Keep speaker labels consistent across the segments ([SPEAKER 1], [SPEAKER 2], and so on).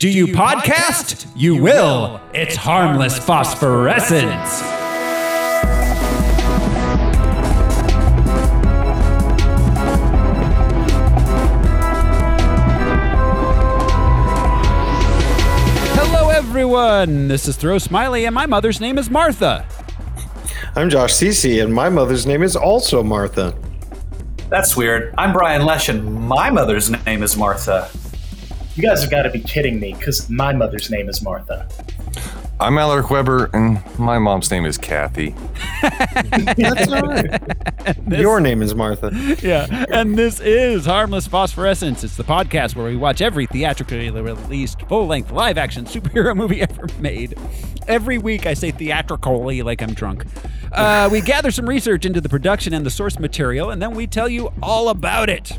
[SPEAKER 1] Do you podcast? You will. It's harmless phosphorescence. Hello, everyone. This is Throw Smiley, and my mother's name is Martha.
[SPEAKER 2] I'm Josh Cece, and my mother's name is also Martha.
[SPEAKER 3] That's weird. I'm Brian Lesh, and my mother's name is Martha.
[SPEAKER 4] You guys have got to be kidding me, because my mother's name is Martha.
[SPEAKER 5] I'm Alaric Weber, and my mom's name is Kathy.
[SPEAKER 2] That's all right. Your name is Martha.
[SPEAKER 1] Yeah, and this is Harmless Phosphorescence. It's the podcast where we watch every theatrically released full length live action superhero movie ever made. Every week I say theatrically like I'm drunk. Uh, we gather some research into the production and the source material, and then we tell you all about it.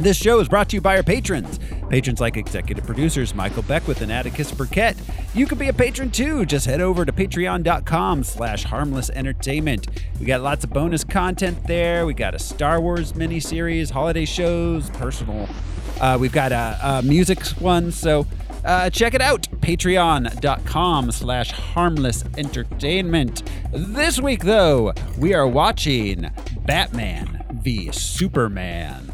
[SPEAKER 1] This show is brought to you by our patrons. Patrons like executive producers Michael Beckwith and Atticus Burkett. You could be a patron too. Just head over to patreon.com slash harmless entertainment. We got lots of bonus content there. We got a Star Wars miniseries, holiday shows, personal. Uh, we've got a, a music one, so uh, check it out. Patreon.com slash harmless entertainment. This week, though, we are watching Batman v Superman.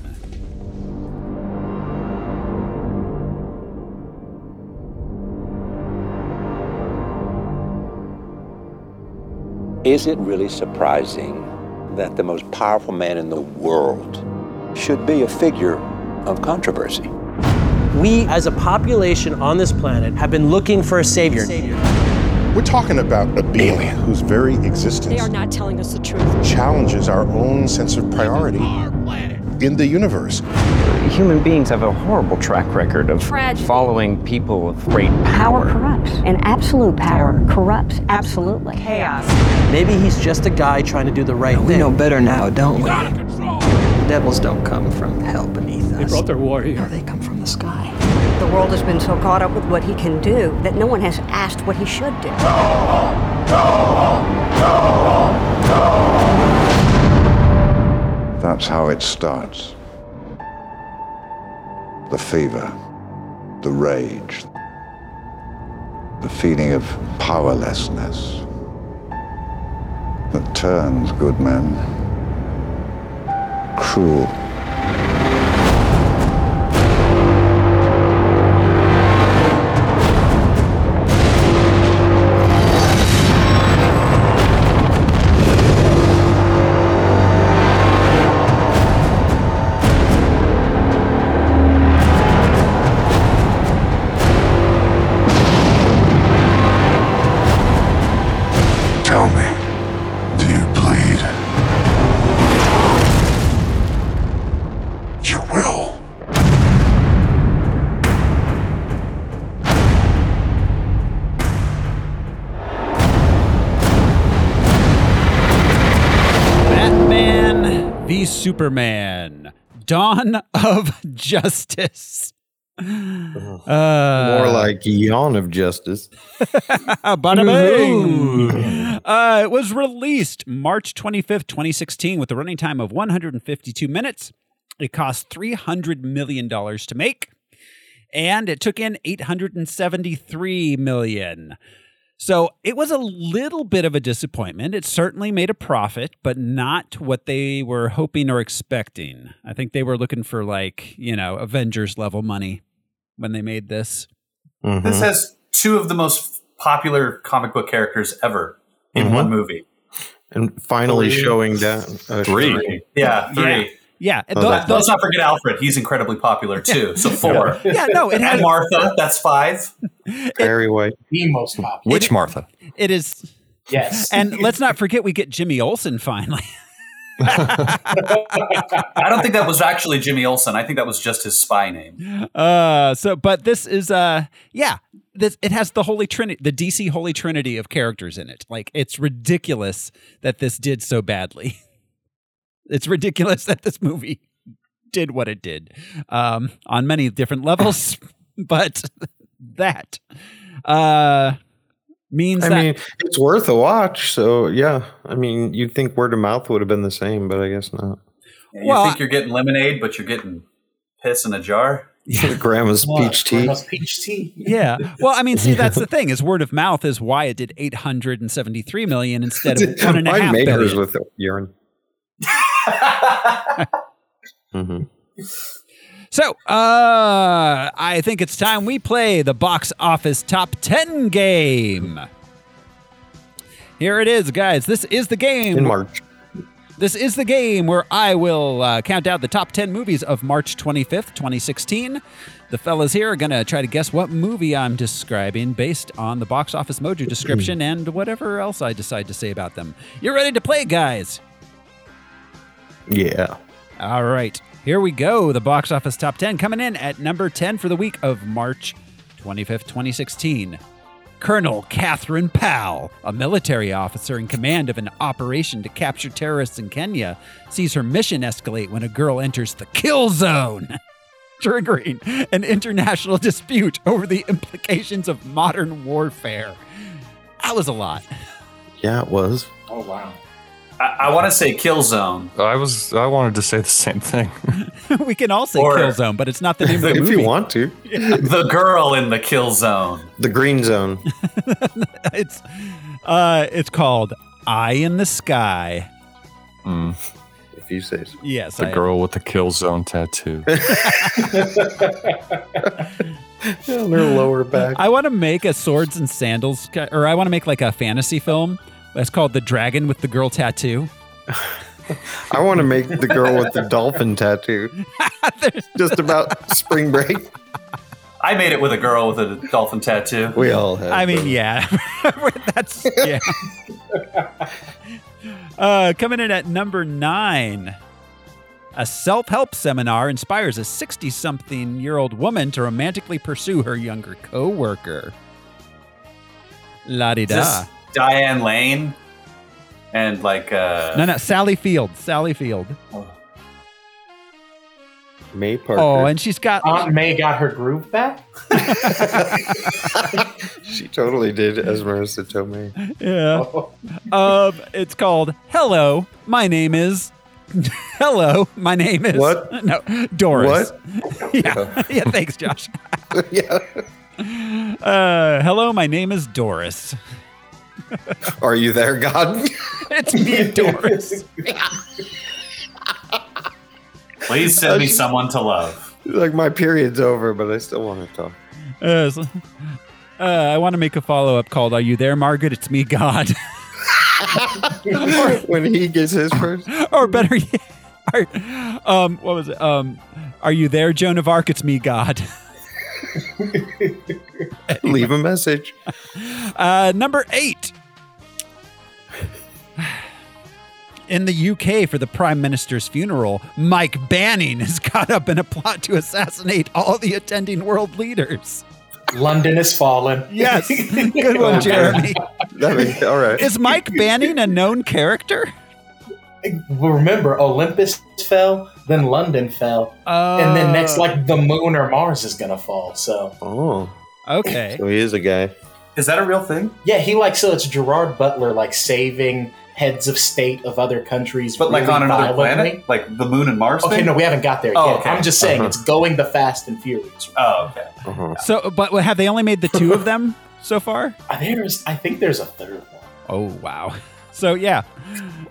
[SPEAKER 6] Is it really surprising that the most powerful man in the world should be a figure of controversy?
[SPEAKER 7] We, as a population on this planet, have been looking for a savior.
[SPEAKER 8] We're talking about a being whose very existence
[SPEAKER 9] They are not telling us the truth.
[SPEAKER 8] challenges our own sense of priority in the universe.
[SPEAKER 10] Human beings have a horrible track record of
[SPEAKER 9] Tragedy.
[SPEAKER 10] following people of great
[SPEAKER 11] Power
[SPEAKER 10] power.
[SPEAKER 11] corrupts, and absolute power corrupts absolutely. Chaos.
[SPEAKER 7] Maybe he's just a guy trying to do the right thing.
[SPEAKER 12] We know better now, don't we? Devils don't come from hell beneath us. They brought their warrior. No, they come from the sky.
[SPEAKER 11] The world has been so caught up with what he can do that no one has asked what he should do.
[SPEAKER 8] That's how it starts. The fever, the rage, the feeling of powerlessness that turns good men cruel. Tell me, do you bleed? You will.
[SPEAKER 1] Batman v Superman: Dawn of Justice. Uh,
[SPEAKER 2] More like Yawn of Justice.
[SPEAKER 1] bada bing. Uh, it was released March 25th, 2016, with a running time of 152 minutes. It cost $300 million to make, and it took in $873 million. So it was a little bit of a disappointment. It certainly made a profit, but not what they were hoping or expecting. I think they were looking for, like, you know, Avengers level money when they made this. Mm-hmm.
[SPEAKER 3] This has two of the most popular comic book characters ever in
[SPEAKER 1] Mm-hmm.
[SPEAKER 3] one movie.
[SPEAKER 2] And finally showing down. uh,
[SPEAKER 5] Three.
[SPEAKER 2] showing-
[SPEAKER 3] Yeah, three.
[SPEAKER 1] Yeah.
[SPEAKER 2] Oh,
[SPEAKER 1] tho-
[SPEAKER 2] that's-
[SPEAKER 1] those-
[SPEAKER 3] Let's not forget Alfred. He's incredibly popular too. So four.
[SPEAKER 1] yeah, no, it had
[SPEAKER 3] And Martha, that's five.
[SPEAKER 2] Perry White.
[SPEAKER 4] The most popular.
[SPEAKER 5] Which Martha?
[SPEAKER 1] It is,
[SPEAKER 4] Yes.
[SPEAKER 1] and let's not forget we get Jimmy Olsen finally.
[SPEAKER 3] I don't think that was actually Jimmy Olsen. I think that was just his spy name.
[SPEAKER 1] Uh, so, but this is, uh, yeah, this it has the Holy Trinity, the DC Holy Trinity of characters in it. Like, it's ridiculous that this did so badly. It's ridiculous that this movie did what it did um, on many different levels, but that uh, means
[SPEAKER 2] I
[SPEAKER 1] that
[SPEAKER 2] mean, it's worth a watch. So, yeah. I mean, you'd think word of mouth would have been the same, but I guess not.
[SPEAKER 3] You
[SPEAKER 1] Well, I-
[SPEAKER 3] think you're getting lemonade, but you're getting piss in a jar.
[SPEAKER 2] Grandma's peach tea.
[SPEAKER 4] Grandma's peach tea.
[SPEAKER 1] Yeah. Well, I mean, see, that's the thing is word of mouth is why it did 873 million instead of one and a
[SPEAKER 2] Mine
[SPEAKER 1] half
[SPEAKER 2] made hers
[SPEAKER 1] billion.
[SPEAKER 2] with urine. Mhm.
[SPEAKER 1] So, uh, I think it's time we play the box office top 10 game. Here it is, guys. This is the game.
[SPEAKER 2] In March.
[SPEAKER 1] This is the game where I will uh, count out the top 10 movies of March 25th, 2016. The fellas here are going to try to guess what movie I'm describing based on the box office mojo description and whatever else I decide to say about them. You're ready to play, guys?
[SPEAKER 2] Yeah.
[SPEAKER 1] All right, here we go. The box office top 10 coming in at number 10 for the week of March 25th, 2016. Colonel Catherine Powell, a military officer in command of an operation to capture terrorists in Kenya, sees her mission escalate when a girl enters the kill zone, triggering an international dispute over the implications of modern warfare. That was a lot.
[SPEAKER 2] Yeah, it was.
[SPEAKER 3] Oh wow. I, I want to say kill zone.
[SPEAKER 5] I was. I wanted to say the same thing.
[SPEAKER 1] we can all say
[SPEAKER 3] Or-
[SPEAKER 1] kill zone, but it's not the name of the
[SPEAKER 2] if
[SPEAKER 1] movie.
[SPEAKER 2] you want to.
[SPEAKER 3] The girl in the kill zone.
[SPEAKER 2] The green zone.
[SPEAKER 1] it's uh it's called Eye in the Sky.
[SPEAKER 2] If you say so.
[SPEAKER 1] Yes,
[SPEAKER 5] The
[SPEAKER 1] I-
[SPEAKER 5] girl with the kill zone tattoo.
[SPEAKER 2] On their lower back.
[SPEAKER 1] I want to make a swords and sandals ki- or I want to make like a fantasy film that's called The Dragon with the Girl Tattoo.
[SPEAKER 2] I want to make the girl with the dolphin tattoo. Just about spring break.
[SPEAKER 3] I made it with a girl with a dolphin tattoo.
[SPEAKER 2] We all have.
[SPEAKER 1] I mean, yeah. that's yeah. uh coming in at number 9. A self-help seminar inspires a 60-something-year-old woman to romantically pursue her younger coworker. La di
[SPEAKER 3] Is this
[SPEAKER 1] da.
[SPEAKER 3] Diane Lane and like uh
[SPEAKER 1] No, no, Sally Field. Sally Field.
[SPEAKER 2] May Parker.
[SPEAKER 1] Oh, and she's got
[SPEAKER 4] Aunt May got her groove back.
[SPEAKER 2] she totally did, as Marissa Tomei.
[SPEAKER 1] yeah. um, it's called Hello. My name is Hello. My name is
[SPEAKER 2] What?
[SPEAKER 1] No, Doris. yeah. yeah. Thanks, Josh.
[SPEAKER 2] yeah.
[SPEAKER 1] Uh, hello. My name is Doris.
[SPEAKER 2] Are you there, God?
[SPEAKER 1] It's me, Doris.
[SPEAKER 3] please send me someone to love.
[SPEAKER 2] like my period's over, but I still want to talk.
[SPEAKER 1] Uh, so- uh, I want to make a follow up called Are you there, Margaret? It's me, God.
[SPEAKER 2] when he gets his first,
[SPEAKER 1] or better yet, are- um, what was it? Um, are you there, Joan of Arc? It's me, God.
[SPEAKER 2] leave a message.
[SPEAKER 1] Uh, number eight. In the UK for the Prime Minister's funeral, Mike Banning is caught up in a plot to assassinate all the attending world leaders.
[SPEAKER 4] London has fallen.
[SPEAKER 1] Yes. Good one, Jeremy.
[SPEAKER 2] That means, all right.
[SPEAKER 1] Is Mike Banning a known character?
[SPEAKER 4] Well, remember, Olympus fell, then London fell,
[SPEAKER 1] Uh,
[SPEAKER 4] and then next, like the moon or Mars is gonna fall. So
[SPEAKER 2] oh,
[SPEAKER 1] Okay.
[SPEAKER 2] so he is a guy.
[SPEAKER 3] Is that a real thing?
[SPEAKER 4] yeah, he like so it's Gerard Butler like saving heads of state of other countries,
[SPEAKER 3] But like
[SPEAKER 4] really
[SPEAKER 3] on another
[SPEAKER 4] violently.
[SPEAKER 3] planet, like the moon and Mars.
[SPEAKER 4] Okay,
[SPEAKER 3] thing?
[SPEAKER 4] no, we haven't got there
[SPEAKER 3] Oh,
[SPEAKER 4] yet.
[SPEAKER 3] okay.
[SPEAKER 4] I'm just saying it's going the Fast and Furious.
[SPEAKER 3] Oh, okay.
[SPEAKER 2] Uh-huh.
[SPEAKER 1] So, but have they only made the two of them so far?
[SPEAKER 4] Uh, There's, I think there's a third one.
[SPEAKER 1] Oh, wow. So, yeah.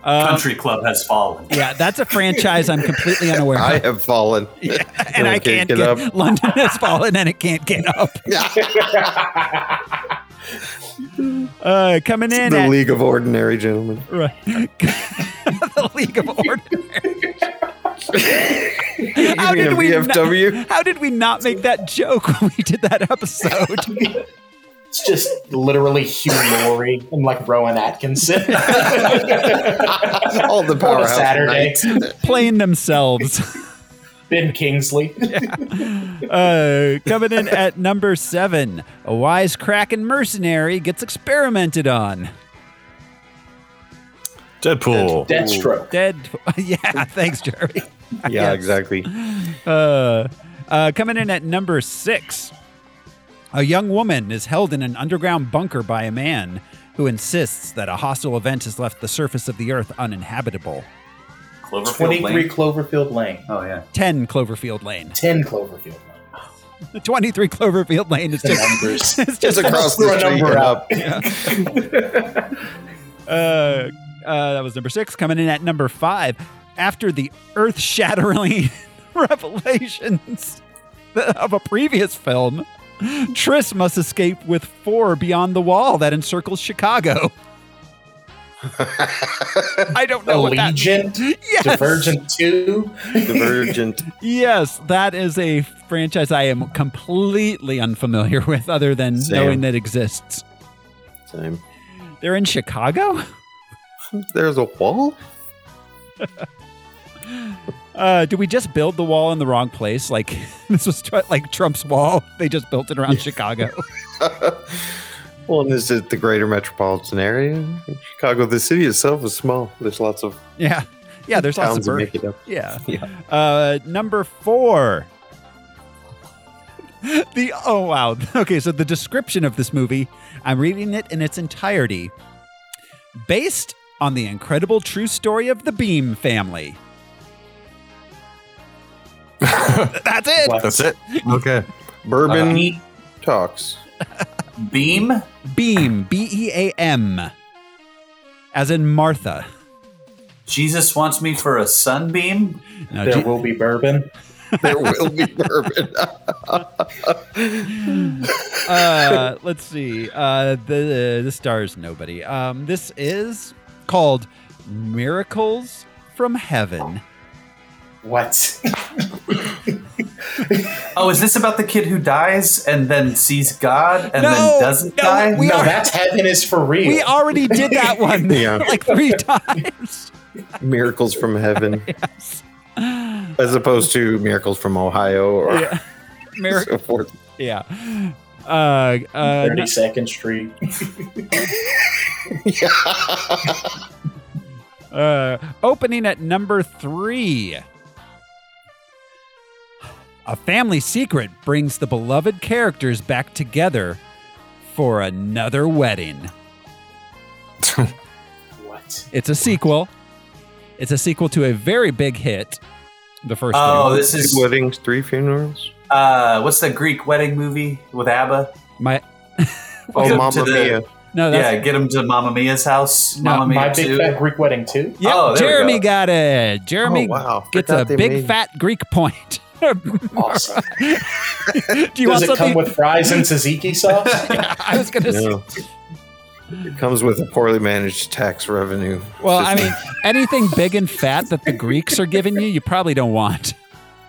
[SPEAKER 1] Um,
[SPEAKER 3] Country club has fallen.
[SPEAKER 1] yeah, that's a franchise I'm completely unaware of.
[SPEAKER 2] I have fallen,
[SPEAKER 1] and I can't get,
[SPEAKER 2] up.
[SPEAKER 1] London has fallen and it can't get up. uh, coming in
[SPEAKER 2] The
[SPEAKER 1] at,
[SPEAKER 2] League of Ordinary Gentlemen.
[SPEAKER 1] right. the League of Ordinary. how,
[SPEAKER 2] mean
[SPEAKER 1] did
[SPEAKER 2] a
[SPEAKER 1] we
[SPEAKER 2] VFW?
[SPEAKER 1] not, how did we not make that joke when we did that episode?
[SPEAKER 4] It's just literally Hugh Laurie and like Rowan Atkinson.
[SPEAKER 2] All the
[SPEAKER 4] on a
[SPEAKER 2] powerhouse
[SPEAKER 4] Saturday.
[SPEAKER 2] knights.
[SPEAKER 1] Playing themselves.
[SPEAKER 4] Ben Kingsley.
[SPEAKER 1] Uh, coming in at number seven, a wise cracking mercenary gets experimented on.
[SPEAKER 5] Deadpool.
[SPEAKER 4] Deathstroke.
[SPEAKER 1] Dead. Yeah, thanks, Jerry.
[SPEAKER 2] Yeah,
[SPEAKER 1] Yes.
[SPEAKER 2] exactly.
[SPEAKER 1] Uh, uh, coming in at number six, a young woman is held in an underground bunker by a man who insists that a hostile event has left the surface of the earth uninhabitable.
[SPEAKER 3] Cloverfield
[SPEAKER 4] 23
[SPEAKER 3] Lane.
[SPEAKER 4] Cloverfield Lane.
[SPEAKER 3] Oh yeah.
[SPEAKER 1] Ten Cloverfield Lane.
[SPEAKER 4] 10 Cloverfield Lane.
[SPEAKER 1] 23 Cloverfield Lane is just, it's just
[SPEAKER 2] across the street and up.
[SPEAKER 1] Uh, uh, that was number six. Coming in at number five, after the earth shattering revelations of a previous film, Triss must escape with four beyond the wall that encircles Chicago. I don't know what that
[SPEAKER 4] Allegiant,
[SPEAKER 1] means. Yes.
[SPEAKER 4] Divergent Two,
[SPEAKER 2] Divergent.
[SPEAKER 1] Yes, that is a franchise I am completely unfamiliar with, other than
[SPEAKER 2] Same.
[SPEAKER 1] knowing that exists.
[SPEAKER 2] Same.
[SPEAKER 1] They're in Chicago?
[SPEAKER 2] There's a wall.
[SPEAKER 1] Uh, did we just build the wall in the wrong place? Like this was tr- like Trump's wall. They just built it around Chicago.
[SPEAKER 2] Well, and is it the greater metropolitan area? Chicago, the city itself is small. There's lots of
[SPEAKER 1] Yeah, yeah. There's lots
[SPEAKER 2] towns
[SPEAKER 1] of
[SPEAKER 2] that
[SPEAKER 1] birds.
[SPEAKER 2] make it up.
[SPEAKER 1] Yeah.
[SPEAKER 2] Yeah.
[SPEAKER 1] Uh, number four. The oh wow. Okay, so the description of this movie, I'm reading it in its entirety. Based on the incredible true story of the Beam family. That's it.
[SPEAKER 5] That's it. Okay.
[SPEAKER 2] Bourbon
[SPEAKER 1] Uh,
[SPEAKER 2] talks.
[SPEAKER 3] Beam?
[SPEAKER 1] Beam, B E A M. As in Martha.
[SPEAKER 3] Jesus wants me for a sunbeam?
[SPEAKER 1] No,
[SPEAKER 4] There
[SPEAKER 1] Je-
[SPEAKER 4] will be bourbon.
[SPEAKER 2] There will be bourbon.
[SPEAKER 1] uh, let's see. Uh, the the stars nobody. Um, this is called Miracles from Heaven.
[SPEAKER 4] What?
[SPEAKER 3] Oh, is this about the kid who dies and then sees God and
[SPEAKER 1] No,
[SPEAKER 3] then doesn't
[SPEAKER 1] no,
[SPEAKER 3] die?
[SPEAKER 1] we
[SPEAKER 4] no,
[SPEAKER 1] are-
[SPEAKER 4] that's heaven is for real.
[SPEAKER 1] We already did that one
[SPEAKER 2] Yeah.
[SPEAKER 1] like three times.
[SPEAKER 2] miracles from heaven. As opposed to miracles from Ohio or
[SPEAKER 1] Yeah. Mir-
[SPEAKER 2] so forth.
[SPEAKER 1] yeah. Uh, uh,
[SPEAKER 4] Thirty Second Street.
[SPEAKER 1] Uh, opening at number three. A family secret brings the beloved characters back together for another wedding.
[SPEAKER 4] What?
[SPEAKER 1] It's a sequel. It's a sequel to a very big hit, the first
[SPEAKER 3] Oh,
[SPEAKER 1] one.
[SPEAKER 3] this
[SPEAKER 2] Two
[SPEAKER 3] is
[SPEAKER 2] weddings, three funerals.
[SPEAKER 3] uh, what's that Greek wedding movie with ABBA?
[SPEAKER 1] My
[SPEAKER 2] Oh,
[SPEAKER 3] Welcome
[SPEAKER 2] Mamma
[SPEAKER 3] to the-
[SPEAKER 2] Mia.
[SPEAKER 1] no,
[SPEAKER 3] yeah,
[SPEAKER 1] that's
[SPEAKER 3] get him to Mamma Mia's house.
[SPEAKER 1] No,
[SPEAKER 3] Mamma
[SPEAKER 4] My
[SPEAKER 3] Mia
[SPEAKER 4] Big
[SPEAKER 3] too.
[SPEAKER 4] Fat Greek Wedding Too.
[SPEAKER 1] yep.
[SPEAKER 3] Oh, there we
[SPEAKER 1] Jeremy
[SPEAKER 3] go.
[SPEAKER 1] got it. Jeremy
[SPEAKER 2] Oh, wow.
[SPEAKER 1] gets
[SPEAKER 2] Forgot
[SPEAKER 1] a
[SPEAKER 2] they
[SPEAKER 1] big
[SPEAKER 2] made-
[SPEAKER 1] fat Greek point. Do
[SPEAKER 4] Awesome.
[SPEAKER 1] you want
[SPEAKER 4] Does it come
[SPEAKER 1] something?
[SPEAKER 4] with fries and tzatziki sauce?
[SPEAKER 1] I was gonna say.
[SPEAKER 2] No. It comes with a poorly managed tax revenue.
[SPEAKER 1] Well, I
[SPEAKER 2] system.
[SPEAKER 1] mean, anything big and fat that the Greeks are giving you, you probably don't want.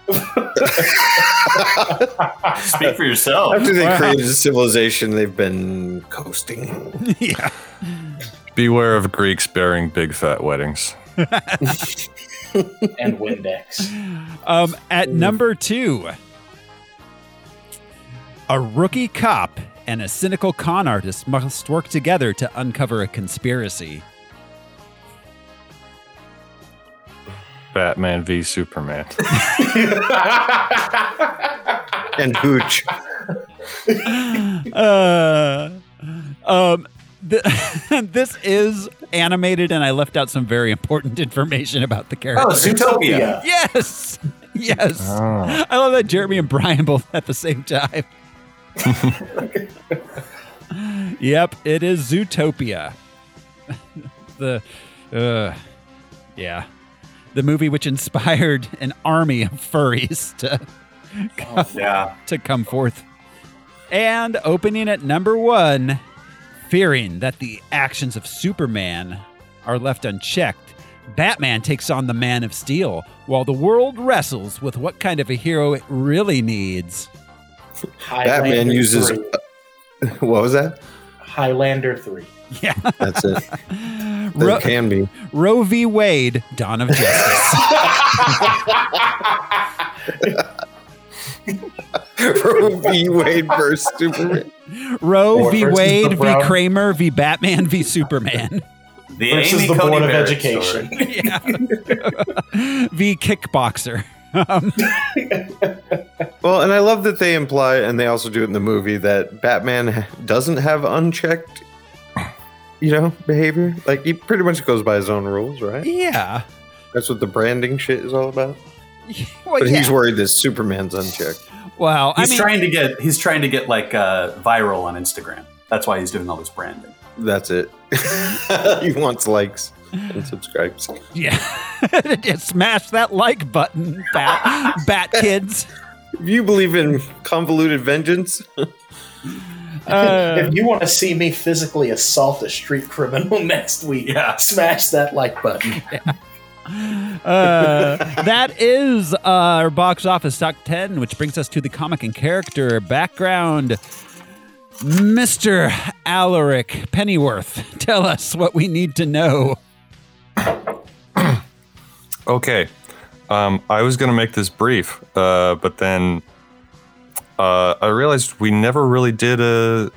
[SPEAKER 3] Speak for yourself.
[SPEAKER 2] after they created a civilization, they've been coasting.
[SPEAKER 1] yeah.
[SPEAKER 5] Beware of Greeks bearing big fat weddings.
[SPEAKER 4] and Windex.
[SPEAKER 1] Um, at number two, a rookie cop and a cynical con artist must work together to uncover a conspiracy.
[SPEAKER 5] Batman v Superman.
[SPEAKER 2] And hooch.
[SPEAKER 1] Uh, um, th- this is animated, and I left out some very important information about the character.
[SPEAKER 3] Oh, Zootopia.
[SPEAKER 4] Yeah.
[SPEAKER 1] Yes. Yes.
[SPEAKER 5] Oh.
[SPEAKER 1] I love that Jeremy and Brian both at the same time. yep, it is Zootopia. the uh yeah. The movie which inspired an army of furries to
[SPEAKER 3] Yeah.
[SPEAKER 1] to come forth. And opening at number 1, fearing that the actions of Superman are left unchecked, Batman takes on the Man of Steel while the world wrestles with what kind of a hero it really needs.
[SPEAKER 2] Batman
[SPEAKER 4] Highlander
[SPEAKER 2] uses.
[SPEAKER 4] three.
[SPEAKER 2] what was that?
[SPEAKER 4] Highlander Three.
[SPEAKER 2] That's it. There
[SPEAKER 1] Ro-
[SPEAKER 2] can be.
[SPEAKER 1] Roe v. Wade, Dawn of Justice.
[SPEAKER 2] Roe v. Wade versus Superman.
[SPEAKER 1] Roe
[SPEAKER 4] Or
[SPEAKER 1] v.
[SPEAKER 4] versus
[SPEAKER 1] Wade
[SPEAKER 4] the
[SPEAKER 1] v.
[SPEAKER 4] Brown-
[SPEAKER 1] Kramer v. Batman v. Superman
[SPEAKER 3] The
[SPEAKER 4] Versus
[SPEAKER 3] Amy
[SPEAKER 4] the
[SPEAKER 3] Coney
[SPEAKER 4] Board of
[SPEAKER 3] Barrett
[SPEAKER 4] Education.
[SPEAKER 3] story.
[SPEAKER 1] v. Kickboxer. Um,
[SPEAKER 2] Well, and I love that they imply, and they also do it in the movie, that Batman ha- doesn't have unchecked, you know, behavior. Like he pretty much goes by his own rules, right?
[SPEAKER 1] yeah.
[SPEAKER 2] That's what the branding shit is all about.
[SPEAKER 1] Well,
[SPEAKER 2] But
[SPEAKER 1] yeah.
[SPEAKER 2] he's worried that Superman's unchecked.
[SPEAKER 1] Wow,
[SPEAKER 3] he's trying to get he's trying to get like uh, viral on Instagram. That's why he's doing all this branding.
[SPEAKER 2] That's it. he wants likes and subscribes.
[SPEAKER 1] Yeah. Smash that like button, bat, bat kids.
[SPEAKER 2] If you believe in convoluted vengeance,
[SPEAKER 1] Uh,
[SPEAKER 4] if you want to see me physically assault a street criminal next week, smash that like button.
[SPEAKER 1] Uh, that is our box office top 10, which brings us to the comic and character background. Mr. Alaric Pennyworth, tell us what we need to know.
[SPEAKER 5] Okay. Um, I was going to make this brief, uh, but then uh, I realized we never really did a,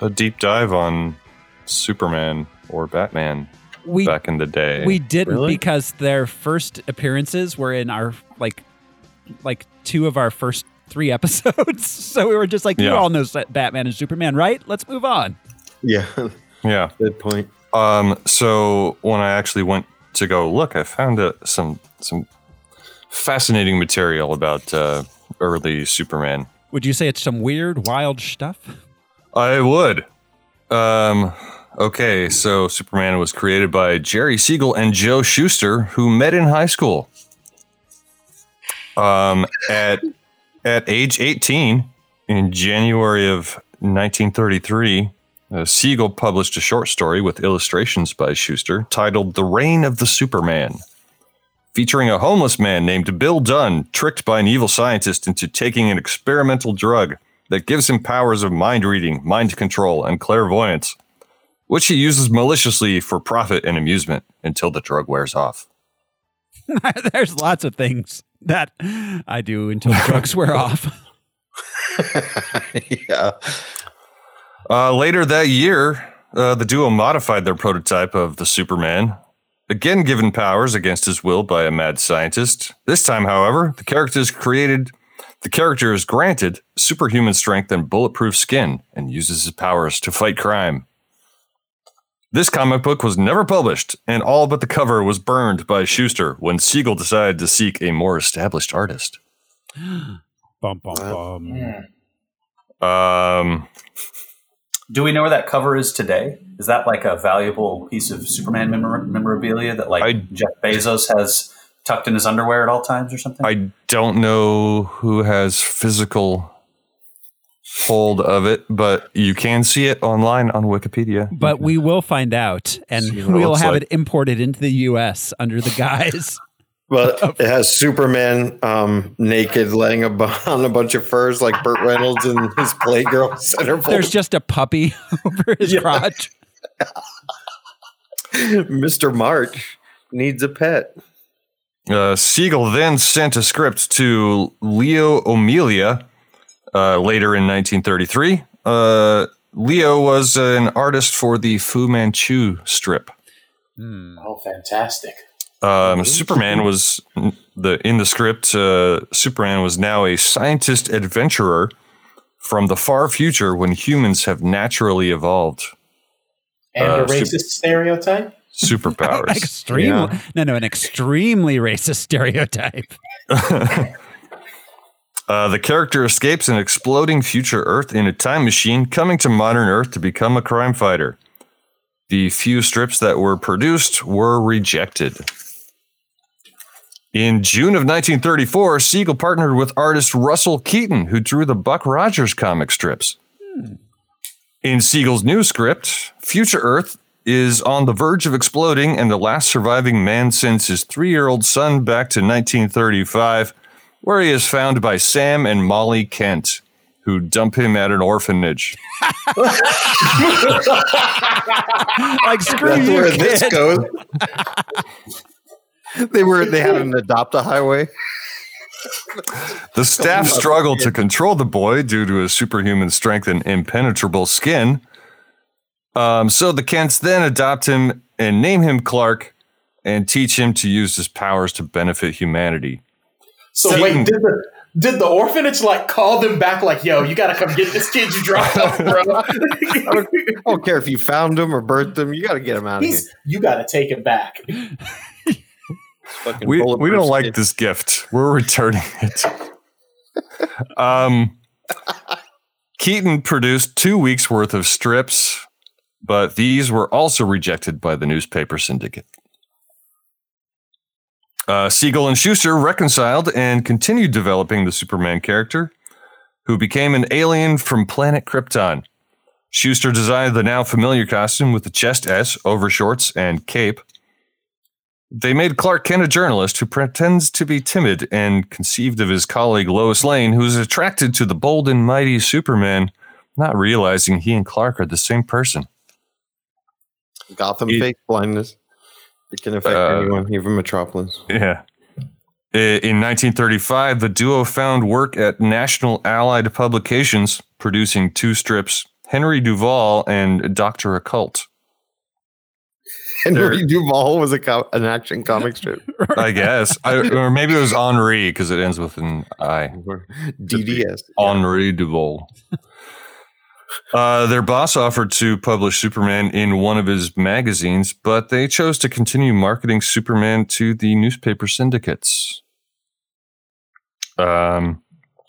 [SPEAKER 5] a deep dive on Superman or Batman
[SPEAKER 1] We-
[SPEAKER 5] back in the day.
[SPEAKER 1] We didn't because their first appearances were in our like like two of our first three episodes. so we were just like, you
[SPEAKER 5] Yeah.
[SPEAKER 1] all know Sa- Batman and Superman, right? Let's move on.
[SPEAKER 2] Yeah.
[SPEAKER 5] Yeah.
[SPEAKER 2] Good point.
[SPEAKER 5] Um, so when I actually went to go look, I found uh some some fascinating material about uh, early Superman.
[SPEAKER 1] Would you say it's some weird, wild stuff?
[SPEAKER 5] I would. Um, okay, so Superman was created by Jerry Siegel and Joe Schuster, who met in high school. Um, at at age eighteen, in January of 1933, uh, Siegel published a short story with illustrations by Schuster titled "The Reign of the Superman." Featuring a homeless man named Bill Dunn, tricked by an evil scientist into taking an experimental drug that gives him powers of mind reading, mind control, and clairvoyance, which he uses maliciously for profit and amusement until the drug wears off.
[SPEAKER 1] There's lots of things that I do until drugs wear off.
[SPEAKER 5] yeah. Uh, later that year, uh, the duo modified their prototype of the Superman, again given powers against his will by a mad scientist. This time, however, the character is created. The character is granted superhuman strength and bulletproof skin, and uses his powers to fight crime. This comic book was never published, and all but the cover was burned by Schuster when Siegel decided to seek a more established artist.
[SPEAKER 1] Bum bum bum.
[SPEAKER 5] Um,
[SPEAKER 3] Do we know where that cover is today? Is that like a valuable piece of Superman memor- memorabilia that like Jeff Bezos has tucked in his underwear at all times or something?
[SPEAKER 5] I don't know who has physical hold of it, but you can see it online on Wikipedia.
[SPEAKER 1] But we will find out, and
[SPEAKER 5] See what it
[SPEAKER 1] we'll
[SPEAKER 5] looks
[SPEAKER 1] have
[SPEAKER 5] like.
[SPEAKER 1] it imported into the U.S. under the guise.
[SPEAKER 2] Well, it has Superman um, naked, laying ab- on a bunch of furs like Burt Reynolds and his Playgirl centerfold.
[SPEAKER 1] There's just a puppy over his crotch.
[SPEAKER 2] Mr. March needs a pet.
[SPEAKER 5] Uh, Siegel then sent a script to Leo Amelia uh, later in 1933. Uh, Leo was an artist for the Fu Manchu strip.
[SPEAKER 4] Oh, fantastic.
[SPEAKER 5] Um, Superman was the in the script. Uh, Superman was now a scientist adventurer from the far future when humans have naturally evolved
[SPEAKER 4] And
[SPEAKER 5] Uh,
[SPEAKER 4] a racist
[SPEAKER 5] Sup-
[SPEAKER 4] stereotype?
[SPEAKER 5] superpowers.
[SPEAKER 1] Extreme, no, no, an extremely racist stereotype.
[SPEAKER 5] Uh, the character escapes an exploding future Earth in a time machine, coming to modern Earth to become a crime fighter. The few strips that were produced were rejected. In June of 1934, Siegel partnered with artist Russell Keaton, who drew the Buck Rogers comic strips. In Siegel's new script, Future Earth is on the verge of exploding, and the last surviving man sends his three year old son back to 1935, where he is found by Sam and Molly Kent, who dump him at an orphanage.
[SPEAKER 1] like screw
[SPEAKER 2] That's
[SPEAKER 1] you,
[SPEAKER 2] where
[SPEAKER 1] kid.
[SPEAKER 2] this goes. they were they had an adopt a highway.
[SPEAKER 5] The staff struggle to control the boy due to his superhuman strength and impenetrable skin. Um, so the Kents then adopt him and name him Clark and teach him to use his powers to benefit humanity.
[SPEAKER 4] So wait, did the did the orphanage like call them back like, yo, you gotta come get this kid you dropped off, bro?
[SPEAKER 2] I don't, I don't care if you found him or birthed him. You got to get him out of here.
[SPEAKER 4] He's, you gotta take him back.
[SPEAKER 2] Fucking
[SPEAKER 5] We, we
[SPEAKER 2] bulletproof
[SPEAKER 5] don't like
[SPEAKER 2] skin.
[SPEAKER 5] this gift. We're returning it. Um, Keaton produced two weeks worth of strips, but these were also rejected by the newspaper syndicate. Uh, Siegel and Schuster reconciled and continued developing the Superman character, who became an alien from planet Krypton. Schuster designed the now familiar costume with the chest S, overshorts, and cape. They made Clark Kent a journalist who pretends to be timid and conceived of his colleague Lois Lane, who is attracted to the bold and mighty Superman, not realizing he and Clark are the same person.
[SPEAKER 2] Gotham face blindness. It can affect
[SPEAKER 5] Uh,
[SPEAKER 2] anyone, even Metropolis.
[SPEAKER 5] Yeah. I- In 1935, the duo found work at National Allied Publications, producing two strips Henry Duval and Dr. Occult.
[SPEAKER 2] Henry Duval was a co- an action comic strip.
[SPEAKER 5] I guess. I, or maybe it was Henri because it ends with an I.
[SPEAKER 2] DDS.
[SPEAKER 5] Henri Duval. Uh, their boss offered to publish Superman in one of his magazines, but they chose to continue marketing Superman to the newspaper syndicates. Um,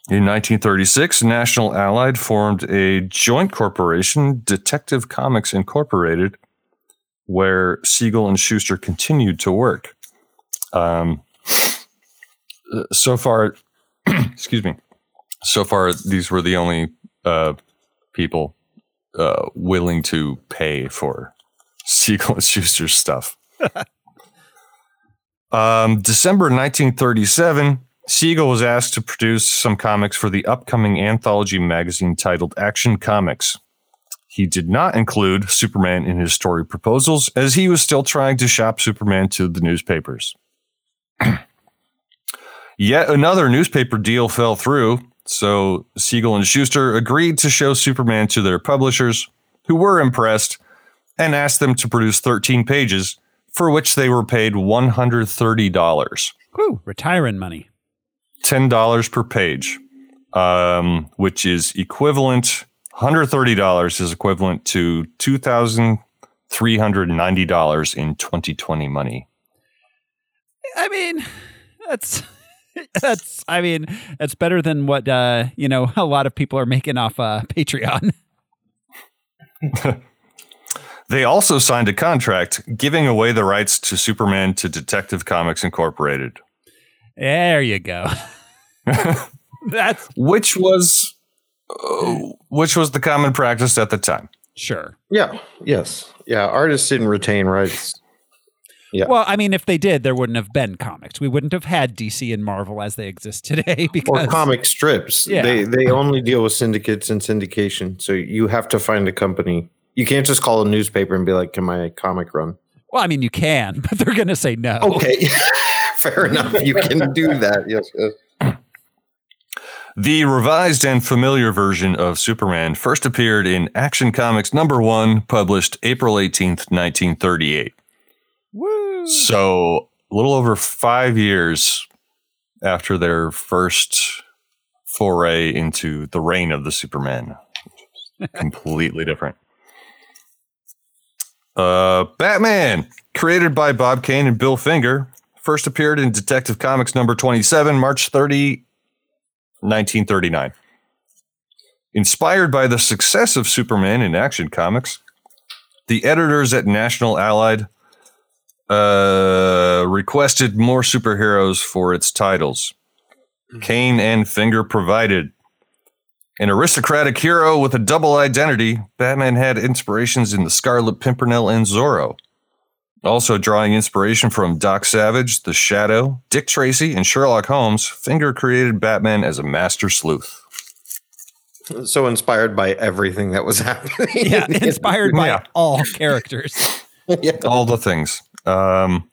[SPEAKER 5] in 1936, National Allied formed a joint corporation, Detective Comics Incorporated, where Siegel and Schuster continued to work. Um, uh, so far, excuse me. So far, these were the only uh, people uh, willing to pay for Siegel and Schuster's stuff. um, December 1937, Siegel was asked to produce some comics for the upcoming anthology magazine titled Action Comics. He did not include Superman in his story proposals, as he was still trying to shop Superman to the newspapers. Yet another newspaper deal fell through, so Siegel and Schuster agreed to show Superman to their publishers, who were impressed and asked them to produce 13 pages, for which they were paid $130.
[SPEAKER 1] Whew, retiring money.
[SPEAKER 5] $10 per page, um, which is equivalent, $130 is equivalent to $2,390 in 2020 money.
[SPEAKER 1] I mean, that's that's. I mean, that's better than what uh, you know a lot of people are making off uh, Patreon.
[SPEAKER 5] They also signed a contract giving away the rights to Superman to Detective Comics Incorporated,
[SPEAKER 1] There you go. That's
[SPEAKER 5] which was uh, which was the common practice at the time.
[SPEAKER 1] Sure.
[SPEAKER 2] Yeah. Yes. Yeah. Artists didn't retain rights. Yeah.
[SPEAKER 1] Well, I mean, if they did, there wouldn't have been comics. We wouldn't have had DC and Marvel as they exist today. Because
[SPEAKER 2] or comic strips.
[SPEAKER 1] Yeah.
[SPEAKER 2] They they only deal with syndicates and syndication. So you have to find a company. You can't just call a newspaper and be like, "Can my comic run?"
[SPEAKER 1] Well, I mean, you can, but they're going to say no.
[SPEAKER 2] Okay. Fair enough. You can do that. Yes. yes.
[SPEAKER 5] The revised and familiar version of Superman first appeared in Action Comics number one, published April 18th, 1938. Woo. So a little over five years after their first foray into the reign of the Superman. Completely different. Uh, Batman, created by Bob Kane and Bill Finger, first appeared in Detective Comics number 27, March 30, 1939. Inspired by the success of Superman in Action Comics, the editors at National Allied uh, requested more superheroes for its titles. Kane and Finger provided. An aristocratic hero with a double identity, Batman had inspirations in the Scarlet Pimpernel and Zorro. Also drawing inspiration from Doc Savage, The Shadow, Dick Tracy, and Sherlock Holmes, Finger created Batman as a master sleuth.
[SPEAKER 2] So inspired by everything that was happening.
[SPEAKER 1] Yeah, inspired by
[SPEAKER 5] Yeah.
[SPEAKER 1] all characters.
[SPEAKER 5] All the things. Um,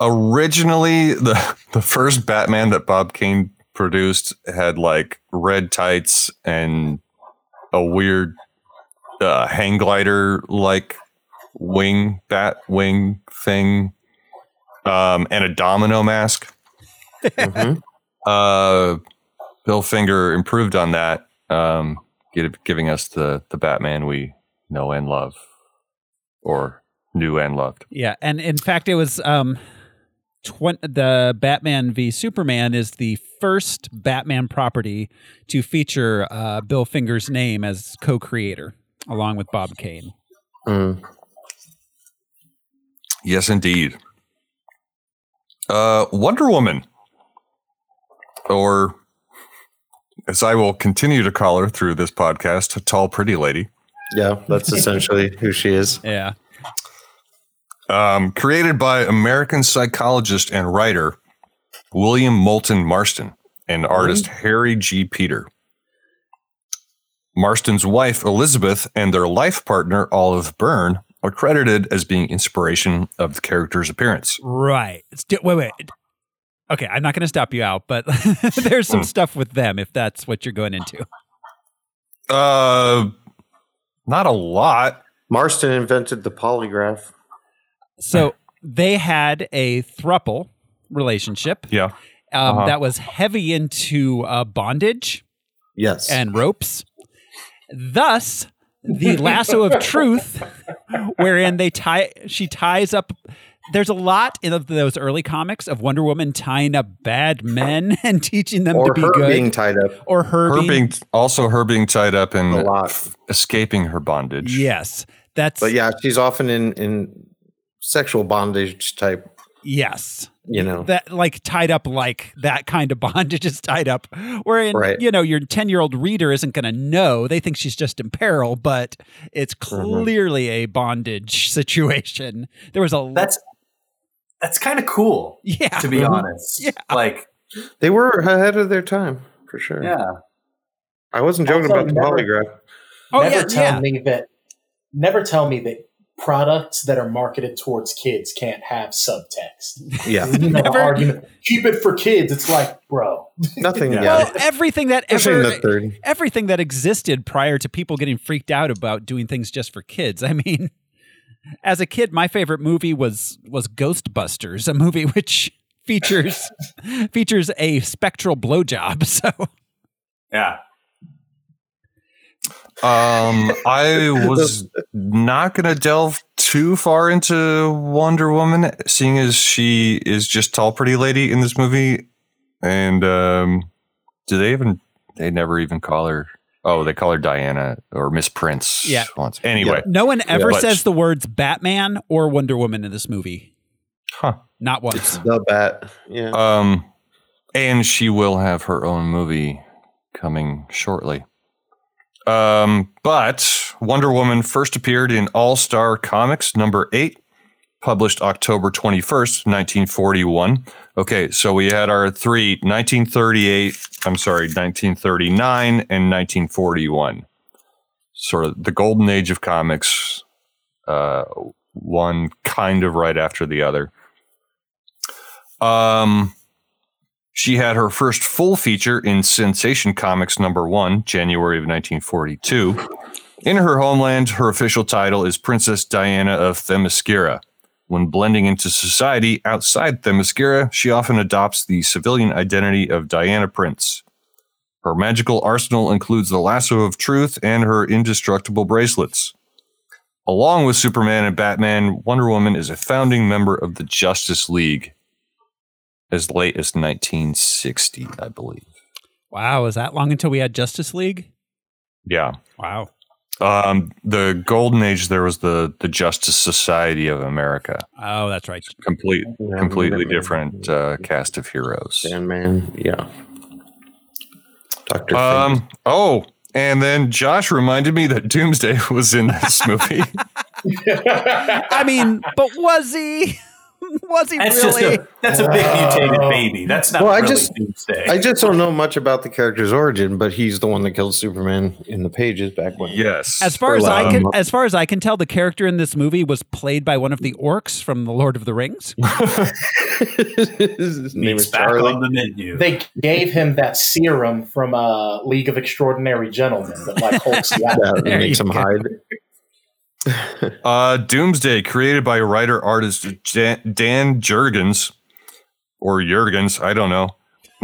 [SPEAKER 5] originally, the, the first Batman that Bob Kane produced had like red tights and a weird uh, hang glider like wing, bat wing thing, um, and a domino mask.
[SPEAKER 2] Mm-hmm.
[SPEAKER 5] Uh, Bill Finger improved on that, um, gi- giving us the the Batman we know and love, or knew and loved.
[SPEAKER 1] Yeah, and in fact, it was um, twen- the Batman v Superman is the first Batman property to feature uh, Bill Finger's name as co-creator, along with Bob Kane.
[SPEAKER 5] Yes, indeed. Uh, Wonder Woman, or as I will continue to call her through this podcast, a tall, pretty lady.
[SPEAKER 2] Yeah, that's essentially who she is.
[SPEAKER 1] Yeah.
[SPEAKER 5] Um, created by American psychologist and writer William Moulton Marston and
[SPEAKER 1] Mm.
[SPEAKER 5] artist Harry G. Peter. Marston's wife, Elizabeth, and their life partner, Olive Byrne, are credited as being inspiration of the character's appearance.
[SPEAKER 1] Right. It's di- wait, wait. Okay, I'm not going to stop you out, but there's
[SPEAKER 2] Hmm.
[SPEAKER 1] some stuff with them if that's what you're going into.
[SPEAKER 5] Uh, not a lot.
[SPEAKER 2] Marston invented the polygraph.
[SPEAKER 1] So they had a thruple relationship.
[SPEAKER 5] Yeah.
[SPEAKER 1] Um,
[SPEAKER 5] Uh-huh.
[SPEAKER 1] That was heavy into uh, bondage.
[SPEAKER 2] Yes.
[SPEAKER 1] And ropes. Thus, the lasso of truth, wherein they tie, she ties up. There's a lot in of those early comics of Wonder Woman tying up bad men and teaching them
[SPEAKER 2] Or
[SPEAKER 1] to be
[SPEAKER 2] her
[SPEAKER 1] good,
[SPEAKER 2] being tied up.
[SPEAKER 1] or her,
[SPEAKER 5] Her
[SPEAKER 1] being,
[SPEAKER 5] being also her being tied up and f- escaping her bondage.
[SPEAKER 1] Yes. That's
[SPEAKER 2] But yeah, she's often in in sexual bondage type,
[SPEAKER 1] yes.
[SPEAKER 2] you know.
[SPEAKER 1] that like tied up like that kind of bondage is tied up wherein
[SPEAKER 2] Right.
[SPEAKER 1] you know your 10 year old reader isn't going to know they think she's just in peril but it's clearly a bondage situation there was a that's
[SPEAKER 3] that's kind of cool
[SPEAKER 1] yeah Oh,
[SPEAKER 3] to be
[SPEAKER 2] Mhm.
[SPEAKER 3] honest. Like,
[SPEAKER 2] they were ahead of their time, for sure.
[SPEAKER 3] yeah.
[SPEAKER 2] I wasn't joking
[SPEAKER 4] Also
[SPEAKER 2] about the
[SPEAKER 4] never-
[SPEAKER 2] polygraph.
[SPEAKER 4] never
[SPEAKER 1] yeah,
[SPEAKER 4] tell
[SPEAKER 1] yeah.
[SPEAKER 4] me that. Never tell me that products that are marketed towards kids can't have subtext.
[SPEAKER 2] Yeah.
[SPEAKER 4] You know, the argument. Keep it for kids. It's like, bro,
[SPEAKER 2] nothing.
[SPEAKER 1] well everything that
[SPEAKER 4] Especially in
[SPEAKER 1] ever
[SPEAKER 4] the third.
[SPEAKER 1] everything that existed prior to people getting freaked out about doing things just for kids i mean as a kid my favorite movie was was ghostbusters a movie which features features a spectral blowjob so
[SPEAKER 3] Yeah.
[SPEAKER 5] Um, I was not going to delve too far into Wonder Woman, seeing as she is just tall, pretty lady in this movie. And um, do they even? They never even call her. Oh, they call her Diana or Miss Prince.
[SPEAKER 1] Yeah.
[SPEAKER 5] Once. Anyway,
[SPEAKER 1] No one ever
[SPEAKER 5] But-
[SPEAKER 1] says the words Batman or Wonder Woman in this movie.
[SPEAKER 5] Huh.
[SPEAKER 1] Not once.
[SPEAKER 2] the bat. Yeah.
[SPEAKER 3] Uh,
[SPEAKER 5] Um, and she will have her own movie coming shortly. Um, but Wonder Woman first appeared in All Star Comics number eight, published October 21st, 1941. Okay, so we had our three 1938, I'm sorry, 1939 and 1941. Sort of the golden age of comics, uh, one kind of right after the other. Um, she had her first full feature in Sensation Comics number one, January of 1942. In her homeland, her official title is Princess Diana of Themyscira. When blending into society outside Themyscira, she often adopts the civilian identity of Diana Prince. Her magical arsenal includes the lasso of truth and her indestructible bracelets. Along with Superman and Batman, Wonder Woman is a founding member of the Justice League as late as 1960, I believe.
[SPEAKER 1] Wow, was that long until we had Justice League?
[SPEAKER 5] Yeah.
[SPEAKER 1] Wow.
[SPEAKER 5] Um, the golden age there was the the Justice Society of America.
[SPEAKER 1] Oh, that's right.
[SPEAKER 5] Complete completely different uh, cast of heroes.
[SPEAKER 2] Sandman, yeah. Doctor
[SPEAKER 5] Um oh, and then Josh reminded me that Doomsday was in this movie.
[SPEAKER 1] I mean, but was he? Was he
[SPEAKER 3] That's
[SPEAKER 1] really?
[SPEAKER 3] just a that's a big mutated
[SPEAKER 4] Oh.
[SPEAKER 3] baby. That's not
[SPEAKER 2] Well, I
[SPEAKER 3] really
[SPEAKER 2] just-
[SPEAKER 3] Doomsday.
[SPEAKER 2] I just don't know much about the character's origin, but he's the one that killed Superman in the pages back when.
[SPEAKER 5] Yes.
[SPEAKER 1] as far as I can, as far as I can tell, the character in this movie was played by one of the orcs from the Lord of the Rings.
[SPEAKER 2] His name is
[SPEAKER 3] back
[SPEAKER 2] Charlie.
[SPEAKER 3] on the menu.
[SPEAKER 4] they gave him that serum from uh, League of Extraordinary Gentlemen that like holds the
[SPEAKER 2] Yeah,
[SPEAKER 4] eye.
[SPEAKER 2] it makes him hide.
[SPEAKER 5] Uh, Doomsday, created by writer artist Jan- Dan Jurgens or Jurgens, I don't know.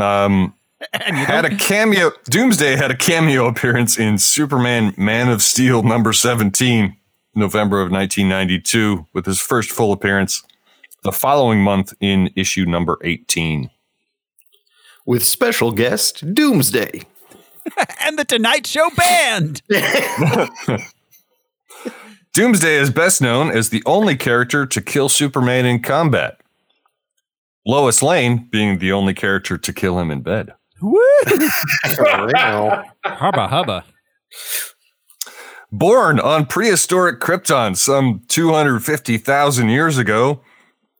[SPEAKER 5] Um, had a cameo. Doomsday had a cameo appearance in Superman: Man of Steel number seventeen, November of nineteen ninety two, with his first full appearance. the following month in issue number 18.
[SPEAKER 2] With special guest Doomsday.
[SPEAKER 1] and the Tonight Show Band.
[SPEAKER 5] Doomsday is best known as the only character to kill Superman in combat. Lois Lane being the only character to kill him in bed.
[SPEAKER 1] hubba hubba.
[SPEAKER 5] Born on prehistoric Krypton some 250,000 years ago,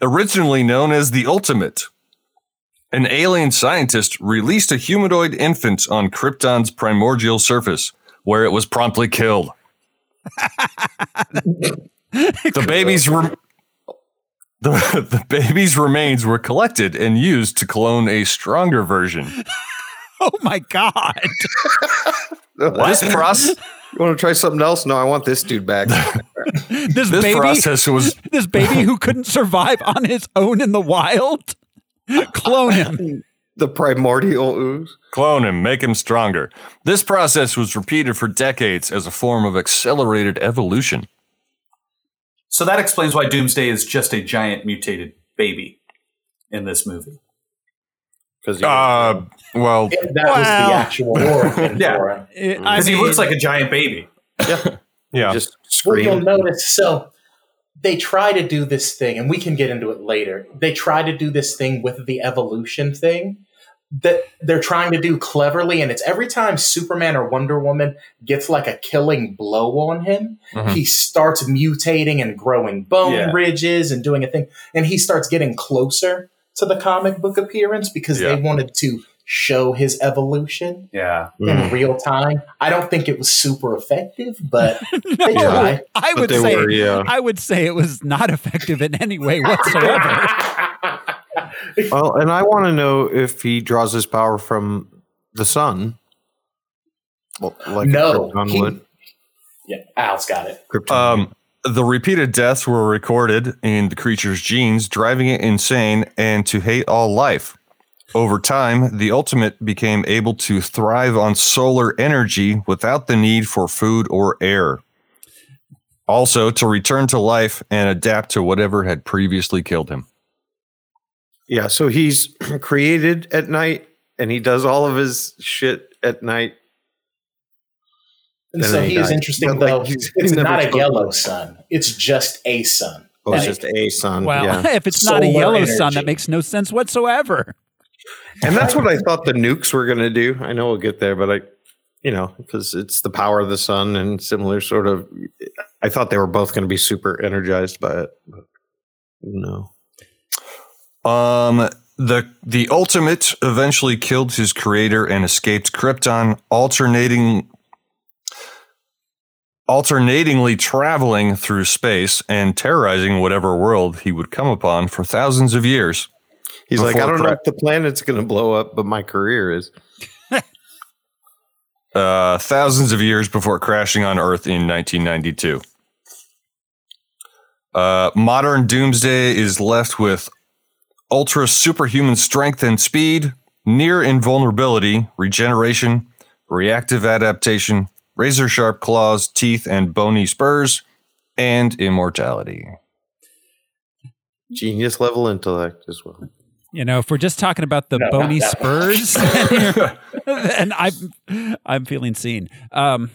[SPEAKER 5] originally known as the Ultimate, an alien scientist released a humanoid infant on Krypton's primordial surface, where it was promptly killed. the baby's rem- the, the baby's remains were collected and used to clone a stronger version.
[SPEAKER 1] Oh my God.
[SPEAKER 5] This process.
[SPEAKER 2] You want to try something else? No, I want this dude back.
[SPEAKER 1] This,
[SPEAKER 5] This
[SPEAKER 1] baby,
[SPEAKER 5] process was-
[SPEAKER 1] this baby who couldn't survive on his own in the wild. Clone him.
[SPEAKER 2] The primordial ooze.
[SPEAKER 5] Clone him, make him stronger. This process was repeated for decades as a form of accelerated evolution.
[SPEAKER 3] So that explains why Doomsday is just a giant mutated baby in this movie.
[SPEAKER 2] Because
[SPEAKER 5] uh, well,
[SPEAKER 4] That was the actual origin.
[SPEAKER 3] yeah,
[SPEAKER 4] for it. I
[SPEAKER 3] because he
[SPEAKER 4] mean-
[SPEAKER 3] looks like a giant baby.
[SPEAKER 5] yeah,
[SPEAKER 2] Just
[SPEAKER 4] Well, you'll
[SPEAKER 2] scream.
[SPEAKER 4] notice. So they try to do this thing, and we can get into it later. They try to do this thing with the evolution thing that they're trying to do cleverly, and it's every time Superman or Wonder Woman gets like a killing blow on him,
[SPEAKER 5] Mhm.
[SPEAKER 4] he starts mutating and growing bone
[SPEAKER 5] Yeah.
[SPEAKER 4] ridges and doing a thing, and he starts getting closer to the comic book appearance because
[SPEAKER 5] Yeah.
[SPEAKER 4] they wanted to show his evolution
[SPEAKER 3] Yeah.
[SPEAKER 4] in
[SPEAKER 5] Mm.
[SPEAKER 4] real time. I don't think it was super effective, but they
[SPEAKER 1] No,
[SPEAKER 4] try.
[SPEAKER 1] I
[SPEAKER 2] But
[SPEAKER 1] would
[SPEAKER 2] they
[SPEAKER 1] say
[SPEAKER 2] were, yeah.
[SPEAKER 1] I would say it was not effective in any way whatsoever.
[SPEAKER 2] Well, and I want to know if he draws his power from the sun. Well, like
[SPEAKER 4] No,
[SPEAKER 2] Krypton
[SPEAKER 4] he-
[SPEAKER 2] would.
[SPEAKER 4] Yeah, Al's got it.
[SPEAKER 2] Krypton.
[SPEAKER 5] Um, the repeated deaths were recorded in the creature's genes, driving it insane and to hate all life. Over time, the ultimate became able to thrive on solar energy without the need for food or air. Also, to return to life and adapt to whatever had previously killed him.
[SPEAKER 2] yeah, so he's created at night and he does all of his shit at night.
[SPEAKER 4] And
[SPEAKER 2] And
[SPEAKER 4] so
[SPEAKER 2] then
[SPEAKER 4] he
[SPEAKER 2] he
[SPEAKER 4] is
[SPEAKER 2] died.
[SPEAKER 4] interesting,
[SPEAKER 2] But, like,
[SPEAKER 4] though.
[SPEAKER 2] he's-
[SPEAKER 4] it's
[SPEAKER 2] he never
[SPEAKER 4] not a
[SPEAKER 2] spoke.
[SPEAKER 4] yellow sun. It's just a sun.
[SPEAKER 2] Oh, it's
[SPEAKER 4] Like,
[SPEAKER 2] just a sun.
[SPEAKER 1] Well,
[SPEAKER 2] yeah.
[SPEAKER 1] if it's not a
[SPEAKER 4] Solar
[SPEAKER 1] yellow
[SPEAKER 4] energy.
[SPEAKER 1] sun, that makes no sense whatsoever.
[SPEAKER 2] And that's what I thought the nukes were going to do. I know we'll get there, but I, you know, because it's the power of the sun and similar sort of. I thought they were both going to be super energized by it. But no.
[SPEAKER 5] Um, the the ultimate eventually killed his creator and escaped Krypton, alternating alternatingly traveling through space and terrorizing whatever world he would come upon for thousands of years.
[SPEAKER 2] He's like, I
[SPEAKER 5] Before
[SPEAKER 2] don't know
[SPEAKER 5] cra-
[SPEAKER 2] if the planet's going to blow up, but my career is.
[SPEAKER 5] uh, thousands of years before crashing on Earth in 1992. Uh, modern Doomsday is left with ultra superhuman strength and speed, near invulnerability, regeneration, reactive adaptation, razor sharp claws, teeth, and bony spurs, and immortality.
[SPEAKER 2] Genius level intellect as well.
[SPEAKER 1] You know, if we're just talking about the
[SPEAKER 4] No, not
[SPEAKER 1] bony
[SPEAKER 4] that
[SPEAKER 1] spurs, then I'm I'm feeling seen. Um,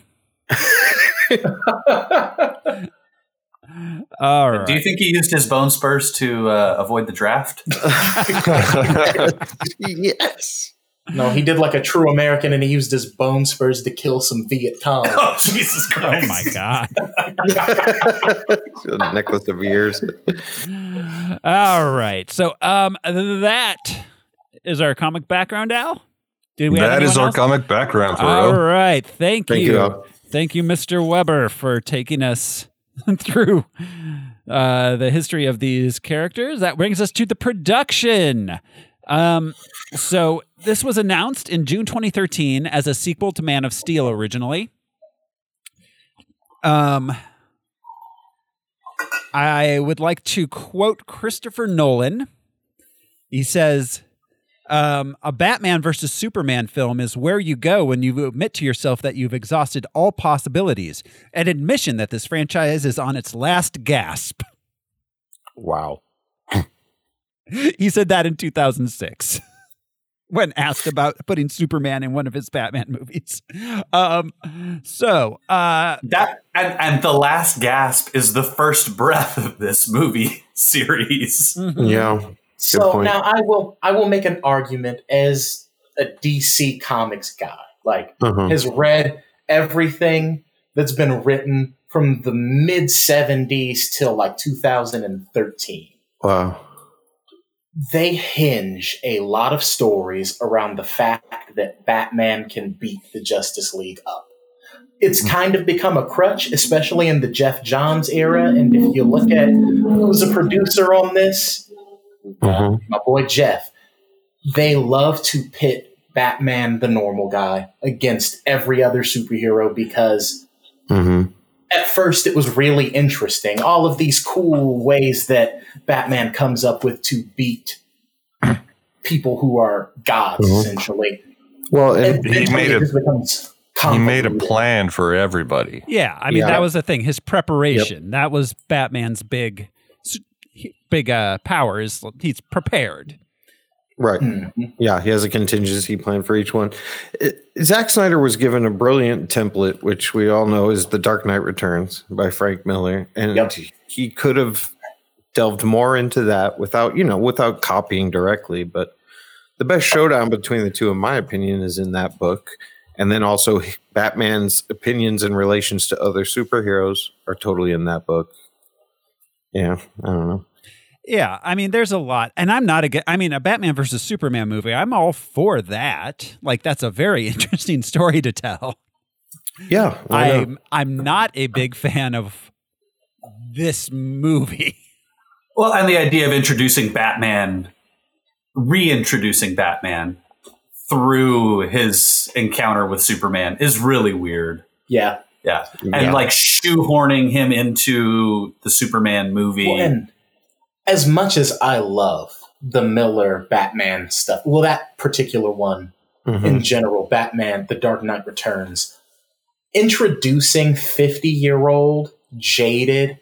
[SPEAKER 1] all right.
[SPEAKER 3] Do you think he used his bone spurs to uh, avoid the draft?
[SPEAKER 2] yes.
[SPEAKER 4] No, he did like a true American, and he used his bone spurs to kill some Viet Cong.
[SPEAKER 3] oh, Jesus
[SPEAKER 1] oh
[SPEAKER 3] Christ.
[SPEAKER 1] my god!
[SPEAKER 2] A necklace of years.
[SPEAKER 1] All right. So, um, that is our comic background, Al. Did we? have
[SPEAKER 5] That is
[SPEAKER 1] anyone
[SPEAKER 5] our
[SPEAKER 1] else?
[SPEAKER 5] comic background for
[SPEAKER 1] All
[SPEAKER 5] real.
[SPEAKER 1] right. Thank,
[SPEAKER 2] Thank
[SPEAKER 1] you.
[SPEAKER 2] you, Al.
[SPEAKER 1] Thank you, Mr. Weber, for taking us through uh, the history of these characters. That brings us to the production. Um, so, this was announced in June 2013 as a sequel to Man of Steel originally. Um, I would like to quote Christopher Nolan. He says, um, a Batman versus Superman film is where you go when you admit to yourself that you've exhausted all possibilities, an admission that this franchise is on its last gasp.
[SPEAKER 2] Wow.
[SPEAKER 1] He said that in 2006 when asked about putting Superman in one of his Batman movies. Um, so uh,
[SPEAKER 3] that and, and the last gasp is the first breath of this movie series.
[SPEAKER 4] Hmm.
[SPEAKER 2] Yeah.
[SPEAKER 4] So now I will I will make an argument as a DC Comics guy, like
[SPEAKER 2] Mhm.
[SPEAKER 4] has read everything that's been written from the mid '70s till like 2013.
[SPEAKER 2] Wow.
[SPEAKER 4] They hinge a lot of stories around the fact that Batman can beat the Justice League up. It's kind of become a crutch, especially in the Jeff Johns era. And if you look at who's a producer on this, my boy Jeff, they love to pit Batman, the normal guy, against every other superhero because
[SPEAKER 2] Mm-hmm.
[SPEAKER 4] at first it was really interesting. All of these cool ways that Batman comes up with to beat people who are gods,
[SPEAKER 5] Mhm.
[SPEAKER 4] essentially.
[SPEAKER 2] Well,
[SPEAKER 5] and he made
[SPEAKER 4] It just
[SPEAKER 5] a
[SPEAKER 4] becomes
[SPEAKER 5] he made a plan for everybody.
[SPEAKER 1] yeah, I mean
[SPEAKER 5] Yeah.
[SPEAKER 1] that was the thing. His preparation that was Batman's big big uh, power is he's prepared.
[SPEAKER 2] Right. Yeah, he has a contingency plan for each one. It, Zack Snyder was given a brilliant template, which we all know is The Dark Knight Returns by Frank Miller. And he could have delved more into that without, you know, without copying directly. But the best showdown between the two, in my opinion, is in that book. And then also Batman's opinions and relations to other superheroes are totally in that book. Yeah, I don't know.
[SPEAKER 1] Yeah, I mean, there's a lot, and I'm not a. I mean, a Batman versus Superman movie. I'm all for that. Like, that's a very interesting story to tell.
[SPEAKER 2] Yeah, I know.
[SPEAKER 1] I'm. I'm not a big fan of this movie.
[SPEAKER 3] Well, and the idea of introducing Batman, reintroducing Batman through his encounter with Superman is really weird.
[SPEAKER 4] Yeah.
[SPEAKER 3] Yeah. And
[SPEAKER 4] Mm-hmm. Yeah.
[SPEAKER 3] like shoehorning him into the Superman movie.
[SPEAKER 4] Well, and as much as I love the Miller Batman stuff, well, that particular one
[SPEAKER 13] Mm-hmm.
[SPEAKER 2] Mhm.
[SPEAKER 4] in general, Batman, The Dark Knight Returns, introducing 50 year old, jaded,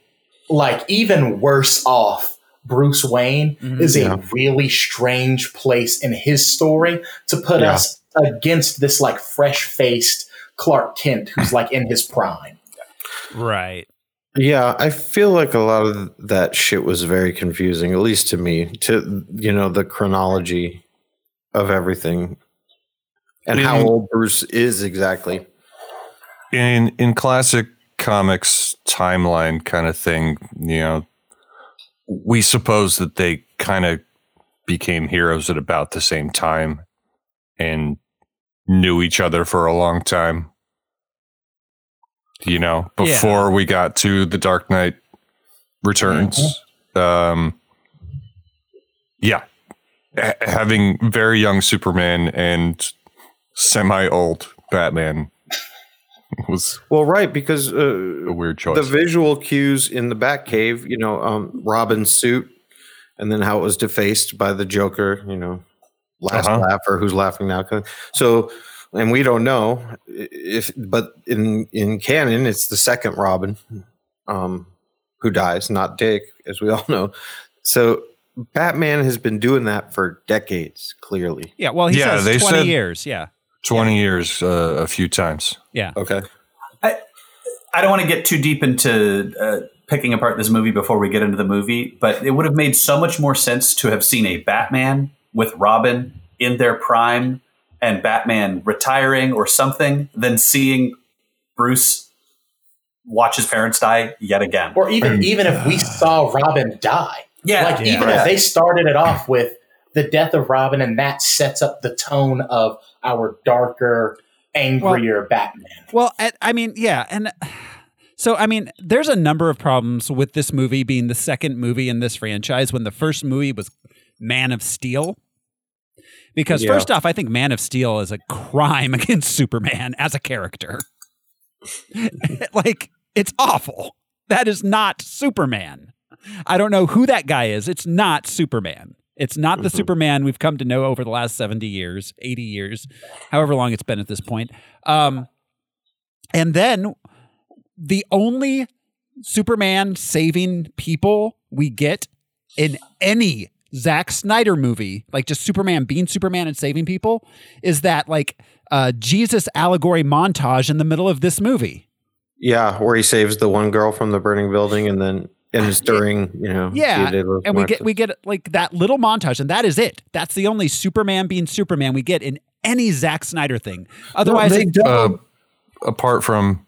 [SPEAKER 4] like even worse off Bruce Wayne
[SPEAKER 13] Mhm.
[SPEAKER 4] is
[SPEAKER 13] Yeah.
[SPEAKER 4] a really strange place in his story to put
[SPEAKER 13] Yeah.
[SPEAKER 4] us against this like fresh faced Clark Kent who's like in his prime.
[SPEAKER 1] Right.
[SPEAKER 2] Yeah, I feel like a lot of that shit was very confusing, at least to me, to you know, the chronology of everything and how
[SPEAKER 5] Mm.
[SPEAKER 2] old Bruce is exactly.
[SPEAKER 5] in in classic comics timeline kind of thing, you know, we suppose that they kind of became heroes at about the same time and knew each other for a long time. You know,
[SPEAKER 14] Yeah.
[SPEAKER 5] before we got to the Dark Knight Returns. Um yeah. Ha- having very young Superman and semi-old Batman was
[SPEAKER 2] Well, right, because uh,
[SPEAKER 5] a weird choice.
[SPEAKER 2] the visual cues in the Batcave, you know, um, Robin's suit, and then how it was defaced by the Joker, you know, last
[SPEAKER 5] Uh-huh.
[SPEAKER 2] laugh or who's laughing now. So, and we don't know if, but in in canon, it's the second Robin, um, who dies, not Dick, as we all know. So, Batman has been doing that for decades, clearly.
[SPEAKER 1] Yeah. Well, he
[SPEAKER 5] Yeah,
[SPEAKER 1] says
[SPEAKER 5] they
[SPEAKER 1] twenty
[SPEAKER 5] said-
[SPEAKER 1] years. Yeah.
[SPEAKER 5] Twenty years, uh, a few times.
[SPEAKER 1] Yeah.
[SPEAKER 2] Okay.
[SPEAKER 3] I don't want to get too deep into uh, picking apart this movie before we get into the movie, but it would have made so much more sense to have seen a Batman with Robin in their prime and Batman retiring or something than seeing Bruce watch his parents die yet again.
[SPEAKER 4] Or even even if we saw Robin die.
[SPEAKER 3] Yeah.
[SPEAKER 4] Like
[SPEAKER 3] Yeah.
[SPEAKER 4] even if they started it off with the death of Robin and that sets up the tone of our darker, angrier Batman.
[SPEAKER 1] Well, I, I mean, yeah, and so I mean, there's a number of problems with this movie being the second movie in this franchise when the first movie was Man of Steel. Because
[SPEAKER 13] Yeah.
[SPEAKER 1] first off, I think Man of Steel is a crime against Superman as a character. like it's awful. That is not Superman. I don't know who that guy is. It's not Superman. It's not the Superman we've come to know over the last 70 years, 80 years, however long it's been at this point. Um, and then the only Superman saving people we get in any Zack Snyder movie, like just Superman being Superman and saving people, is that like uh, Jesus allegory montage in the middle of this movie.
[SPEAKER 2] Yeah, where he saves the one girl from the burning building, and then and it's during you know
[SPEAKER 1] Yeah,
[SPEAKER 2] Dia de los
[SPEAKER 1] and we get
[SPEAKER 2] Muertos.
[SPEAKER 1] we get like that little montage, and that is it. That's the only Superman being Superman we get in any Zack Snyder thing. Otherwise, it-
[SPEAKER 5] uh, apart from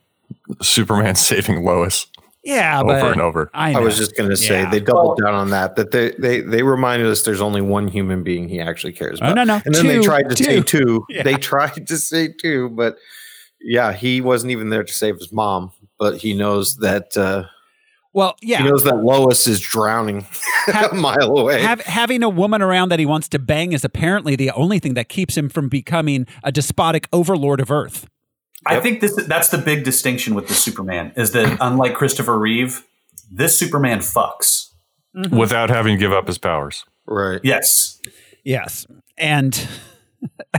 [SPEAKER 5] Superman saving Lois.
[SPEAKER 1] yeah,
[SPEAKER 5] over
[SPEAKER 1] but
[SPEAKER 5] and over.
[SPEAKER 1] I,
[SPEAKER 2] I,
[SPEAKER 1] know.
[SPEAKER 2] was just gonna say
[SPEAKER 1] Yeah.
[SPEAKER 2] they doubled down on that. That they, they they reminded us there's only one human being he actually cares
[SPEAKER 1] Oh,
[SPEAKER 2] about.
[SPEAKER 1] no, no.
[SPEAKER 2] And then they
[SPEAKER 1] Two,
[SPEAKER 2] tried to
[SPEAKER 1] two.
[SPEAKER 2] say two.
[SPEAKER 1] Yeah.
[SPEAKER 2] They tried to say two, but yeah, he wasn't even there to save his mom. But he knows that uh,
[SPEAKER 1] well, yeah.
[SPEAKER 2] he knows that Lois is drowning a mile away.
[SPEAKER 1] Hav- having a woman around that he wants to bang is apparently the only thing that keeps him from becoming a despotic overlord of Earth.
[SPEAKER 3] I think this that's the big distinction with the Superman is that unlike Christopher Reeve, this Superman fucks.
[SPEAKER 1] Mm-hmm.
[SPEAKER 5] Without having to give up his powers.
[SPEAKER 2] right.
[SPEAKER 3] Yes.
[SPEAKER 1] Yes, and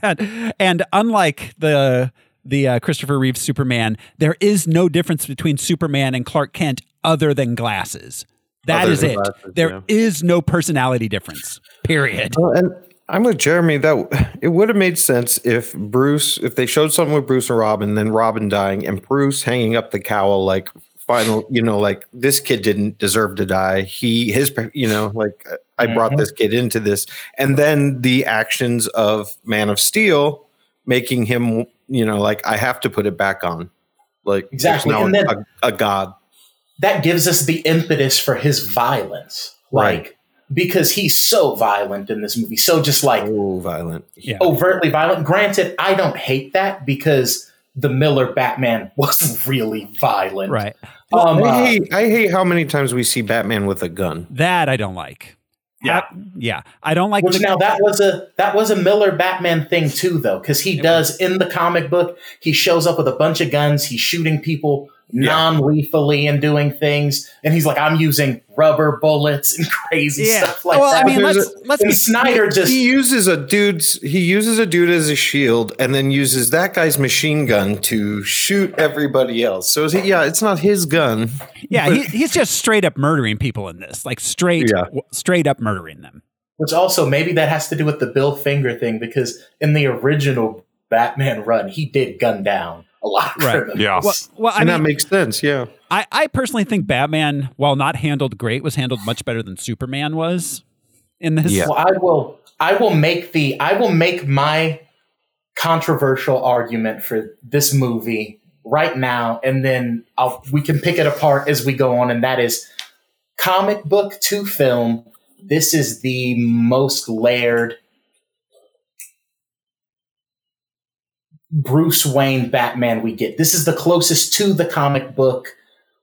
[SPEAKER 1] and, and unlike the the uh, Christopher Reeve Superman, there is no difference between Superman and Clark Kent other than glasses. That
[SPEAKER 2] Other
[SPEAKER 1] is
[SPEAKER 2] than
[SPEAKER 1] it. There
[SPEAKER 2] glasses,
[SPEAKER 1] is
[SPEAKER 2] yeah.
[SPEAKER 1] no personality difference. Period.
[SPEAKER 2] Well, and I'm with Jeremy. That it would have made sense if Bruce, if they showed something with Bruce and Robin, then Robin dying and Bruce hanging up the cowl, like final, you know, like this kid didn't deserve to die. He, his, you know, like I brought
[SPEAKER 4] Mm-hmm.
[SPEAKER 2] this kid into this, and then the actions of Man of Steel making him, you know, like I have to put it back on, like
[SPEAKER 4] Exactly,
[SPEAKER 2] now
[SPEAKER 4] and then-
[SPEAKER 2] a, a god.
[SPEAKER 4] that gives us the impetus for his violence.
[SPEAKER 2] Right.
[SPEAKER 4] Like because he's so violent in this movie. So just like
[SPEAKER 2] Oh, violent.
[SPEAKER 1] Yeah.
[SPEAKER 4] overtly violent. Granted, I don't hate that because the Miller Batman was really violent.
[SPEAKER 1] Right.
[SPEAKER 4] Um,
[SPEAKER 2] I
[SPEAKER 4] uh,
[SPEAKER 2] hate, I hate how many times we see Batman with a gun.
[SPEAKER 1] That I don't like.
[SPEAKER 3] Yeah.
[SPEAKER 1] Yeah, I don't like.
[SPEAKER 4] which
[SPEAKER 1] the-
[SPEAKER 4] now that was a that was a Miller Batman thing too though cuz he does in the comic book he shows up with a bunch of guns he's shooting people non-lethally and doing things and he's like I'm using rubber bullets and crazy
[SPEAKER 1] Yeah.
[SPEAKER 4] stuff like
[SPEAKER 1] Well, I
[SPEAKER 4] that.
[SPEAKER 1] mean,
[SPEAKER 2] There's
[SPEAKER 1] let's- let's
[SPEAKER 4] and
[SPEAKER 1] be-
[SPEAKER 4] Snyder just
[SPEAKER 2] he uses a dude's he uses a dude as a shield and then uses that guy's machine gun to shoot everybody else so is he, yeah it's not his gun
[SPEAKER 1] Yeah, he, he's just straight up murdering people in this, like straight,
[SPEAKER 2] Yeah.
[SPEAKER 1] w- straight up murdering them.
[SPEAKER 4] Which also maybe that has to do with the Bill Finger thing because in the original Batman run, he did gun down a lot of
[SPEAKER 1] Right.
[SPEAKER 4] criminals.
[SPEAKER 5] Yeah.
[SPEAKER 1] Well, well I
[SPEAKER 2] and
[SPEAKER 1] mean,
[SPEAKER 2] that makes sense yeah
[SPEAKER 1] I, I personally think Batman, while not handled great, was handled much better than Superman was in this.
[SPEAKER 2] Yeah.
[SPEAKER 4] Well, I will I will make the I will make my controversial argument for this movie right now and then I'll, we can pick it apart as we go on and that is comic book to film this is the most layered Bruce Wayne Batman we get this is the closest to the comic book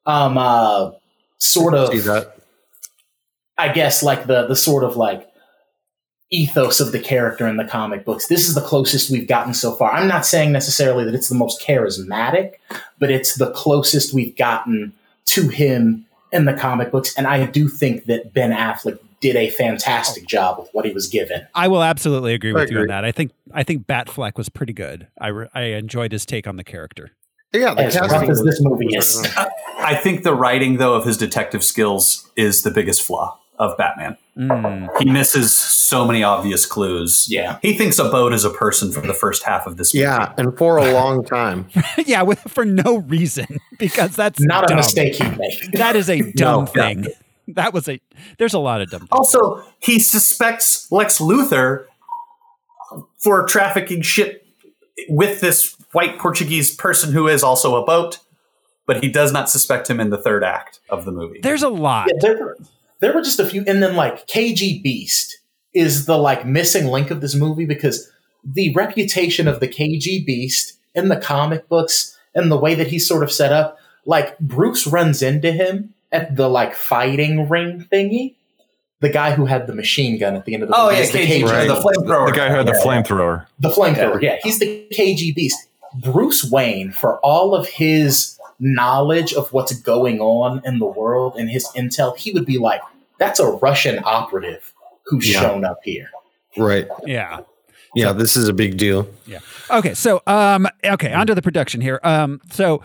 [SPEAKER 4] um uh sort of
[SPEAKER 2] see that
[SPEAKER 4] I guess like the the sort of like ethos of the character in the comic books. This is the closest we've gotten so far. I'm not saying necessarily that it's the most charismatic, but it's the closest we've gotten to him in the comic books and I do think that Ben Affleck did a fantastic job with what he was given.
[SPEAKER 1] I will absolutely agree with
[SPEAKER 2] I
[SPEAKER 1] you on
[SPEAKER 2] agree.
[SPEAKER 1] that. I think I think Batfleck was pretty good. I, re- I enjoyed his take on the character.
[SPEAKER 2] yeah the
[SPEAKER 4] As rough
[SPEAKER 2] casting
[SPEAKER 4] as this
[SPEAKER 2] was-
[SPEAKER 4] movie is.
[SPEAKER 3] I think the writing though of his detective skills is the biggest flaw of Batman.
[SPEAKER 1] Mm.
[SPEAKER 3] He misses so many obvious clues.
[SPEAKER 4] Yeah.
[SPEAKER 3] He thinks Abode is a person for the first half of this movie.
[SPEAKER 2] yeah and for a long time
[SPEAKER 1] yeah, with, for no reason because that's
[SPEAKER 4] Not a
[SPEAKER 1] dumb.
[SPEAKER 4] mistake he made.
[SPEAKER 1] That is a dumb
[SPEAKER 3] No.
[SPEAKER 1] thing. That was a. There's a lot of dumb.
[SPEAKER 3] Also, he suspects Lex Luthor for trafficking shit with this white Portuguese person who is also a boat, but he does not suspect him in the third act of the movie.
[SPEAKER 1] There's a lot.
[SPEAKER 4] Yeah, there, were, there were just a few, and then like KG Beast is the like missing link of this movie because the reputation of the KG Beast in the comic books and the way that he's sort of set up, like Bruce runs into him at the like fighting ring thingy. The guy who had the machine gun at the end of the
[SPEAKER 3] oh
[SPEAKER 4] movie
[SPEAKER 3] yeah,
[SPEAKER 4] is the
[SPEAKER 3] KG,
[SPEAKER 2] Right.
[SPEAKER 3] the flamethrower.
[SPEAKER 5] The guy who had the flamethrower.
[SPEAKER 4] the flamethrower. Yeah, he's the KG beast. Bruce Wayne, for all of his knowledge of what's going on in the world and his intel, he would be like, "That's a Russian operative who's
[SPEAKER 2] Yeah.
[SPEAKER 4] shown up here."
[SPEAKER 2] right
[SPEAKER 1] yeah.
[SPEAKER 2] yeah this is a big deal
[SPEAKER 1] Yeah. Okay. So, um, okay, onto the production here. Um, so,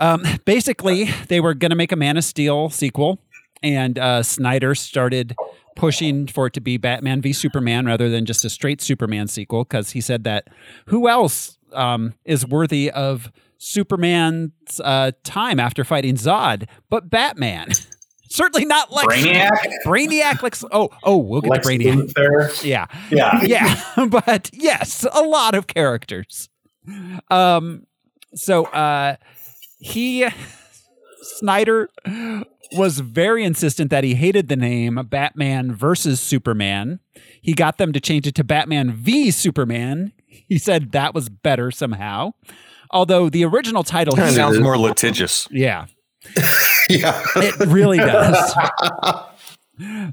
[SPEAKER 1] um, basically, they were going to make a Man of Steel sequel, and uh, Snyder started pushing for it to be Batman v Superman rather than just a straight Superman sequel because he said that who else um, is worthy of Superman's uh, time after fighting Zod but Batman? Certainly not Lex.
[SPEAKER 3] Brainiac?
[SPEAKER 1] Brainiac. Lex. Oh, oh, we'll get
[SPEAKER 3] Lex
[SPEAKER 1] to Brainiac.
[SPEAKER 3] Luthor.
[SPEAKER 1] Yeah.
[SPEAKER 3] Yeah.
[SPEAKER 1] Yeah. but yes, a lot of characters. Um. So, uh, he Snyder was very insistent that he hated the name Batman versus Superman. He got them to change it to Batman v Superman. He said that was better somehow. Although the original title he-
[SPEAKER 5] sounds more litigious.
[SPEAKER 1] Yeah.
[SPEAKER 2] yeah.
[SPEAKER 1] It really does.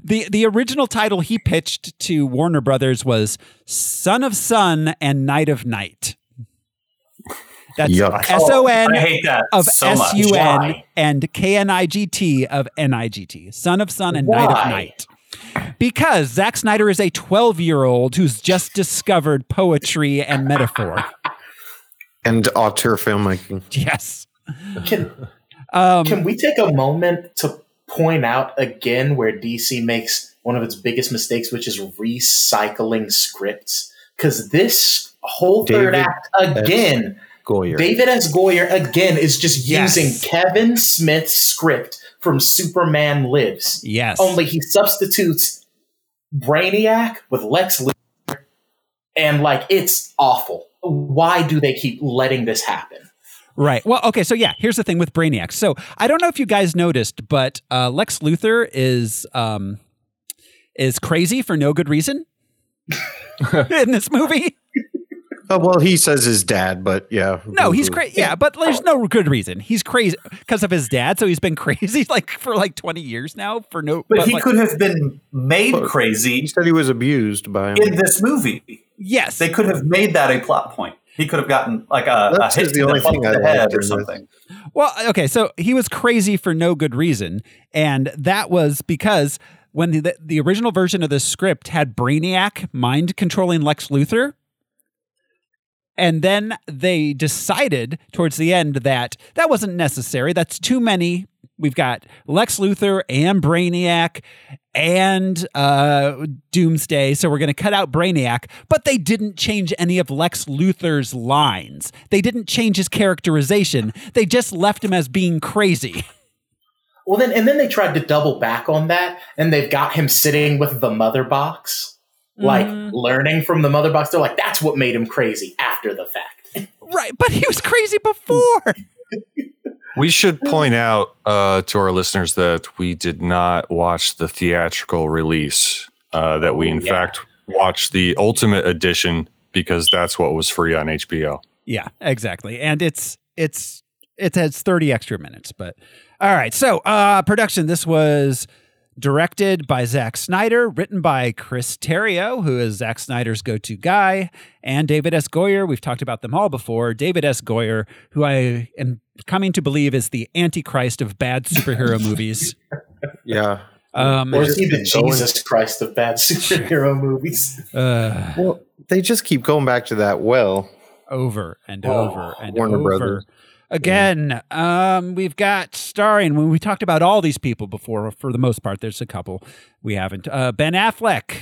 [SPEAKER 1] the The original title he pitched to Warner Brothers was "Son of Sun" and "Night of Night." That's
[SPEAKER 5] Yuck.
[SPEAKER 1] S O N
[SPEAKER 3] I hate that
[SPEAKER 1] of
[SPEAKER 3] so
[SPEAKER 1] S
[SPEAKER 3] much.
[SPEAKER 1] U N
[SPEAKER 3] Why?
[SPEAKER 1] and K N I G T of N I G T. Son of Sun and Night of
[SPEAKER 3] Why?
[SPEAKER 1] Night. Because Zack Snyder is a 12 year old who's just discovered poetry and metaphor.
[SPEAKER 2] And auteur filmmaking.
[SPEAKER 1] Yes.
[SPEAKER 4] Can,
[SPEAKER 1] Um,
[SPEAKER 4] can we take a moment to point out again where DC makes one of its biggest mistakes, which is recycling scripts? Because this whole
[SPEAKER 13] David
[SPEAKER 4] third act
[SPEAKER 13] S.
[SPEAKER 4] again,
[SPEAKER 13] Goyer.
[SPEAKER 4] David S. Goyer again is just
[SPEAKER 13] Yes.
[SPEAKER 4] using Kevin Smith's script from Superman Lives.
[SPEAKER 1] Yes.
[SPEAKER 4] Only he substitutes Brainiac with Lex Luthor, and like it's awful. Why do they keep letting this happen?
[SPEAKER 1] Right. Well, okay. So, yeah, here's the thing with Brainiac. So, I don't know if you guys noticed, but uh, Lex Luthor is um, is crazy for no good reason in this movie.
[SPEAKER 2] Oh, well, he says his dad, but yeah.
[SPEAKER 1] No, he's crazy. Yeah, but there's no good reason. He's crazy because of his dad. So he's been crazy like for like 20 years now for no.
[SPEAKER 3] But, he
[SPEAKER 1] like-
[SPEAKER 3] could have been made crazy
[SPEAKER 2] He said he was abused by him.
[SPEAKER 3] in this movie.
[SPEAKER 1] Yes,
[SPEAKER 3] they could have made that a plot point. He could have gotten like a, a
[SPEAKER 2] That's
[SPEAKER 3] hit
[SPEAKER 2] just the
[SPEAKER 3] to the,
[SPEAKER 2] only
[SPEAKER 3] front
[SPEAKER 2] thing
[SPEAKER 3] of
[SPEAKER 2] I
[SPEAKER 3] the
[SPEAKER 2] liked
[SPEAKER 3] head
[SPEAKER 2] in
[SPEAKER 3] or
[SPEAKER 2] this.
[SPEAKER 3] something.
[SPEAKER 1] Well, okay, so he was crazy for no good reason, and that was because when the the original version of the script had Brainiac mind controlling Lex Luthor, and then they decided towards the end that that wasn't necessary. That's too many. We've got Lex Luthor and Brainiac and uh, Doomsday, so we're going to cut out Brainiac. But they didn't change any of Lex Luthor's lines. They didn't change his characterization. They just left him as being crazy.
[SPEAKER 4] Well, then, and then they tried to double back on that, and they've got him sitting with the mother box, like learning from the mother box. They're like, that's what made him crazy after the fact.
[SPEAKER 1] Right, but he was crazy before.
[SPEAKER 5] We should point out uh, to our listeners that we did not watch the theatrical release. Uh, that we, in fact, watched the ultimate edition because that's what was free on HBO.
[SPEAKER 1] Yeah, exactly. And it's it's it has 30 extra minutes, but all right. So, uh production this was directed by Zack Snyder, written by Chris Terrio, who is Zack Snyder's go-to guy, and David S. Goyer. We've talked about them all before. David S. Goyer, who I am coming to believe is the antichrist of bad superhero movies.
[SPEAKER 2] Yeah.
[SPEAKER 1] Um,
[SPEAKER 4] or is he the Jesus Christ of bad superhero movies?
[SPEAKER 1] Uh,
[SPEAKER 2] well, they just keep going back to that well.
[SPEAKER 1] Over and over and
[SPEAKER 2] Oh, Warner
[SPEAKER 1] over.
[SPEAKER 2] Brothers.
[SPEAKER 1] Again, um, we've got starring when we talked about all these people before. For the most part, there's a couple we haven't. Uh, ben Affleck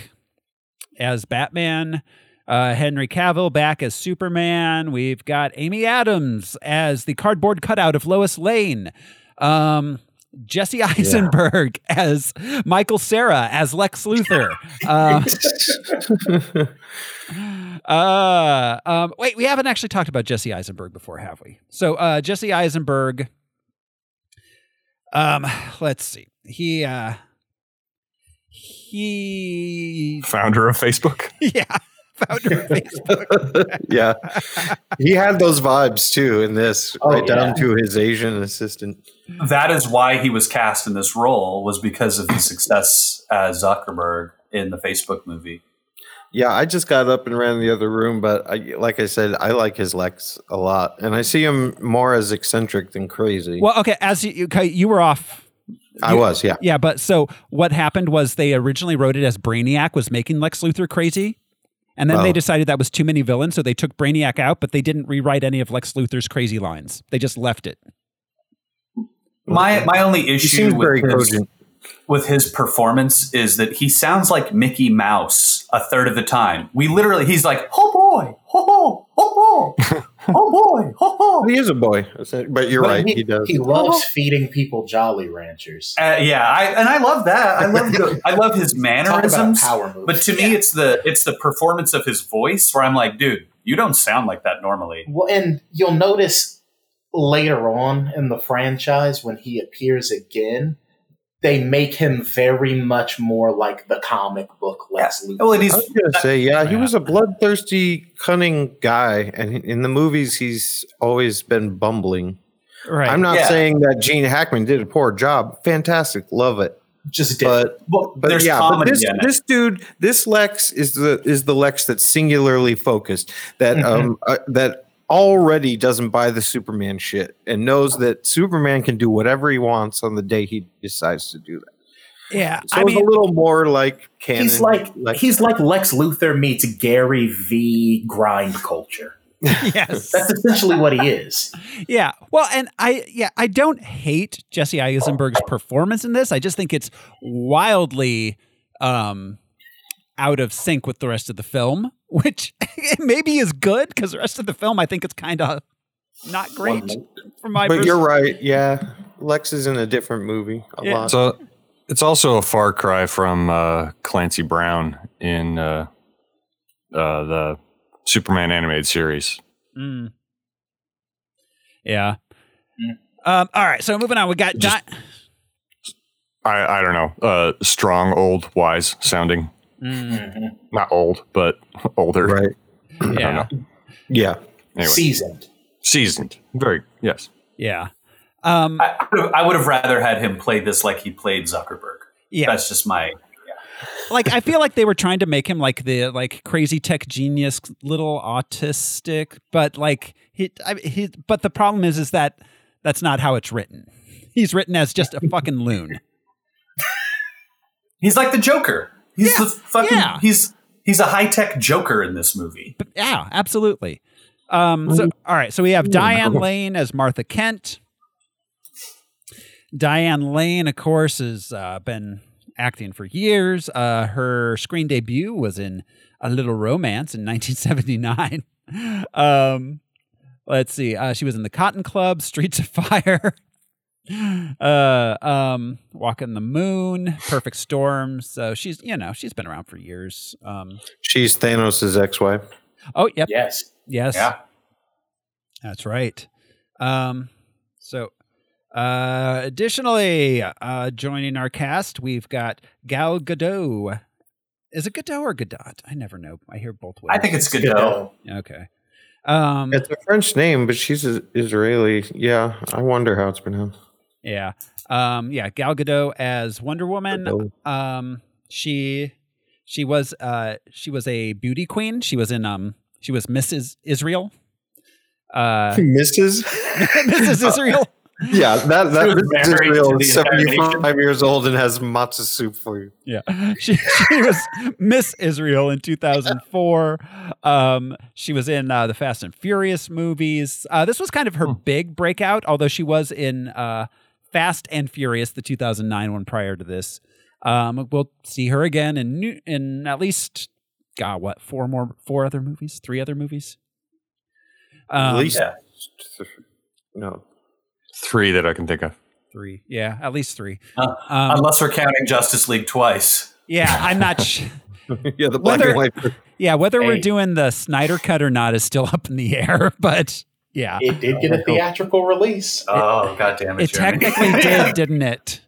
[SPEAKER 1] as Batman, uh, Henry Cavill back as Superman. We've got Amy Adams as the cardboard cutout of Lois Lane. Um, Jesse Eisenberg as Michael Sarah as Lex Luthor. Uh, Uh, um, wait, we haven't actually talked about Jesse Eisenberg before, have we? So uh, Jesse Eisenberg, um, let's see, he uh, he
[SPEAKER 5] Founder of Facebook.
[SPEAKER 1] yeah, founder of Facebook.
[SPEAKER 2] yeah. He had those vibes too in this,
[SPEAKER 3] Oh,
[SPEAKER 2] right
[SPEAKER 3] yeah.
[SPEAKER 2] down to his Asian assistant.
[SPEAKER 3] That is why he was cast in this role was because of his success as Zuckerberg in the Facebook movie.
[SPEAKER 2] Yeah, I just got up and ran in the other room, but I, like I said, I like his Lex a lot, and I see him more as eccentric than crazy.
[SPEAKER 1] Well, okay, as you okay, you were off.
[SPEAKER 2] I was, yeah.
[SPEAKER 1] Yeah, but so what happened was they originally wrote it as Brainiac was making Lex Luthor crazy. And then they
[SPEAKER 2] Oh.
[SPEAKER 1] decided that was too many villains, so they took Brainiac out, but they didn't rewrite any of Lex Luthor's crazy lines. They just left it.
[SPEAKER 3] My my only
[SPEAKER 2] He
[SPEAKER 3] issue
[SPEAKER 2] seems
[SPEAKER 3] with
[SPEAKER 2] very
[SPEAKER 3] his,
[SPEAKER 2] cogent.
[SPEAKER 3] with his performance is that he sounds like Mickey Mouse a third of the time. We literally, he's like, oh boy, oh, oh, oh, oh, oh boy, oh, oh.
[SPEAKER 2] He is a boy, but you're right. He, does.
[SPEAKER 4] He loves feeding people Jolly Ranchers.
[SPEAKER 3] Uh, yeah, I, and I love that. I love the, I love his mannerisms.
[SPEAKER 4] power moves.
[SPEAKER 3] But to me, it's the it's the performance of his voice where I'm like, dude, you don't sound like that normally.
[SPEAKER 4] Well, and you'll notice later on in the franchise when he appears again, they make him very much more like the comic book Lex Luthor.
[SPEAKER 3] Well, and
[SPEAKER 2] I
[SPEAKER 3] he's
[SPEAKER 2] was gonna say, yeah, he was a bloodthirsty, cunning guy, and in the movies, he's always been bumbling.
[SPEAKER 1] Right.
[SPEAKER 2] I'm not
[SPEAKER 3] Yeah.
[SPEAKER 2] saying that Gene Hackman did a poor job. Fantastic, love it.
[SPEAKER 4] Just
[SPEAKER 2] but
[SPEAKER 3] Well,
[SPEAKER 2] but
[SPEAKER 3] there's
[SPEAKER 2] yeah, but
[SPEAKER 3] comedy
[SPEAKER 2] this
[SPEAKER 3] in it.
[SPEAKER 2] this dude, this Lex is the is the Lex that's singularly focused. That um uh, that already doesn't buy the Superman shit and knows that Superman can do whatever he wants on the day he decides to do that.
[SPEAKER 1] Yeah,
[SPEAKER 2] So it's a little more like canon.
[SPEAKER 4] he's like he's like Lex Luthor meets Gary V grind culture.
[SPEAKER 1] yes.
[SPEAKER 4] That's essentially what he is.
[SPEAKER 1] Yeah. Well, and I yeah, I don't hate Jesse Eisenberg's performance in this. I just think it's wildly um out of sync with the rest of the film, which maybe is good cuz the rest of the film I think it's kind of not great from my
[SPEAKER 2] but
[SPEAKER 1] pers-
[SPEAKER 2] you're right. Yeah, Lex is in a different movie a
[SPEAKER 1] Yeah.
[SPEAKER 2] lot.
[SPEAKER 5] So it's also a far cry from uh, Clancy Brown in uh, uh, the Superman animated series.
[SPEAKER 1] Mm. Yeah.
[SPEAKER 5] Mm.
[SPEAKER 1] Um all right, so moving on, we got Di-
[SPEAKER 5] I, I don't know. Uh, strong, old, wise sounding.
[SPEAKER 1] Mm,
[SPEAKER 5] Not old, but older.
[SPEAKER 2] Right.
[SPEAKER 5] I don't
[SPEAKER 1] yeah.
[SPEAKER 5] know.
[SPEAKER 2] yeah,
[SPEAKER 5] Anyway,
[SPEAKER 4] Seasoned.
[SPEAKER 5] seasoned. Very, yes.
[SPEAKER 1] Yeah. Um
[SPEAKER 3] I, I would have rather had him play this like he played Zuckerberg.
[SPEAKER 1] Yeah.
[SPEAKER 3] That's just my
[SPEAKER 1] like I feel like they were trying to make him like the like crazy tech genius, little autistic, but like he, I, he but the problem is is that that's not how it's written. He's written as just a fucking loon.
[SPEAKER 3] He's like the Joker. He's
[SPEAKER 1] Yeah,
[SPEAKER 3] the fucking
[SPEAKER 1] yeah.
[SPEAKER 3] he's he's a high tech Joker in this movie.
[SPEAKER 1] But yeah, absolutely. Um, so all right, so we have Diane Lane as Martha Kent. Diane Lane, of course, has uh, been acting for years. Uh, her screen debut was in A Little Romance in 1979. um, let's see, uh, she was in The Cotton Club, Streets of Fire, uh, um, Walk on the Moon, Perfect Storm. So she's, you know, she's been around for years. Um,
[SPEAKER 2] she's Thanos' ex-wife.
[SPEAKER 1] oh, yep,
[SPEAKER 4] Yes.
[SPEAKER 1] yes.
[SPEAKER 3] Yeah.
[SPEAKER 1] That's right. Um, so, uh, additionally, uh, joining our cast, we've got Gal Gadot. Is it Gadot or Gadot? I never know. I hear both ways.
[SPEAKER 3] I think it's Godot.
[SPEAKER 4] Godot.
[SPEAKER 1] okay. Um,
[SPEAKER 2] It's a French name, but she's a- Israeli. Yeah, I wonder how it's pronounced.
[SPEAKER 1] yeah, um, yeah. Gal Gadot as Wonder Woman.
[SPEAKER 2] Gadot.
[SPEAKER 1] Um, she she was uh she was a beauty queen. She was in um she was Mrs. Israel. Uh,
[SPEAKER 2] Mrs.
[SPEAKER 3] Oh.
[SPEAKER 1] Mrs. Israel.
[SPEAKER 2] Yeah, that that
[SPEAKER 3] She was
[SPEAKER 2] Mrs.
[SPEAKER 3] married to
[SPEAKER 2] Israel
[SPEAKER 3] the
[SPEAKER 2] is 75
[SPEAKER 3] incarnation.
[SPEAKER 2] years old and has matzo soup for you.
[SPEAKER 1] Yeah. She, she was Miss Israel in 2004. Um, she was in uh, the Fast and Furious movies. Uh, this was kind of her
[SPEAKER 3] Hmm.
[SPEAKER 1] big breakout, although she was in uh, Fast and Furious, the 2009 one prior to this. Um, we'll see her again in new, in at least, God, what, four more, four other movies, three other movies?
[SPEAKER 2] At
[SPEAKER 1] Um,
[SPEAKER 2] least
[SPEAKER 3] yeah.
[SPEAKER 2] no.
[SPEAKER 5] Three that I can think of.
[SPEAKER 1] three. Yeah, at least three.
[SPEAKER 3] Uh,
[SPEAKER 1] Um,
[SPEAKER 3] Unless we're counting Justice League twice.
[SPEAKER 1] yeah, I'm not. Sh-
[SPEAKER 2] yeah, the black
[SPEAKER 1] Whether-
[SPEAKER 2] and white. version.
[SPEAKER 1] Yeah, whether we're
[SPEAKER 4] Hey.
[SPEAKER 1] doing the Snyder cut or not is still up in the air, but yeah. It,
[SPEAKER 4] It did get a theatrical release.
[SPEAKER 3] Oh god damn it, Jeremy.
[SPEAKER 1] technically did, didn't it?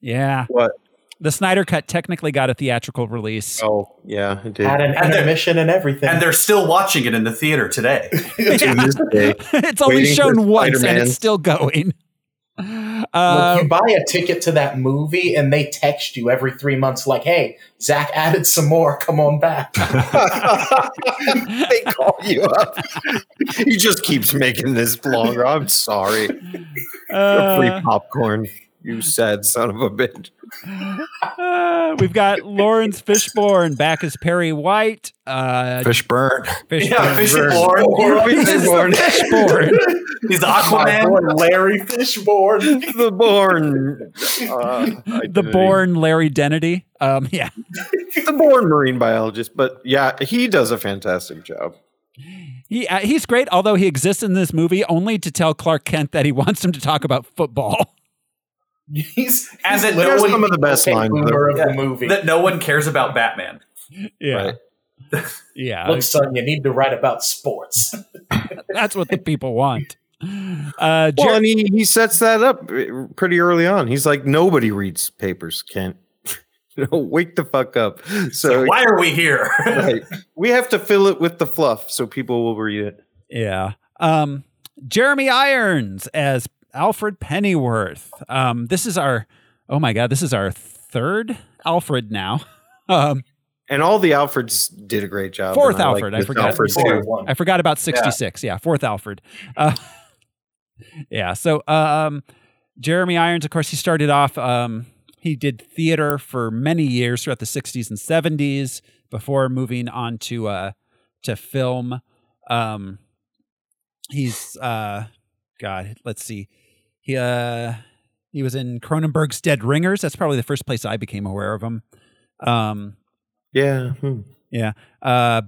[SPEAKER 1] Yeah.
[SPEAKER 2] What?
[SPEAKER 1] The Snyder cut technically got a theatrical release.
[SPEAKER 2] Oh, yeah, it did.
[SPEAKER 4] Had an
[SPEAKER 3] And they're-
[SPEAKER 4] intermission and everything.
[SPEAKER 3] and they're still watching it in the theater today.
[SPEAKER 2] To this day.
[SPEAKER 1] it's only
[SPEAKER 2] Waiting for
[SPEAKER 1] shown once and
[SPEAKER 2] Spider-Man.
[SPEAKER 1] it's still going.
[SPEAKER 4] Like,
[SPEAKER 1] Uh,
[SPEAKER 4] you buy a ticket to that movie and they text you every three months, like, hey, Zach added some more. Come on back.
[SPEAKER 2] they call you up. he just keeps making this longer. I'm sorry.
[SPEAKER 1] uh,
[SPEAKER 2] Free popcorn. You sad son of a bitch.
[SPEAKER 1] Uh, we've got Lawrence Fishburne back as Perry White. Uh,
[SPEAKER 5] Fishburne.
[SPEAKER 1] Fishburne.
[SPEAKER 3] Yeah, Fishburne.
[SPEAKER 1] Fishburne.
[SPEAKER 3] Fishburne.
[SPEAKER 1] Fishburne.
[SPEAKER 3] He's Aquaman.
[SPEAKER 4] Larry Fishborn.
[SPEAKER 2] the born.
[SPEAKER 1] Uh, The born Larry Dennity. Um, yeah.
[SPEAKER 2] the born marine biologist, but yeah, he does a fantastic job.
[SPEAKER 1] He, uh, he's great, although he exists in this movie only to tell Clark Kent that he wants him to talk about football.
[SPEAKER 4] He's
[SPEAKER 3] And that
[SPEAKER 2] There's
[SPEAKER 3] no one
[SPEAKER 2] some of the best
[SPEAKER 4] Kate
[SPEAKER 2] lines.
[SPEAKER 4] Boomer of
[SPEAKER 2] though.
[SPEAKER 4] the movie.
[SPEAKER 3] that no one cares about Batman.
[SPEAKER 1] Yeah.
[SPEAKER 2] Right.
[SPEAKER 1] Yeah.
[SPEAKER 4] Look, son, you need to write about sports.
[SPEAKER 1] That's what the people want. Uh, Jer-
[SPEAKER 2] Well, and he, he sets that up uh, pretty early on. He's like, nobody reads papers, Kent. no, wake the fuck up. So
[SPEAKER 3] Why are we here?
[SPEAKER 2] right. we have to fill it with the fluff so people will read it.
[SPEAKER 1] Yeah. Um, Jeremy Irons as Alfred Pennyworth. Um, this is our, oh my God, this is our third Alfred now. Um,
[SPEAKER 2] And all the Alfreds did a great job.
[SPEAKER 1] fourth
[SPEAKER 2] and I like
[SPEAKER 1] Alfred. I
[SPEAKER 2] this
[SPEAKER 1] forgot.
[SPEAKER 2] Alfred
[SPEAKER 4] Four,
[SPEAKER 2] too.
[SPEAKER 4] one.
[SPEAKER 1] I forgot about 66. Yeah. fourth Alfred. Uh, yeah. So, um, Jeremy Irons, of course, he started off, um, he did theater for many years throughout the 60s and 70s before moving on to, uh, to film. Um, he's, uh, God, let's see. He, uh, he was in Cronenberg's Dead Ringers. That's probably the first place I became aware of him. Um,
[SPEAKER 2] Yeah. hmm.
[SPEAKER 1] yeah. Uh,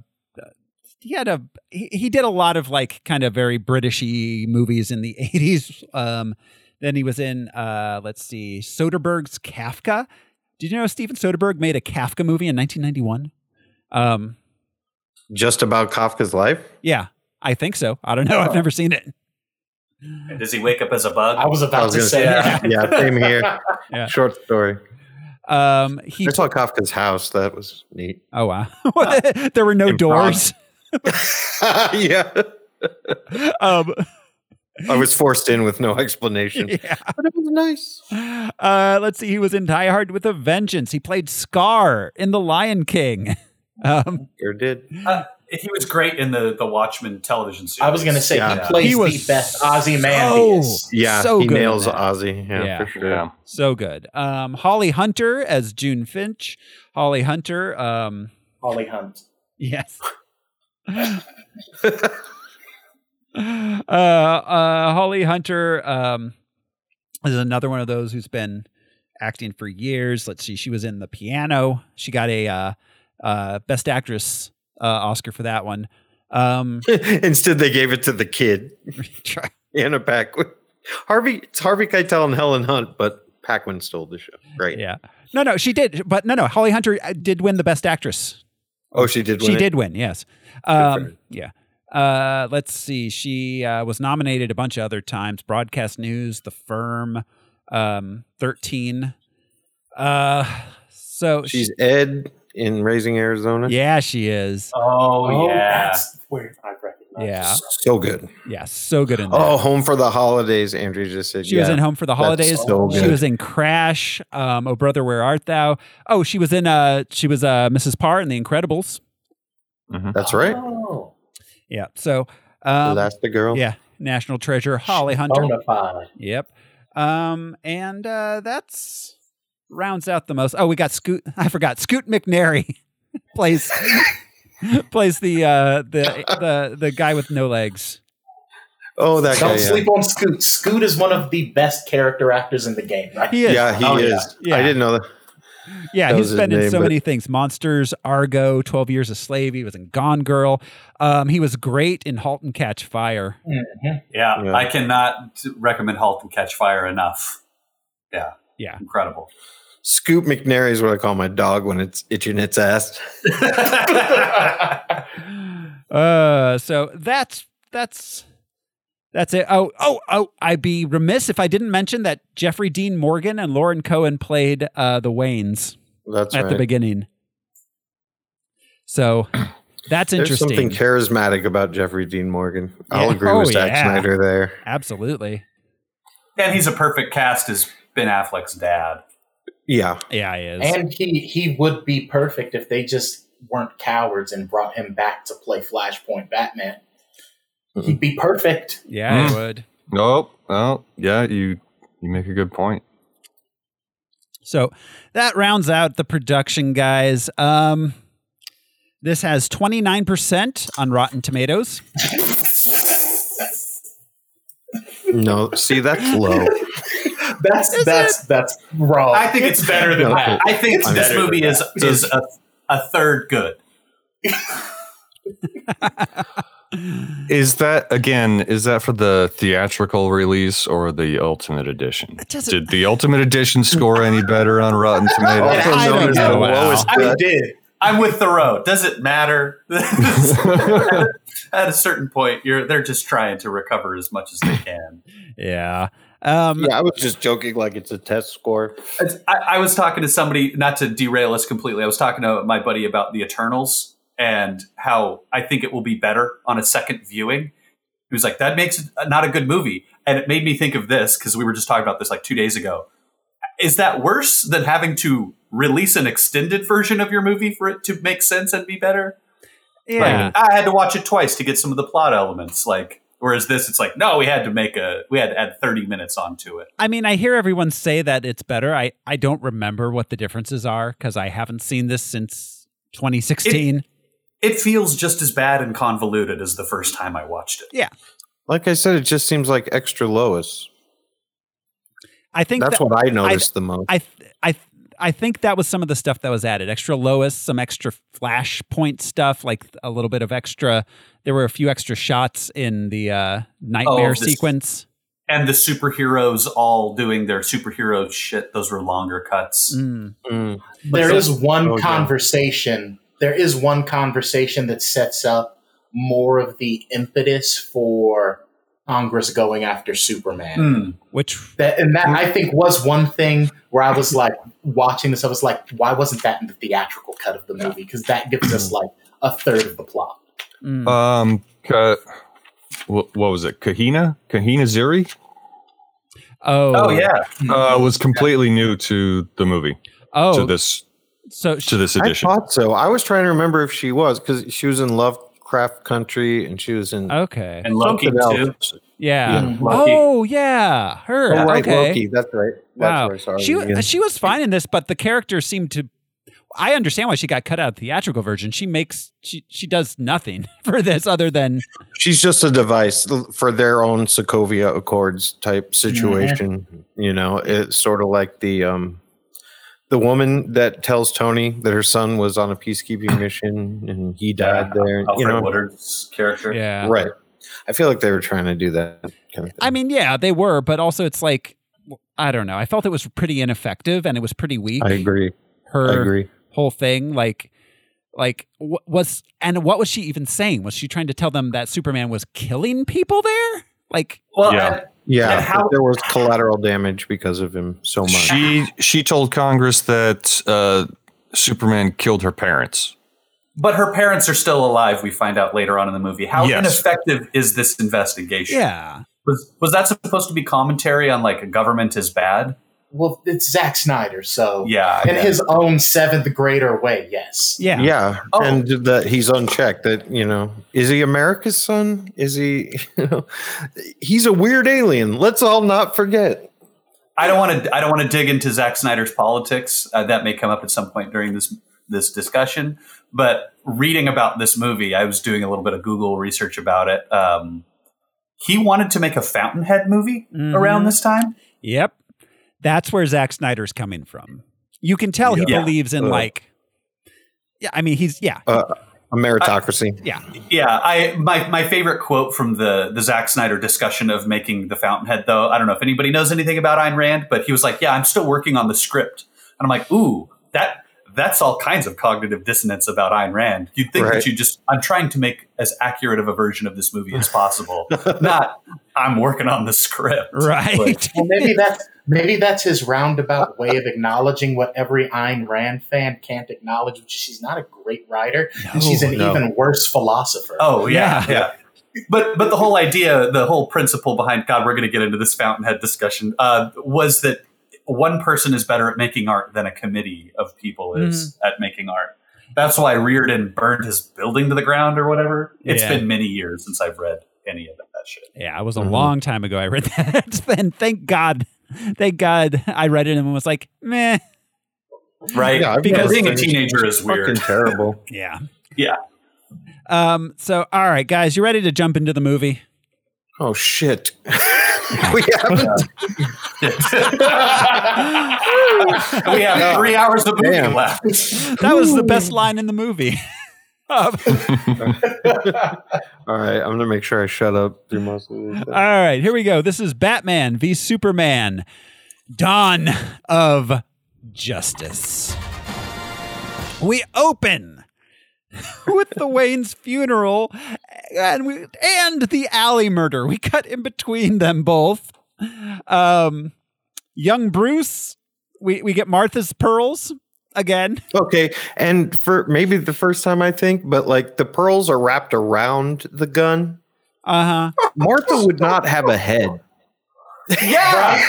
[SPEAKER 1] he had a he, he did a lot of like kind of very Britishy movies in the 80s. Um, then he was in uh, let's see Soderbergh's Kafka. Did you know Steven Soderbergh made a Kafka movie in 1991? Um,
[SPEAKER 2] Just about Kafka's life.
[SPEAKER 1] yeah, I think so. I don't know. I've never seen it.
[SPEAKER 3] Does he wake up as a bug?
[SPEAKER 4] I was about
[SPEAKER 2] I was
[SPEAKER 4] to
[SPEAKER 2] gonna
[SPEAKER 4] say uh,
[SPEAKER 2] say
[SPEAKER 4] that.
[SPEAKER 2] Yeah, same here.
[SPEAKER 1] Yeah.
[SPEAKER 2] Short story.
[SPEAKER 1] Um, he
[SPEAKER 2] I saw Kafka's house. That was neat.
[SPEAKER 1] oh wow, there were no
[SPEAKER 2] Improv.
[SPEAKER 1] doors.
[SPEAKER 2] yeah.
[SPEAKER 1] Um,
[SPEAKER 2] I was forced in with no explanation.
[SPEAKER 1] yeah.
[SPEAKER 2] But it was nice.
[SPEAKER 1] Uh, let's see. He was in Die Hard with a Vengeance. He played Scar in The Lion King. Um,
[SPEAKER 2] Sure did.
[SPEAKER 3] Uh, he was great in the the Watchmen television series.
[SPEAKER 4] I was going to say
[SPEAKER 2] Yeah.
[SPEAKER 4] he plays
[SPEAKER 1] He was
[SPEAKER 4] the best Ozymandias.
[SPEAKER 1] so-
[SPEAKER 2] Yeah,
[SPEAKER 1] so
[SPEAKER 2] he
[SPEAKER 1] good in
[SPEAKER 2] nails
[SPEAKER 1] that.
[SPEAKER 2] Ozzy. Yeah,
[SPEAKER 1] Yeah.
[SPEAKER 2] for sure.
[SPEAKER 5] Yeah.
[SPEAKER 1] So good. Um, Holly Hunter as June Finch. Holly Hunter. Um,
[SPEAKER 2] Oh.
[SPEAKER 4] Holly Hunt.
[SPEAKER 1] yes. uh, uh, Holly Hunter um, is another one of those who's been acting for years. Let's see. She was in The Piano. She got a uh, uh, Best Actress uh, Oscar for that one. Um,
[SPEAKER 2] Instead, they gave it to the kid, Anna Paquin. Harvey, it's Harvey Keitel and Helen Hunt, but Paquin stole the show. Right.
[SPEAKER 1] yeah. No, no, she did. But no, no, Holly Hunter uh, did win the Best Actress
[SPEAKER 2] Oh, she did win.
[SPEAKER 1] She
[SPEAKER 2] it.
[SPEAKER 1] did win, yes. Um, yeah. Uh, let's see. She uh, was nominated a bunch of other times Broadcast News, The Firm, um, 13. Uh, so
[SPEAKER 2] She's Ed in Raising Arizona.
[SPEAKER 1] yeah, she is.
[SPEAKER 3] Oh, yeah.
[SPEAKER 4] that's where I recognize.
[SPEAKER 1] Yeah.
[SPEAKER 2] So good.
[SPEAKER 1] Yeah. So good in that.
[SPEAKER 2] Oh, Home for the Holidays. Andrew just said.
[SPEAKER 1] She
[SPEAKER 2] yeah.
[SPEAKER 1] was in Home for the
[SPEAKER 2] That's
[SPEAKER 1] Holidays.
[SPEAKER 2] so
[SPEAKER 1] she
[SPEAKER 2] good.
[SPEAKER 1] was in Crash. Um, oh, brother, where art thou? Oh, she was in. Uh, she was uh, Mrs. Parr in The Incredibles.
[SPEAKER 2] That's right.
[SPEAKER 4] Oh,
[SPEAKER 1] Yeah. So, um,
[SPEAKER 2] That's Oh, the girl.
[SPEAKER 1] yeah, National Treasure, Holly Hunter.
[SPEAKER 4] bona fide.
[SPEAKER 1] Yep. Um, and uh, that's rounds out the most. Oh, we got Scoot. I forgot. Scoot McNairy plays plays the uh, the the the guy with no legs.
[SPEAKER 2] Oh, that
[SPEAKER 4] Don't
[SPEAKER 2] guy. yeah.
[SPEAKER 4] sleep on Scoot. Scoot is one one of the best character actors in the game, right?
[SPEAKER 1] He is.
[SPEAKER 2] Yeah, he
[SPEAKER 4] Oh, yeah.
[SPEAKER 2] is.
[SPEAKER 1] Yeah.
[SPEAKER 2] I didn't know that.
[SPEAKER 1] Yeah,
[SPEAKER 2] That
[SPEAKER 1] he's
[SPEAKER 2] was his
[SPEAKER 1] been in
[SPEAKER 2] name,
[SPEAKER 1] so
[SPEAKER 2] but-
[SPEAKER 1] many things: Monsters, Argo, Twelve Years a Slave. He was in Gone Girl. Um, he was great in *Halt and Catch Fire*.
[SPEAKER 3] Yeah,
[SPEAKER 2] Yeah.
[SPEAKER 3] I cannot recommend *Halt and Catch Fire* enough. Yeah,
[SPEAKER 1] Yeah.
[SPEAKER 3] incredible.
[SPEAKER 2] Scoop McNairy is what I call my dog when it's itching its ass.
[SPEAKER 1] Uh, so that's that's that's it. Oh, oh, oh! I'd be remiss if I didn't mention that Jeffrey Dean Morgan and Lauren Cohen played uh, the Waynes
[SPEAKER 2] That's
[SPEAKER 1] at
[SPEAKER 2] right.
[SPEAKER 1] the beginning. So that's
[SPEAKER 2] There's something
[SPEAKER 1] interesting.
[SPEAKER 2] charismatic about Jeffrey Dean Morgan. I'll
[SPEAKER 1] Yeah.
[SPEAKER 2] agree
[SPEAKER 1] Oh,
[SPEAKER 2] with Zack
[SPEAKER 1] yeah.
[SPEAKER 2] Snyder there.
[SPEAKER 1] Absolutely.
[SPEAKER 3] And he's a perfect cast as Ben Affleck's dad.
[SPEAKER 2] Yeah.
[SPEAKER 1] Yeah, he is.
[SPEAKER 4] And he he would be perfect if they just weren't cowards and brought him back to play Flashpoint Batman. He'd be perfect.
[SPEAKER 1] yeah, he
[SPEAKER 5] Mm.
[SPEAKER 1] would.
[SPEAKER 5] Nope. Well, yeah, you you make a good point.
[SPEAKER 1] So that rounds out the production, guys. Um, this has 29% on Rotten Tomatoes.
[SPEAKER 2] No, see, that's low.
[SPEAKER 4] That's that's that's wrong.
[SPEAKER 3] I think it's better than
[SPEAKER 2] No,
[SPEAKER 3] that. I think
[SPEAKER 2] it's
[SPEAKER 3] this
[SPEAKER 2] better
[SPEAKER 3] movie
[SPEAKER 2] than
[SPEAKER 3] is
[SPEAKER 2] that.
[SPEAKER 3] is a, a third good.
[SPEAKER 5] Is that again? Is that for the theatrical release or the Ultimate Edition?
[SPEAKER 1] doesn't-
[SPEAKER 5] Did the Ultimate Edition score any better on Rotten Tomatoes?
[SPEAKER 1] Also I known don't as the know. lowest
[SPEAKER 3] I
[SPEAKER 1] cut.
[SPEAKER 4] did.
[SPEAKER 3] I'm with Thoreau. Does it matter? At a certain point, you're they're just trying to recover as much as they can.
[SPEAKER 1] Yeah. Um,
[SPEAKER 2] yeah, I was just joking like it's a test score.
[SPEAKER 3] It's, I, I was talking to somebody, not to derail us completely. I was talking to my buddy about the Eternals and how I think it will be better on a second viewing. He was like, "That makes it not a good movie," and it made me think of this because we were just talking about this like two days ago. Is that worse than having to release an extended version of your movie for it to make sense and be better?
[SPEAKER 1] Yeah.
[SPEAKER 3] Like, I had to watch it twice to get some of the plot elements. Like, whereas this, it's like, no, we had to make a, we had to add thirty minutes onto it.
[SPEAKER 1] I mean, I hear everyone say that it's better. I, I don't remember what the differences are because I haven't seen this since 2016.
[SPEAKER 3] it feels just as bad and convoluted as the first time I watched it.
[SPEAKER 1] yeah.
[SPEAKER 2] Like I said, it just seems like extra lowest.
[SPEAKER 1] I think
[SPEAKER 2] That's
[SPEAKER 1] that-
[SPEAKER 2] what I noticed the most.
[SPEAKER 1] I, th- I, th- I think that was some of the stuff that was added. Extra Lois, some extra flashpoint stuff, like a little bit of extra. There were a few extra shots in the uh,
[SPEAKER 2] Oh,
[SPEAKER 1] nightmare
[SPEAKER 3] this-
[SPEAKER 1] sequence.
[SPEAKER 3] And the superheroes all doing their superhero shit. Those were longer cuts.
[SPEAKER 1] Mm.
[SPEAKER 4] There is one
[SPEAKER 3] Oh, yeah.
[SPEAKER 4] conversation. There is one conversation that sets up more of the impetus for Congress going after Superman.
[SPEAKER 3] Hmm.
[SPEAKER 1] Which
[SPEAKER 4] That, and that I think was one thing where I was like watching this. I was like, why wasn't that in the theatrical cut of the movie? Because that gives us like a third of the plot.
[SPEAKER 5] Um, Ka- wh- what was it? Kahina, Kahina Ziri.
[SPEAKER 1] Oh,
[SPEAKER 3] Oh, yeah.
[SPEAKER 5] uh, was completely new to the movie.
[SPEAKER 1] Oh,
[SPEAKER 5] to this,
[SPEAKER 1] so
[SPEAKER 5] to this
[SPEAKER 2] I
[SPEAKER 5] edition.
[SPEAKER 2] thought so. I was trying to remember if she was because she was in Lovecraft Country and she was in
[SPEAKER 1] Okay.
[SPEAKER 3] And Loki,
[SPEAKER 2] something else.
[SPEAKER 3] too.
[SPEAKER 1] Yeah.
[SPEAKER 2] Yeah, Loki.
[SPEAKER 1] oh yeah, her.
[SPEAKER 2] Oh, right,
[SPEAKER 1] okay.
[SPEAKER 2] Loki. That's right. That's
[SPEAKER 1] Wow.
[SPEAKER 2] where- sorry,
[SPEAKER 1] she wa-
[SPEAKER 2] Ian.
[SPEAKER 1] she was fine in this, but the character seemed to. I understand why she got cut out of the theatrical version. She makes she she does nothing for this other than
[SPEAKER 2] She's just a device l- for their own Sokovia Accords type situation.
[SPEAKER 3] Mm-hmm.
[SPEAKER 2] You know, it's sort of like the um the woman that tells Tony that her son was on a peacekeeping mission and he died there.
[SPEAKER 3] Alfred
[SPEAKER 2] you know,
[SPEAKER 3] Woodard's character.
[SPEAKER 1] yeah.
[SPEAKER 2] right? I feel like they were trying to do that. Kind of
[SPEAKER 1] I mean, yeah, they were, but also it's like I don't know. I felt it was pretty ineffective and it was pretty weak.
[SPEAKER 2] I agree.
[SPEAKER 1] Her
[SPEAKER 2] I agree.
[SPEAKER 1] whole thing, like, like wh- was and what was she even saying? Was she trying to tell them that Superman was killing people there? Like,
[SPEAKER 3] Well,
[SPEAKER 5] Yeah.
[SPEAKER 3] and-
[SPEAKER 2] Yeah,
[SPEAKER 3] And how-
[SPEAKER 2] but there was collateral damage because of him so much.
[SPEAKER 5] She she told Congress that uh, Superman killed her parents.
[SPEAKER 3] but her parents are still alive. We find out later on in the movie. How
[SPEAKER 5] Yes.
[SPEAKER 3] ineffective is this investigation?
[SPEAKER 1] yeah,
[SPEAKER 3] Was, was that supposed to be commentary on like government is bad?
[SPEAKER 4] Well, it's Zack Snyder, so
[SPEAKER 3] Yeah.
[SPEAKER 4] in his own seventh grader way, yes.
[SPEAKER 1] yeah,
[SPEAKER 2] yeah,
[SPEAKER 3] Oh.
[SPEAKER 2] and that he's unchecked. That you know, is he America's son? Is he? You know, he's a weird alien. Let's all not forget.
[SPEAKER 3] I don't want to. I don't want to dig into Zack Snyder's politics. Uh, that may come up at some point during this this discussion. But reading about this movie, I was doing a little bit of Google research about it. Um, he wanted to make a Fountainhead movie
[SPEAKER 1] Mhm.
[SPEAKER 3] around this time.
[SPEAKER 1] Yep. That's where Zack Snyder's coming from. You can tell he
[SPEAKER 3] Yeah.
[SPEAKER 1] believes in
[SPEAKER 2] Ugh.
[SPEAKER 1] like Yeah, I mean he's yeah.
[SPEAKER 2] Uh, a meritocracy.
[SPEAKER 1] yeah.
[SPEAKER 3] Yeah, I my my favorite quote from the the Zack Snyder discussion of making the Fountainhead though. I don't know if anybody knows anything about Ayn Rand, but he was like, "Yeah, I'm still working on the script," and I'm like, "Ooh, that that's all kinds of cognitive dissonance about Ayn Rand." You'd think
[SPEAKER 2] Right.
[SPEAKER 3] that you just I'm trying to make as accurate of a version of this movie as possible, not I'm working on the script. Like,
[SPEAKER 1] Right.
[SPEAKER 4] Well, maybe that's maybe that's his roundabout way of acknowledging what every Ayn Rand fan can't acknowledge, which is she's not a great writer, and she's an
[SPEAKER 2] No.
[SPEAKER 4] even worse philosopher.
[SPEAKER 3] oh yeah,
[SPEAKER 1] Yeah.
[SPEAKER 3] yeah. But but the whole idea, the whole principle behind God, we're going to get into this Fountainhead discussion, uh, was that one person is better at making art than a committee of people is
[SPEAKER 1] Mm-hmm.
[SPEAKER 3] at making art. That's why Reardon burned his building to the ground or whatever. It's
[SPEAKER 1] Yeah.
[SPEAKER 3] been many years since I've read any of that shit.
[SPEAKER 1] yeah, it was a long time ago I read that. and thank God thank God I read it and was like, meh,
[SPEAKER 3] right?
[SPEAKER 1] Yeah, I've
[SPEAKER 3] because
[SPEAKER 1] never
[SPEAKER 3] being a
[SPEAKER 1] finished-
[SPEAKER 3] teenager is weird.
[SPEAKER 1] fucking terrible. Yeah.
[SPEAKER 3] yeah.
[SPEAKER 1] Um, so, all right, guys, you ready to jump into the movie?
[SPEAKER 2] Oh shit! we haven't.
[SPEAKER 3] we have three hours of movie
[SPEAKER 1] Damn.
[SPEAKER 3] left.
[SPEAKER 1] That was the best line in the movie. Um,
[SPEAKER 2] All right, I'm gonna make sure I shut up through most of this.
[SPEAKER 1] all right, here we go. This is Batman v Superman: Dawn of Justice. We open with the Wayne's funeral and we and the alley murder. We cut in between them both. Um, young Bruce. We we get Martha's pearls again.
[SPEAKER 2] Okay, and for maybe the first time I think, but like the pearls are wrapped around the gun.
[SPEAKER 1] Uh
[SPEAKER 2] huh. Martha would not have a head.
[SPEAKER 3] Yeah,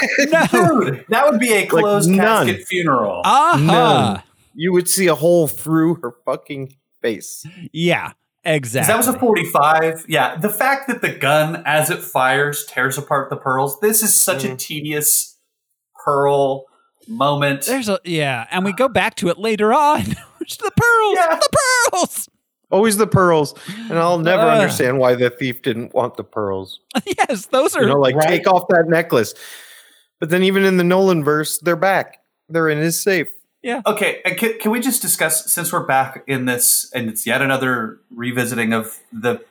[SPEAKER 3] dude, that would be a
[SPEAKER 2] Like,
[SPEAKER 3] closed
[SPEAKER 2] none.
[SPEAKER 3] casket funeral.
[SPEAKER 1] Uh-huh.
[SPEAKER 2] None. You would see a hole through her fucking face.
[SPEAKER 1] Yeah,
[SPEAKER 3] 'Cause
[SPEAKER 1] exactly.
[SPEAKER 3] That was a 45. Yeah. The fact that the gun, as it fires, tears apart the pearls. This is such
[SPEAKER 1] Mm.
[SPEAKER 3] a tedious pearl moment.
[SPEAKER 1] There's a yeah, and we go back to it later on. It's the pearls, the pearls.
[SPEAKER 2] Always the pearls, and I'll never
[SPEAKER 1] Ugh.
[SPEAKER 2] understand why the thief didn't want the pearls.
[SPEAKER 1] Yes, those are
[SPEAKER 2] You know, like take off that necklace. But then, even in the Nolan verse, they're back. They're in his safe.
[SPEAKER 1] Yeah.
[SPEAKER 3] Okay. and Can, can we just discuss since we're back in this, and it's yet another revisiting of the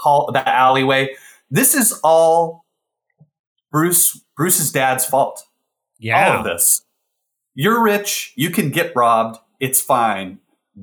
[SPEAKER 3] hall, the alleyway. This is all Bruce Bruce's dad's fault.
[SPEAKER 1] Yeah.
[SPEAKER 3] All of this. You're rich. You can get robbed. It's fine.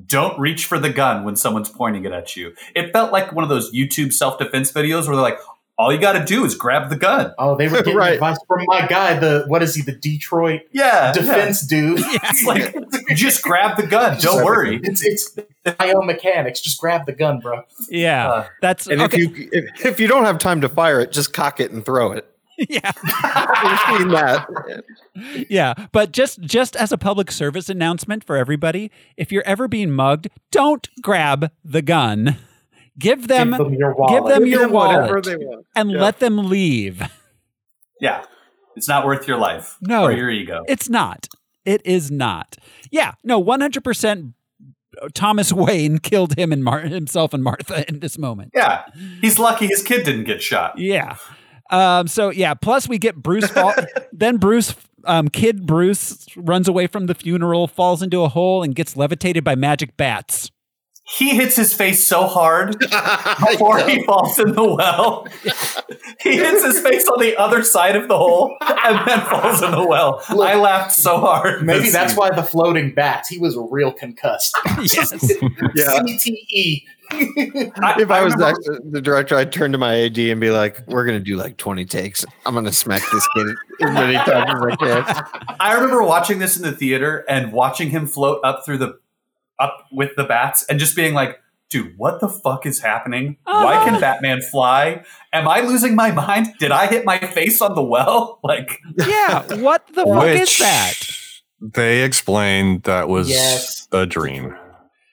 [SPEAKER 3] Don't reach for the gun when someone's pointing it at you. It felt like one of those YouTube self defense videos where they're like, all you got to do is grab the gun.
[SPEAKER 4] Oh, they were getting advice from my guy. The what is he? The Detroit
[SPEAKER 3] Yeah,
[SPEAKER 4] defense dude.
[SPEAKER 3] It's like just grab the gun. Don't worry.
[SPEAKER 4] It's it's bio mechanics. Just grab the gun, bro.
[SPEAKER 1] Yeah,
[SPEAKER 4] uh,
[SPEAKER 1] that's
[SPEAKER 2] and
[SPEAKER 1] okay.
[SPEAKER 2] if you if, if you don't have time to fire it, just cock it and throw it.
[SPEAKER 1] yeah,
[SPEAKER 2] We've seen that.
[SPEAKER 1] yeah. But just just as a public service announcement for everybody, if you're ever being mugged, don't grab the gun. Give them,
[SPEAKER 4] them your
[SPEAKER 1] give
[SPEAKER 4] wallet.
[SPEAKER 1] them
[SPEAKER 4] Give
[SPEAKER 1] your
[SPEAKER 4] them whatever
[SPEAKER 1] wallet
[SPEAKER 4] they want.
[SPEAKER 1] and
[SPEAKER 4] Yeah.
[SPEAKER 1] let them leave.
[SPEAKER 3] Yeah. It's not worth your life
[SPEAKER 1] No,
[SPEAKER 3] or your ego.
[SPEAKER 1] It's not. It is not. Yeah, no, 100% Thomas Wayne killed him and Mar- himself and Martha in this moment.
[SPEAKER 3] yeah. He's lucky his kid didn't get shot.
[SPEAKER 1] Yeah. Um, so yeah, plus we get Bruce fall then Bruce um, kid Bruce runs away from the funeral, falls into a hole and gets levitated by magic bats.
[SPEAKER 3] He hits his face so hard before he falls in the well. he hits his face on the other side of the hole and then falls in the well. I laughed so hard.
[SPEAKER 4] Maybe
[SPEAKER 3] This
[SPEAKER 4] that's
[SPEAKER 3] scene.
[SPEAKER 4] why the floating bats. He was real concussed. E,
[SPEAKER 2] Yeah.
[SPEAKER 4] CTE.
[SPEAKER 2] if I was the, the director, I'd turn to my AD and be like, "We're gonna do like 20 takes. I'm gonna smack this kid as many times as I can."
[SPEAKER 3] I remember watching this in the theater and watching him float up through the up with the bats and just being like, dude, what the fuck is happening? Why
[SPEAKER 5] Oh.
[SPEAKER 3] can Batman fly? Am I losing my mind? Did I hit my face on the well? Like
[SPEAKER 1] Yeah, what the fuck is
[SPEAKER 5] Which
[SPEAKER 1] that?
[SPEAKER 5] They explained that was
[SPEAKER 1] Yes.
[SPEAKER 5] a dream.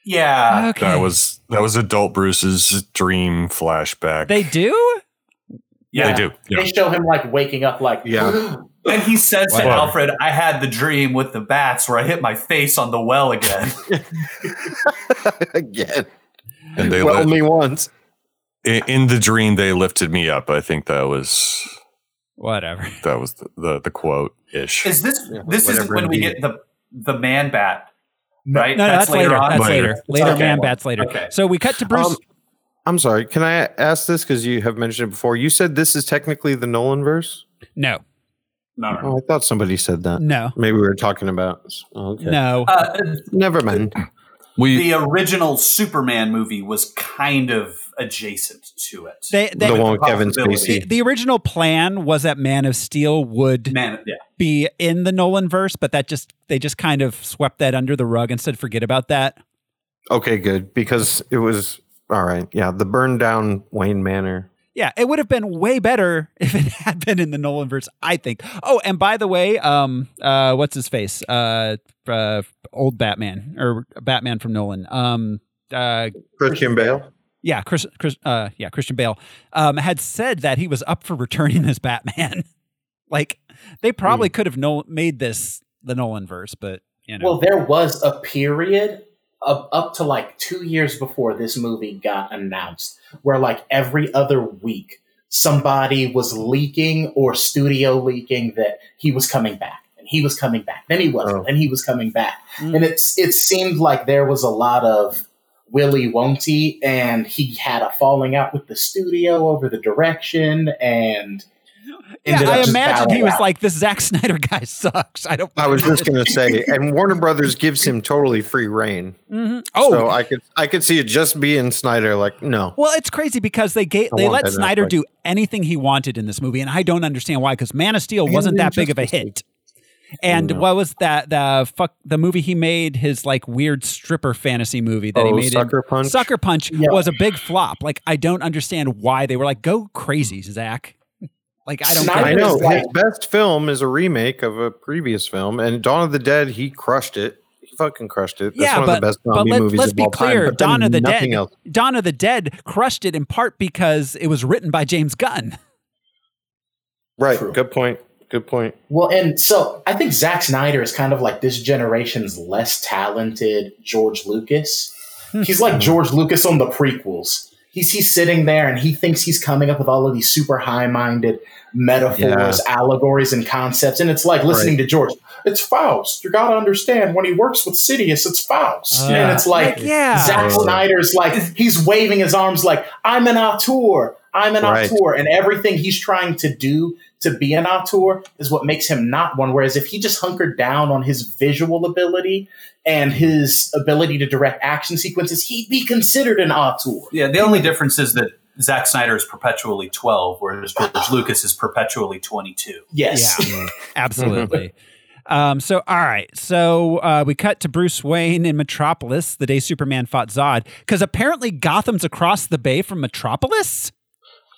[SPEAKER 3] Yeah.
[SPEAKER 5] That was that was adult Bruce's dream flashback.
[SPEAKER 1] They do?
[SPEAKER 5] Yeah. They do. Yeah.
[SPEAKER 4] They show him like waking up like
[SPEAKER 5] Yeah.
[SPEAKER 3] And he says to
[SPEAKER 5] Wow.
[SPEAKER 3] Alfred, I had the dream with the bats where I hit my face on the well again.
[SPEAKER 2] again.
[SPEAKER 5] And they
[SPEAKER 2] Well,
[SPEAKER 5] lit-
[SPEAKER 2] me once.
[SPEAKER 5] i- in the dream they lifted me up. I think that was
[SPEAKER 1] whatever.
[SPEAKER 5] That was the the, the quote ish.
[SPEAKER 3] Is this this isn't
[SPEAKER 5] whatever
[SPEAKER 3] when we get
[SPEAKER 5] indeed.
[SPEAKER 3] the the man bat, right?
[SPEAKER 1] No, no, that's, later. That's later.
[SPEAKER 2] Later.
[SPEAKER 1] Later,
[SPEAKER 2] Okay.
[SPEAKER 1] man bats later.
[SPEAKER 2] Okay.
[SPEAKER 1] So we cut to Bruce.
[SPEAKER 2] Um, I'm sorry. Can I ask this because you have mentioned it before? You said this is technically the Nolan verse.
[SPEAKER 1] no.
[SPEAKER 2] Oh, I thought somebody said that.
[SPEAKER 1] No.
[SPEAKER 2] Maybe we were talking about. oh, Okay.
[SPEAKER 1] No.
[SPEAKER 2] Uh, Never mind.
[SPEAKER 5] We
[SPEAKER 3] the original Superman movie was kind of adjacent to it.
[SPEAKER 1] They, they,
[SPEAKER 2] The one with Kevin Spacey.
[SPEAKER 1] The, the original plan was that Man of Steel would
[SPEAKER 3] Man, yeah.
[SPEAKER 1] be in the Nolan verse, but that just they just kind of swept that under the rug and said, forget about that.
[SPEAKER 2] Okay, good. Because it was all right. Yeah, the burned down Wayne Manor.
[SPEAKER 1] Yeah, it would have been way better if it had been in the Nolan verse, I think. Oh, and by the way, um, uh, what's his face? Uh, uh, old Batman or Batman from Nolan. Um, uh,
[SPEAKER 2] Christian Bale.
[SPEAKER 1] yeah, Chris, Chris, uh, yeah, Christian Bale, um, had said that he was up for returning as Batman. like, they probably could have no- made this the Nolan verse, but You know.
[SPEAKER 4] Well, there was a period of up to like two years before this movie got announced where like every other week somebody was leaking or studio leaking that he was coming back and he was coming back. Then he wasn't, and he was coming back.
[SPEAKER 1] Mm.
[SPEAKER 4] And it's it seemed like there was a lot of Willy won't he? And he had a falling out with the studio over the direction and
[SPEAKER 1] Yeah,
[SPEAKER 4] ended up
[SPEAKER 1] I
[SPEAKER 4] just
[SPEAKER 1] imagine he
[SPEAKER 4] bowing
[SPEAKER 1] was
[SPEAKER 4] out.
[SPEAKER 1] like, "This Zack Snyder guy sucks." I don't.
[SPEAKER 2] I was just gonna say, and Warner Brothers gives him totally free reign.
[SPEAKER 1] Mhm. Oh,
[SPEAKER 2] so I could I could see it just being Snyder. Like, no,
[SPEAKER 1] Well, it's crazy because they gave,
[SPEAKER 2] I
[SPEAKER 1] they
[SPEAKER 2] want
[SPEAKER 1] let
[SPEAKER 2] Ben
[SPEAKER 1] Snyder
[SPEAKER 2] Affleck.
[SPEAKER 1] do anything he wanted in this movie, and I don't understand why. Because Man of Steel
[SPEAKER 2] And
[SPEAKER 1] wasn't that big of a
[SPEAKER 2] Injustice
[SPEAKER 1] hit, and what was that the fuck the movie he made his like weird stripper fantasy movie that he
[SPEAKER 2] Oh,
[SPEAKER 1] made in-
[SPEAKER 2] Sucker Punch?
[SPEAKER 1] Sucker Punch was a big flop. Like I don't understand why they were like go crazy, Zach. Like I don't. get
[SPEAKER 2] I
[SPEAKER 1] it.
[SPEAKER 2] know his best film is a remake of a previous film, and Dawn of the Dead. He crushed it. He fucking crushed it. That's
[SPEAKER 1] yeah,
[SPEAKER 2] one
[SPEAKER 1] but,
[SPEAKER 2] of the best
[SPEAKER 1] but
[SPEAKER 2] zombie
[SPEAKER 1] let,
[SPEAKER 2] movies
[SPEAKER 1] let's
[SPEAKER 2] of
[SPEAKER 1] be
[SPEAKER 2] all time,
[SPEAKER 1] clear.
[SPEAKER 2] but then
[SPEAKER 1] Dawn of the
[SPEAKER 2] nothing
[SPEAKER 1] Dead.
[SPEAKER 2] else.
[SPEAKER 1] Dawn of the Dead crushed it in part because it was written by James Gunn.
[SPEAKER 2] Right. Good point. Good point.
[SPEAKER 4] Well, and so I think Zack Snyder is kind of like this generation's less talented George Lucas.
[SPEAKER 2] Hmm.
[SPEAKER 4] He's like George Lucas on the prequels. He's he's sitting there and he thinks he's coming up with all of these super high-minded metaphors,
[SPEAKER 2] Yeah.
[SPEAKER 4] allegories, and concepts. And it's like listening
[SPEAKER 2] Right.
[SPEAKER 4] to George. It's Faust. You gotta understand when he works with Sidious, it's Faust.
[SPEAKER 2] Uh,
[SPEAKER 4] and it's like
[SPEAKER 2] Like, yeah.
[SPEAKER 4] Zack
[SPEAKER 2] Oh.
[SPEAKER 4] Snyder's like he's waving his arms like I'm an auteur. I'm an
[SPEAKER 2] Right.
[SPEAKER 4] auteur, and everything he's trying to do to be an auteur is what makes him not one. Whereas if he just hunkered down on his visual ability and his ability to direct action sequences, he'd be considered an auteur.
[SPEAKER 3] Yeah, the only difference is that Zack Snyder is perpetually 12, whereas George Lucas is perpetually 22.
[SPEAKER 4] Yes.
[SPEAKER 1] Yeah, absolutely. Um, so, all right. So uh, we cut to Bruce Wayne in Metropolis the day Superman fought Zod, because apparently Gotham's across the bay from Metropolis.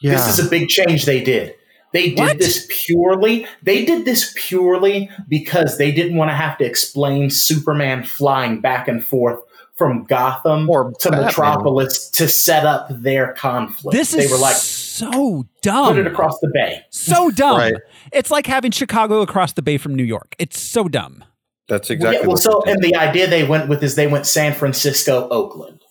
[SPEAKER 4] This is a big change they did. They did
[SPEAKER 1] What?
[SPEAKER 4] this purely. They did this purely because they didn't want to have to explain Superman flying back and forth from Gotham to
[SPEAKER 1] Batman.
[SPEAKER 4] Metropolis to set up their conflict.
[SPEAKER 1] This
[SPEAKER 4] they
[SPEAKER 1] is
[SPEAKER 4] were like
[SPEAKER 1] so dumb.
[SPEAKER 4] put it across the bay.
[SPEAKER 1] So dumb.
[SPEAKER 4] Right.
[SPEAKER 1] It's like having Chicago across the bay from New York. It's so dumb.
[SPEAKER 2] That's
[SPEAKER 4] yeah, well, so and the idea they went with is they went San Francisco, Oakland.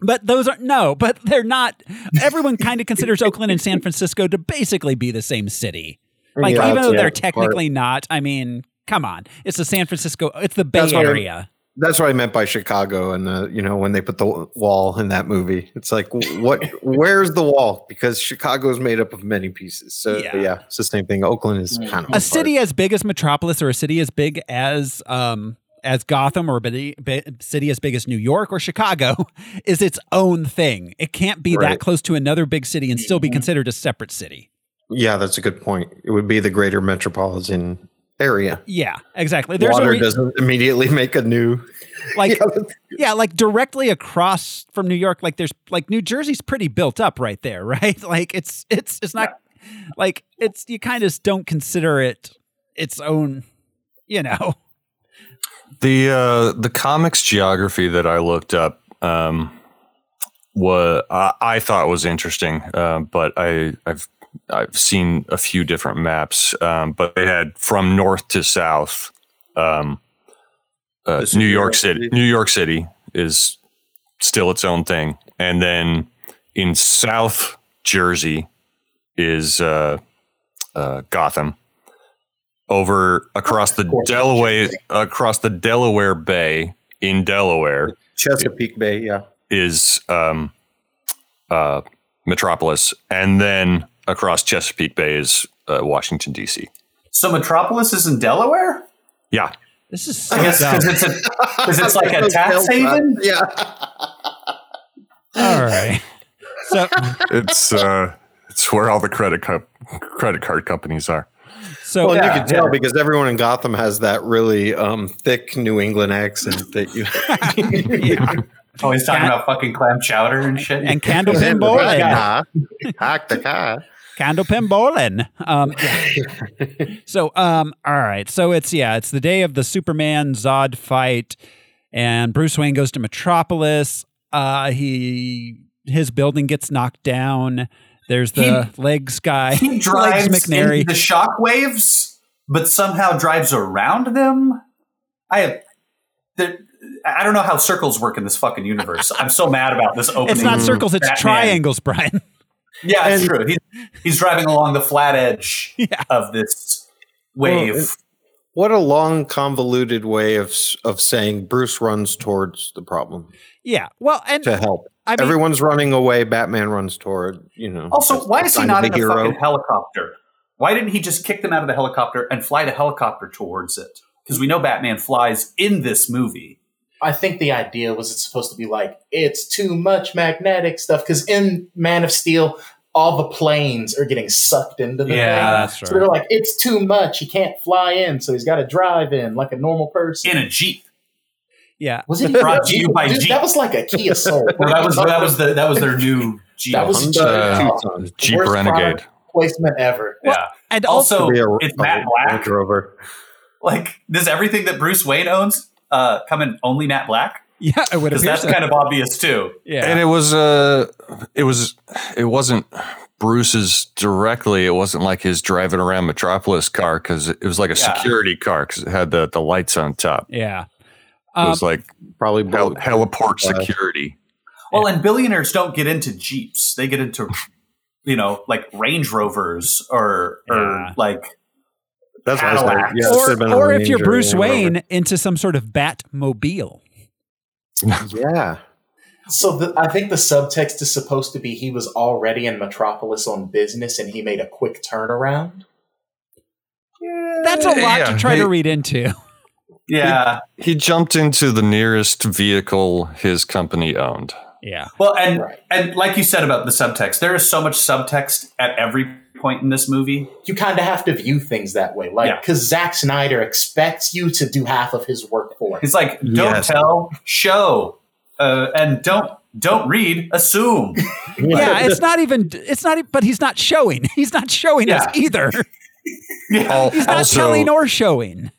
[SPEAKER 1] But those are no, but they're not. Everyone kind of considers Oakland and San Francisco to basically be the same city. Like,
[SPEAKER 2] Yeah,
[SPEAKER 1] even though
[SPEAKER 2] that's
[SPEAKER 1] they're
[SPEAKER 2] the part.
[SPEAKER 1] technically not, I mean, come on. It's the San Francisco, it's the Bay
[SPEAKER 2] That's what I-
[SPEAKER 1] Area.
[SPEAKER 2] That's what I meant by Chicago, and the you know when they put the wall in that movie, it's like w- what? where's the wall? Because Chicago's made up of many pieces. So yeah, it's the same thing. Oakland is kind of
[SPEAKER 1] a city as big as Metropolis or a city as big as um as Gotham or a bi- bi- city as big as New York or Chicago is its own thing. It can't be that
[SPEAKER 2] Right.
[SPEAKER 1] close to another big city and still be considered a separate city.
[SPEAKER 2] Yeah, that's a good point. It would be the greater metropolitan area.
[SPEAKER 1] Yeah, exactly. There's
[SPEAKER 2] Water
[SPEAKER 1] a re-
[SPEAKER 2] doesn't immediately make a new.
[SPEAKER 1] like yeah, like directly across from New York like there's like New Jersey's pretty built up right there, right? Like it's it's it's not like it's you kind of don't consider it its own, you know.
[SPEAKER 5] The uh, the comics geography that I looked up um, was I, I thought was interesting, uh, but I I've I've seen a few different maps, um, but they had from north to south. Um, uh, New York City, New York City is still its own thing, and then in South Jersey is uh, uh, Gotham over across the Delaware across the Delaware Bay in Delaware
[SPEAKER 2] Chesapeake Bay, yeah.
[SPEAKER 5] is um, uh, Metropolis, and then across Chesapeake Bay is uh, Washington D.C.
[SPEAKER 3] So Metropolis is in Delaware?
[SPEAKER 5] Yeah,
[SPEAKER 1] This is
[SPEAKER 3] I guess because it's, a- 'cause it's like a tax haven?
[SPEAKER 2] Yeah.
[SPEAKER 1] All right. So
[SPEAKER 5] it's uh, it's where all the credit co- credit card companies are.
[SPEAKER 1] So uh,
[SPEAKER 2] well, and
[SPEAKER 5] Yeah,
[SPEAKER 2] you can tell
[SPEAKER 5] yeah.
[SPEAKER 2] because everyone in Gotham has that really um, thick New England accent that you.
[SPEAKER 3] Oh, he's talking about fucking clam chowder and shit.
[SPEAKER 1] and candle pin bowling. Candle pin bowling. Um, yeah. so, um, all right. So it's yeah, it's the day of the Superman Zod fight, and Bruce Wayne goes to Metropolis. Uh, he his building gets knocked down. There's the legs guy.
[SPEAKER 3] He drives
[SPEAKER 1] legs McNary.
[SPEAKER 3] in the shockwaves, but somehow drives around them. I have. There, I don't know how circles work in this fucking universe. I'm so mad about this opening.
[SPEAKER 1] It's not circles, it's
[SPEAKER 3] Batman.
[SPEAKER 1] triangles, Brian.
[SPEAKER 3] Yeah, that's true. He's, he's driving along the flat edge of this wave.
[SPEAKER 2] Well, it- what a long, convoluted way of s- of saying Bruce runs towards the problem
[SPEAKER 1] Yeah. Well, and
[SPEAKER 2] to help.
[SPEAKER 1] I mean-
[SPEAKER 2] Everyone's running away. Batman runs toward. You know.
[SPEAKER 3] also,
[SPEAKER 2] that's
[SPEAKER 3] why
[SPEAKER 2] the
[SPEAKER 3] is he
[SPEAKER 2] sign
[SPEAKER 3] not
[SPEAKER 2] of
[SPEAKER 3] in the fucking helicopter? Why didn't he just kick them out of the helicopter and fly the helicopter towards it? Because we know Batman flies in this movie.
[SPEAKER 4] I think the idea was it's supposed to be like it's too much magnetic stuff because in Man of Steel, all the planes are getting sucked into the
[SPEAKER 3] Yeah,
[SPEAKER 4] thing.
[SPEAKER 3] that's
[SPEAKER 4] So they're
[SPEAKER 3] right.
[SPEAKER 4] like, it's too much. He can't fly in, so he's got to drive in like a normal person
[SPEAKER 3] in a jeep.
[SPEAKER 1] Yeah,
[SPEAKER 4] was it
[SPEAKER 3] brought to you by
[SPEAKER 4] Dude,
[SPEAKER 3] Jeep?
[SPEAKER 4] That was like a Kia Soul.
[SPEAKER 3] Well, that was that was the that was their new Jeep.
[SPEAKER 4] That was
[SPEAKER 5] Honda
[SPEAKER 4] Jeep.
[SPEAKER 5] Jeep
[SPEAKER 4] Worst
[SPEAKER 5] Renegade.
[SPEAKER 4] product placement ever.
[SPEAKER 3] Yeah.
[SPEAKER 1] And
[SPEAKER 3] also,
[SPEAKER 2] Be a-
[SPEAKER 3] it's Oh, Matt Black.
[SPEAKER 2] Rover.
[SPEAKER 3] Like, does everything that Bruce Wayne owns uh, come in only Matt Black?
[SPEAKER 1] Yeah, it would
[SPEAKER 3] Because
[SPEAKER 1] appear
[SPEAKER 3] that's
[SPEAKER 1] so.
[SPEAKER 3] kind of obvious too.
[SPEAKER 5] And it was uh it was it wasn't Bruce's directly. It wasn't like his driving around Metropolis car because it was like a
[SPEAKER 1] Yeah.
[SPEAKER 5] security car because it had the, the lights on top.
[SPEAKER 1] Yeah.
[SPEAKER 5] it was like
[SPEAKER 2] probably
[SPEAKER 5] hel- heliport
[SPEAKER 3] Uh,
[SPEAKER 5] security.
[SPEAKER 3] Well, and billionaires don't get into Jeeps. They get into, you know, like Range Rovers or or like
[SPEAKER 2] That's
[SPEAKER 1] what I was
[SPEAKER 2] like,
[SPEAKER 3] Cadillacs.
[SPEAKER 2] yeah, it should've been
[SPEAKER 1] or
[SPEAKER 2] a
[SPEAKER 1] or if you're
[SPEAKER 2] Ranger
[SPEAKER 1] Bruce
[SPEAKER 2] or whatever.
[SPEAKER 1] Wayne into some sort of Batmobile.
[SPEAKER 2] yeah.
[SPEAKER 4] So the, I think the subtext is supposed to be he was already in Metropolis on business and he made a quick turnaround.
[SPEAKER 1] That's a lot
[SPEAKER 5] Yeah,
[SPEAKER 1] to try
[SPEAKER 5] he-
[SPEAKER 1] to read into.
[SPEAKER 3] Yeah.
[SPEAKER 5] He, he jumped into the nearest vehicle his company owned.
[SPEAKER 1] Yeah.
[SPEAKER 3] Well, and and like you said about the subtext, there is so much subtext at every point in this movie.
[SPEAKER 4] You kind of have to view things that way, like
[SPEAKER 3] Yeah.
[SPEAKER 4] because Zack Snyder expects you to do half of his work for him.
[SPEAKER 3] He's like, don't tell, show, uh, and don't don't read, assume.
[SPEAKER 1] yeah, it's not even. It's not. e- But he's not showing. He's not showing us either.
[SPEAKER 5] Al-
[SPEAKER 1] He's not
[SPEAKER 5] also,
[SPEAKER 1] telling or showing.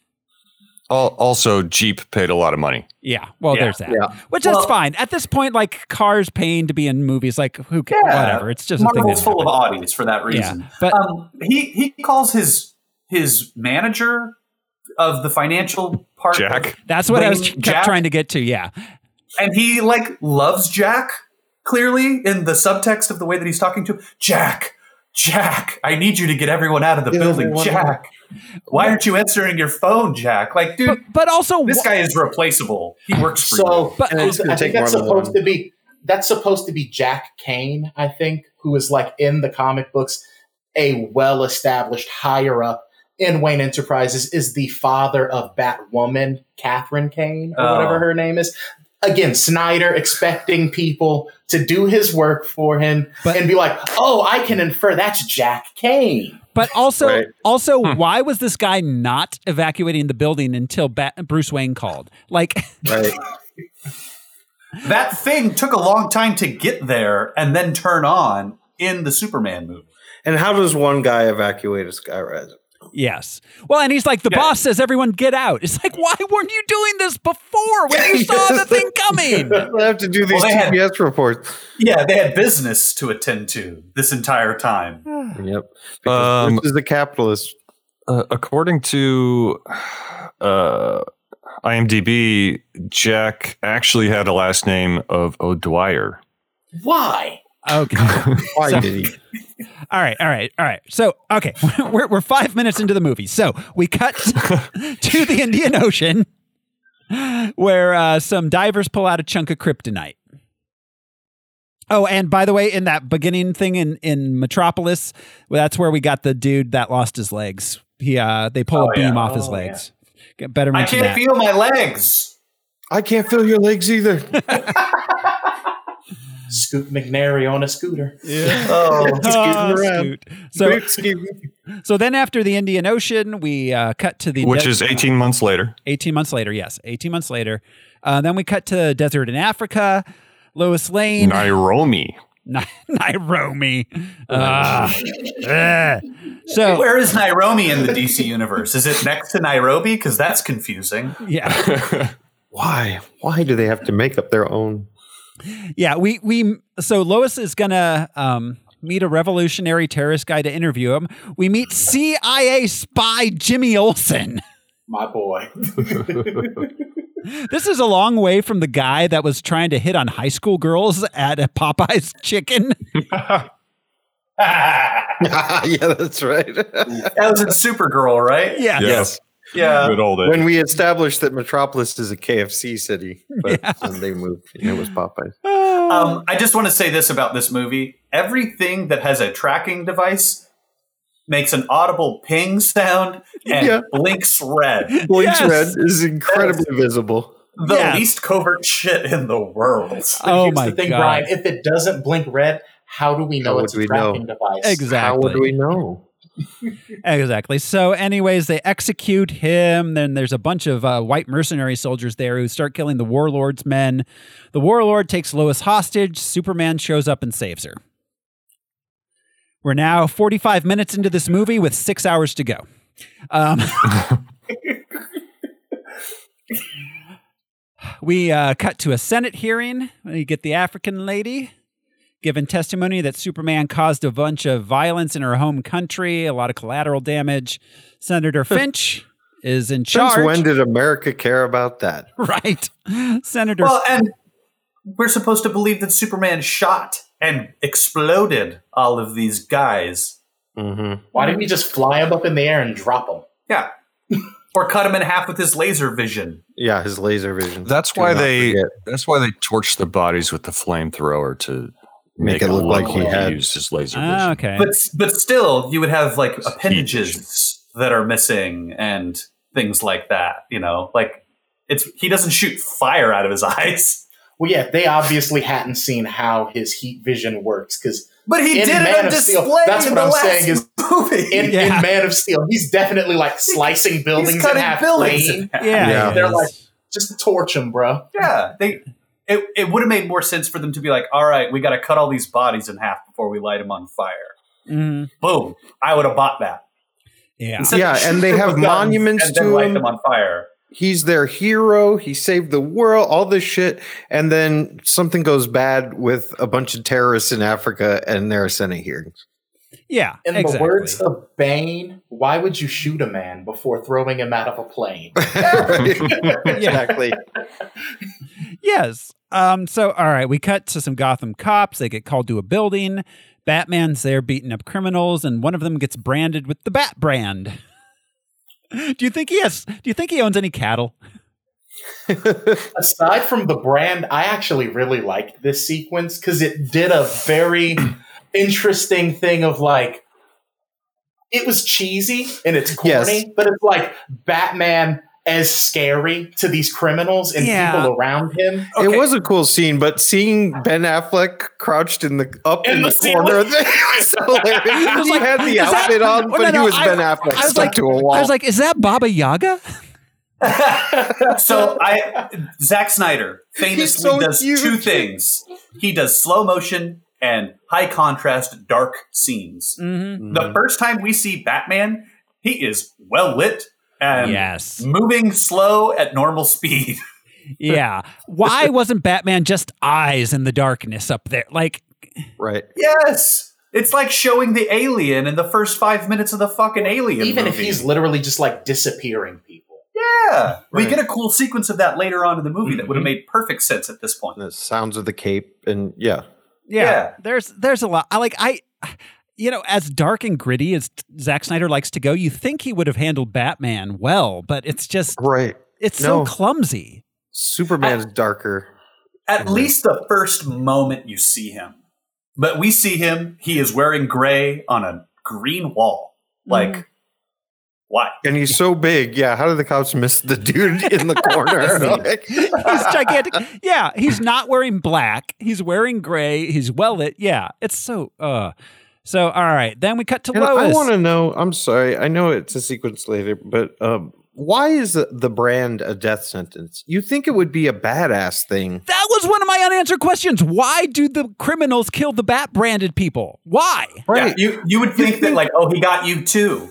[SPEAKER 5] al- also, Jeep paid a lot of money.
[SPEAKER 1] Yeah. Well,
[SPEAKER 5] Yeah.
[SPEAKER 1] there's that.
[SPEAKER 5] Yeah.
[SPEAKER 1] Which that's
[SPEAKER 5] Well-
[SPEAKER 1] fine. At this point, like cars paying to be in movies, like who cares? Whatever. It's just a thing.
[SPEAKER 3] Marvel's
[SPEAKER 1] That
[SPEAKER 3] full of audience for that
[SPEAKER 1] Yeah,
[SPEAKER 3] reason.
[SPEAKER 1] but-
[SPEAKER 3] um, he he calls his his manager of the financial part.
[SPEAKER 5] Jack.
[SPEAKER 1] that's what I was kept
[SPEAKER 3] Jack,
[SPEAKER 1] trying to get to. Yeah.
[SPEAKER 3] and he like loves Jack clearly in the subtext of the way that he's talking to him. Jack. Jack, I need you to get everyone out of the building.
[SPEAKER 1] everyone
[SPEAKER 3] Jack, why aren't you answering your phone, Jack? Like, dude,
[SPEAKER 1] but, also
[SPEAKER 3] this guy is replaceable. He works for
[SPEAKER 4] so
[SPEAKER 3] you.
[SPEAKER 4] I think that's supposed to be that's supposed to be Jack Kane, I think, who is like in the comic books a well-established higher up in Wayne Enterprises is the father of Batwoman, Catherine Kane, or
[SPEAKER 13] Oh.
[SPEAKER 4] whatever her name is. Again, Snyder expecting people to do his work for him and be like, "Oh, I can infer that's Jack Kane."
[SPEAKER 1] But also, also, why was this guy not evacuating the building until Bat- Bruce Wayne called? Like,
[SPEAKER 2] right.
[SPEAKER 3] That thing took a long time to get there and then turn on in the Superman movie.
[SPEAKER 2] And how does one guy evacuate a skyrise?
[SPEAKER 1] Yes. Well, and he's like, the boss says, everyone get out. It's like, why weren't you doing this before when you saw the thing coming?
[SPEAKER 2] I have to do these
[SPEAKER 3] Well, they had-
[SPEAKER 2] TPS reports.
[SPEAKER 3] Yeah, they had business to attend to this entire time.
[SPEAKER 4] Hmm.
[SPEAKER 2] Yep. Um, Because Bruce is the capitalist.
[SPEAKER 5] Uh, according to uh, IMDb, Jack actually had a last name of O'Dwyer.
[SPEAKER 4] Why?
[SPEAKER 1] Okay.
[SPEAKER 2] Why
[SPEAKER 1] So-
[SPEAKER 2] did he?
[SPEAKER 1] All right, all right, all right. So, okay, we're, we're five minutes into the movie. So we cut to the Indian Ocean where uh, some divers pull out a chunk of kryptonite. Oh, and by the way, in that beginning thing in, in Metropolis, well, that's where we got the dude that lost his legs. He uh, They pull
[SPEAKER 3] Oh,
[SPEAKER 1] a beam
[SPEAKER 3] yeah.
[SPEAKER 1] off his
[SPEAKER 3] Oh,
[SPEAKER 1] legs. Get Better
[SPEAKER 3] I
[SPEAKER 1] mention that.
[SPEAKER 3] can't feel my legs.
[SPEAKER 2] I can't feel your legs either.
[SPEAKER 4] Scoot McNary on a scooter.
[SPEAKER 1] Yeah.
[SPEAKER 4] Oh,
[SPEAKER 1] Ah,
[SPEAKER 4] scooting around.
[SPEAKER 1] Scoot. So,
[SPEAKER 2] Scooting.
[SPEAKER 1] so then after the Indian Ocean, we uh, cut to the
[SPEAKER 5] Which
[SPEAKER 1] de-
[SPEAKER 5] is 18 months later.
[SPEAKER 1] 18 months later, yes, 18 months later. Uh, then we cut to desert in Africa, Lois Lane,
[SPEAKER 5] Nairobi.
[SPEAKER 1] Ni- Nairobi. Ah. Eh. so
[SPEAKER 3] Where is Nairobi in the DC universe? Is it next to Nairobi? Because that's confusing.
[SPEAKER 1] yeah,
[SPEAKER 2] Why? Why do they have to make up their own?
[SPEAKER 1] yeah. We we so Lois is gonna um, meet a revolutionary terrorist guy to interview him. We meet CIA spy Jimmy Olsen.
[SPEAKER 4] my boy.
[SPEAKER 1] This is a long way from the guy that was trying to hit on high school girls at a Popeye's chicken.
[SPEAKER 2] yeah, that's right. that
[SPEAKER 3] was in Supergirl, right?
[SPEAKER 1] Yeah.
[SPEAKER 2] Yes.
[SPEAKER 3] Yeah. Good
[SPEAKER 5] old
[SPEAKER 2] When we established that Metropolis is a KFC city, but then they moved and it was Popeyes.
[SPEAKER 1] Ah.
[SPEAKER 3] Um, I just want to say this about this movie: everything that has a tracking device makes an audible ping sound and
[SPEAKER 2] Yeah.
[SPEAKER 3] blinks red.
[SPEAKER 2] Blinks red is incredibly visible.
[SPEAKER 3] The least covert shit in the world.
[SPEAKER 4] But
[SPEAKER 1] Oh
[SPEAKER 4] here's the thing, Brian. If it doesn't blink red, how do we know
[SPEAKER 1] How
[SPEAKER 4] it's
[SPEAKER 1] would we
[SPEAKER 4] a
[SPEAKER 1] know?
[SPEAKER 4] tracking device?
[SPEAKER 1] Exactly. How would we
[SPEAKER 2] know?
[SPEAKER 1] exactly. So, anyways, they execute him. Then there's a bunch of uh, white mercenary soldiers there who start killing the warlord's men. The warlord takes Lois hostage. Superman shows up and saves her. We're now 45 minutes into this movie with six hours to go. Um, we uh, cut to a Senate hearing. You get the African lady giving testimony that Superman caused a bunch of violence in her home country, a lot of collateral damage. Senator Finch is in
[SPEAKER 2] Since
[SPEAKER 1] charge.
[SPEAKER 2] when did America care about that?
[SPEAKER 1] right. Senator
[SPEAKER 3] Well, and we're supposed to believe that Superman shot and exploded all of these guys.
[SPEAKER 2] Mm-hmm.
[SPEAKER 4] Why didn't we just fly him up in the air and drop him?
[SPEAKER 3] Yeah. or cut him in half with his laser vision.
[SPEAKER 2] Yeah, his laser vision.
[SPEAKER 5] That's
[SPEAKER 2] Do
[SPEAKER 5] why
[SPEAKER 2] not
[SPEAKER 5] they.
[SPEAKER 2] forget.
[SPEAKER 5] That's why they torched the bodies with the flamethrower to
[SPEAKER 2] Make it look like he had-
[SPEAKER 5] used his laser vision.
[SPEAKER 1] Ah, okay.
[SPEAKER 3] But but still, you would have like appendages that are missing and things like that. You know, like it's he doesn't shoot fire out of his eyes.
[SPEAKER 4] Well, yeah, they obviously hadn't seen how his heat vision works because.
[SPEAKER 3] But he did it on display
[SPEAKER 4] that's
[SPEAKER 3] in
[SPEAKER 4] what
[SPEAKER 3] the
[SPEAKER 4] I'm
[SPEAKER 3] last
[SPEAKER 4] saying is
[SPEAKER 3] movie.
[SPEAKER 4] In,
[SPEAKER 1] Yeah.
[SPEAKER 4] in Man of Steel, he's definitely like slicing buildings in
[SPEAKER 3] cutting
[SPEAKER 4] half.
[SPEAKER 3] buildings
[SPEAKER 4] lane.
[SPEAKER 3] in half.
[SPEAKER 1] Yeah,
[SPEAKER 2] Yeah.
[SPEAKER 4] they're like just torch him, bro.
[SPEAKER 3] Yeah, they. It, it would have made more sense for them to be like, all right, we got to cut all these bodies in half before we light them on fire.
[SPEAKER 1] Mhm.
[SPEAKER 3] Boom! I would have bought that.
[SPEAKER 1] Yeah.
[SPEAKER 3] Instead of
[SPEAKER 2] Yeah,
[SPEAKER 3] shoot
[SPEAKER 2] and they
[SPEAKER 3] them
[SPEAKER 2] have
[SPEAKER 3] with guns
[SPEAKER 2] monuments
[SPEAKER 3] and then
[SPEAKER 2] to
[SPEAKER 3] light
[SPEAKER 2] him.
[SPEAKER 3] them on fire.
[SPEAKER 2] He's their hero. He saved the world, all this shit. And then something goes bad with a bunch of terrorists in Africa and their Senate hearings.
[SPEAKER 1] Yeah,
[SPEAKER 4] In
[SPEAKER 1] exactly.
[SPEAKER 4] the words of Bane, why would you shoot a man before throwing him out of a plane?
[SPEAKER 2] exactly.
[SPEAKER 1] Yes. Um, so, all right, we cut to some Gotham cops. They get called to a building. Batman's there beating up criminals, and one of them gets branded with the Bat brand. do you think he has? Do you think he owns any cattle?
[SPEAKER 4] Aside from the brand, I actually really liked this sequence because it did a very interesting thing of like it was cheesy and it's corny,
[SPEAKER 2] Yes.
[SPEAKER 4] but it's like Batman as scary to these criminals and
[SPEAKER 1] Yeah.
[SPEAKER 4] people around him.
[SPEAKER 2] It was a cool scene, but seeing Ben Affleck crouched in the up in,
[SPEAKER 4] In
[SPEAKER 2] the,
[SPEAKER 4] the
[SPEAKER 2] corner,
[SPEAKER 4] ceiling.
[SPEAKER 2] it was hilarious.
[SPEAKER 1] I was
[SPEAKER 2] he
[SPEAKER 1] like,
[SPEAKER 2] had the
[SPEAKER 1] "Is that-
[SPEAKER 2] outfit on,
[SPEAKER 1] Oh,
[SPEAKER 2] but
[SPEAKER 1] no, no,
[SPEAKER 2] he was
[SPEAKER 1] I-
[SPEAKER 2] Ben Affleck
[SPEAKER 1] I was
[SPEAKER 2] stuck
[SPEAKER 1] like-
[SPEAKER 2] to a wall.
[SPEAKER 1] I was like, is that Baba Yaga?
[SPEAKER 3] So I, Zack Snyder famously
[SPEAKER 2] He's so
[SPEAKER 3] does
[SPEAKER 2] huge.
[SPEAKER 3] two things. He does slow motion and high contrast dark scenes.
[SPEAKER 1] Mm-hmm.
[SPEAKER 3] The first time we see Batman, he is well lit and
[SPEAKER 1] Yes.
[SPEAKER 3] moving slow at normal speed.
[SPEAKER 1] Yeah. Why wasn't Batman just eyes in the darkness up there? Like,
[SPEAKER 2] right.
[SPEAKER 3] yes. It's like showing the alien in the first five minutes of the fucking alien.
[SPEAKER 4] Even if
[SPEAKER 3] movie.
[SPEAKER 4] he's literally just like disappearing people.
[SPEAKER 3] Yeah. We
[SPEAKER 2] Right.
[SPEAKER 3] get a cool sequence of that later on in the movie that would have made perfect sense at this point.
[SPEAKER 2] The sounds of the cape and yeah.
[SPEAKER 1] yeah,
[SPEAKER 3] Yeah.
[SPEAKER 1] There's there's a lot. I like I. You know, as dark and gritty as Zack Snyder likes to go, you think he would have handled Batman well, but it's just
[SPEAKER 2] Right.
[SPEAKER 1] it's
[SPEAKER 2] No.
[SPEAKER 1] so clumsy.
[SPEAKER 2] Superman's darker.
[SPEAKER 3] At least the first moment you see him. But we see him, he is wearing gray on a green wall. Like, why?
[SPEAKER 2] And he's so big. Yeah. How did the cops miss the dude in the corner? Like,
[SPEAKER 1] he's gigantic. Yeah, he's not wearing black. He's wearing gray. He's well lit. Yeah, it's so. uh So all right, then we cut to
[SPEAKER 2] and I
[SPEAKER 1] Lois.
[SPEAKER 2] want to know. I'm sorry. I know it's a sequence later, but um, why is the, the brand a death sentence? You think it would be a badass thing?
[SPEAKER 1] that was one of my unanswered questions. Why do the criminals kill the bat branded people? Why?
[SPEAKER 3] Yeah, you, you would think that, like, oh, he got you too.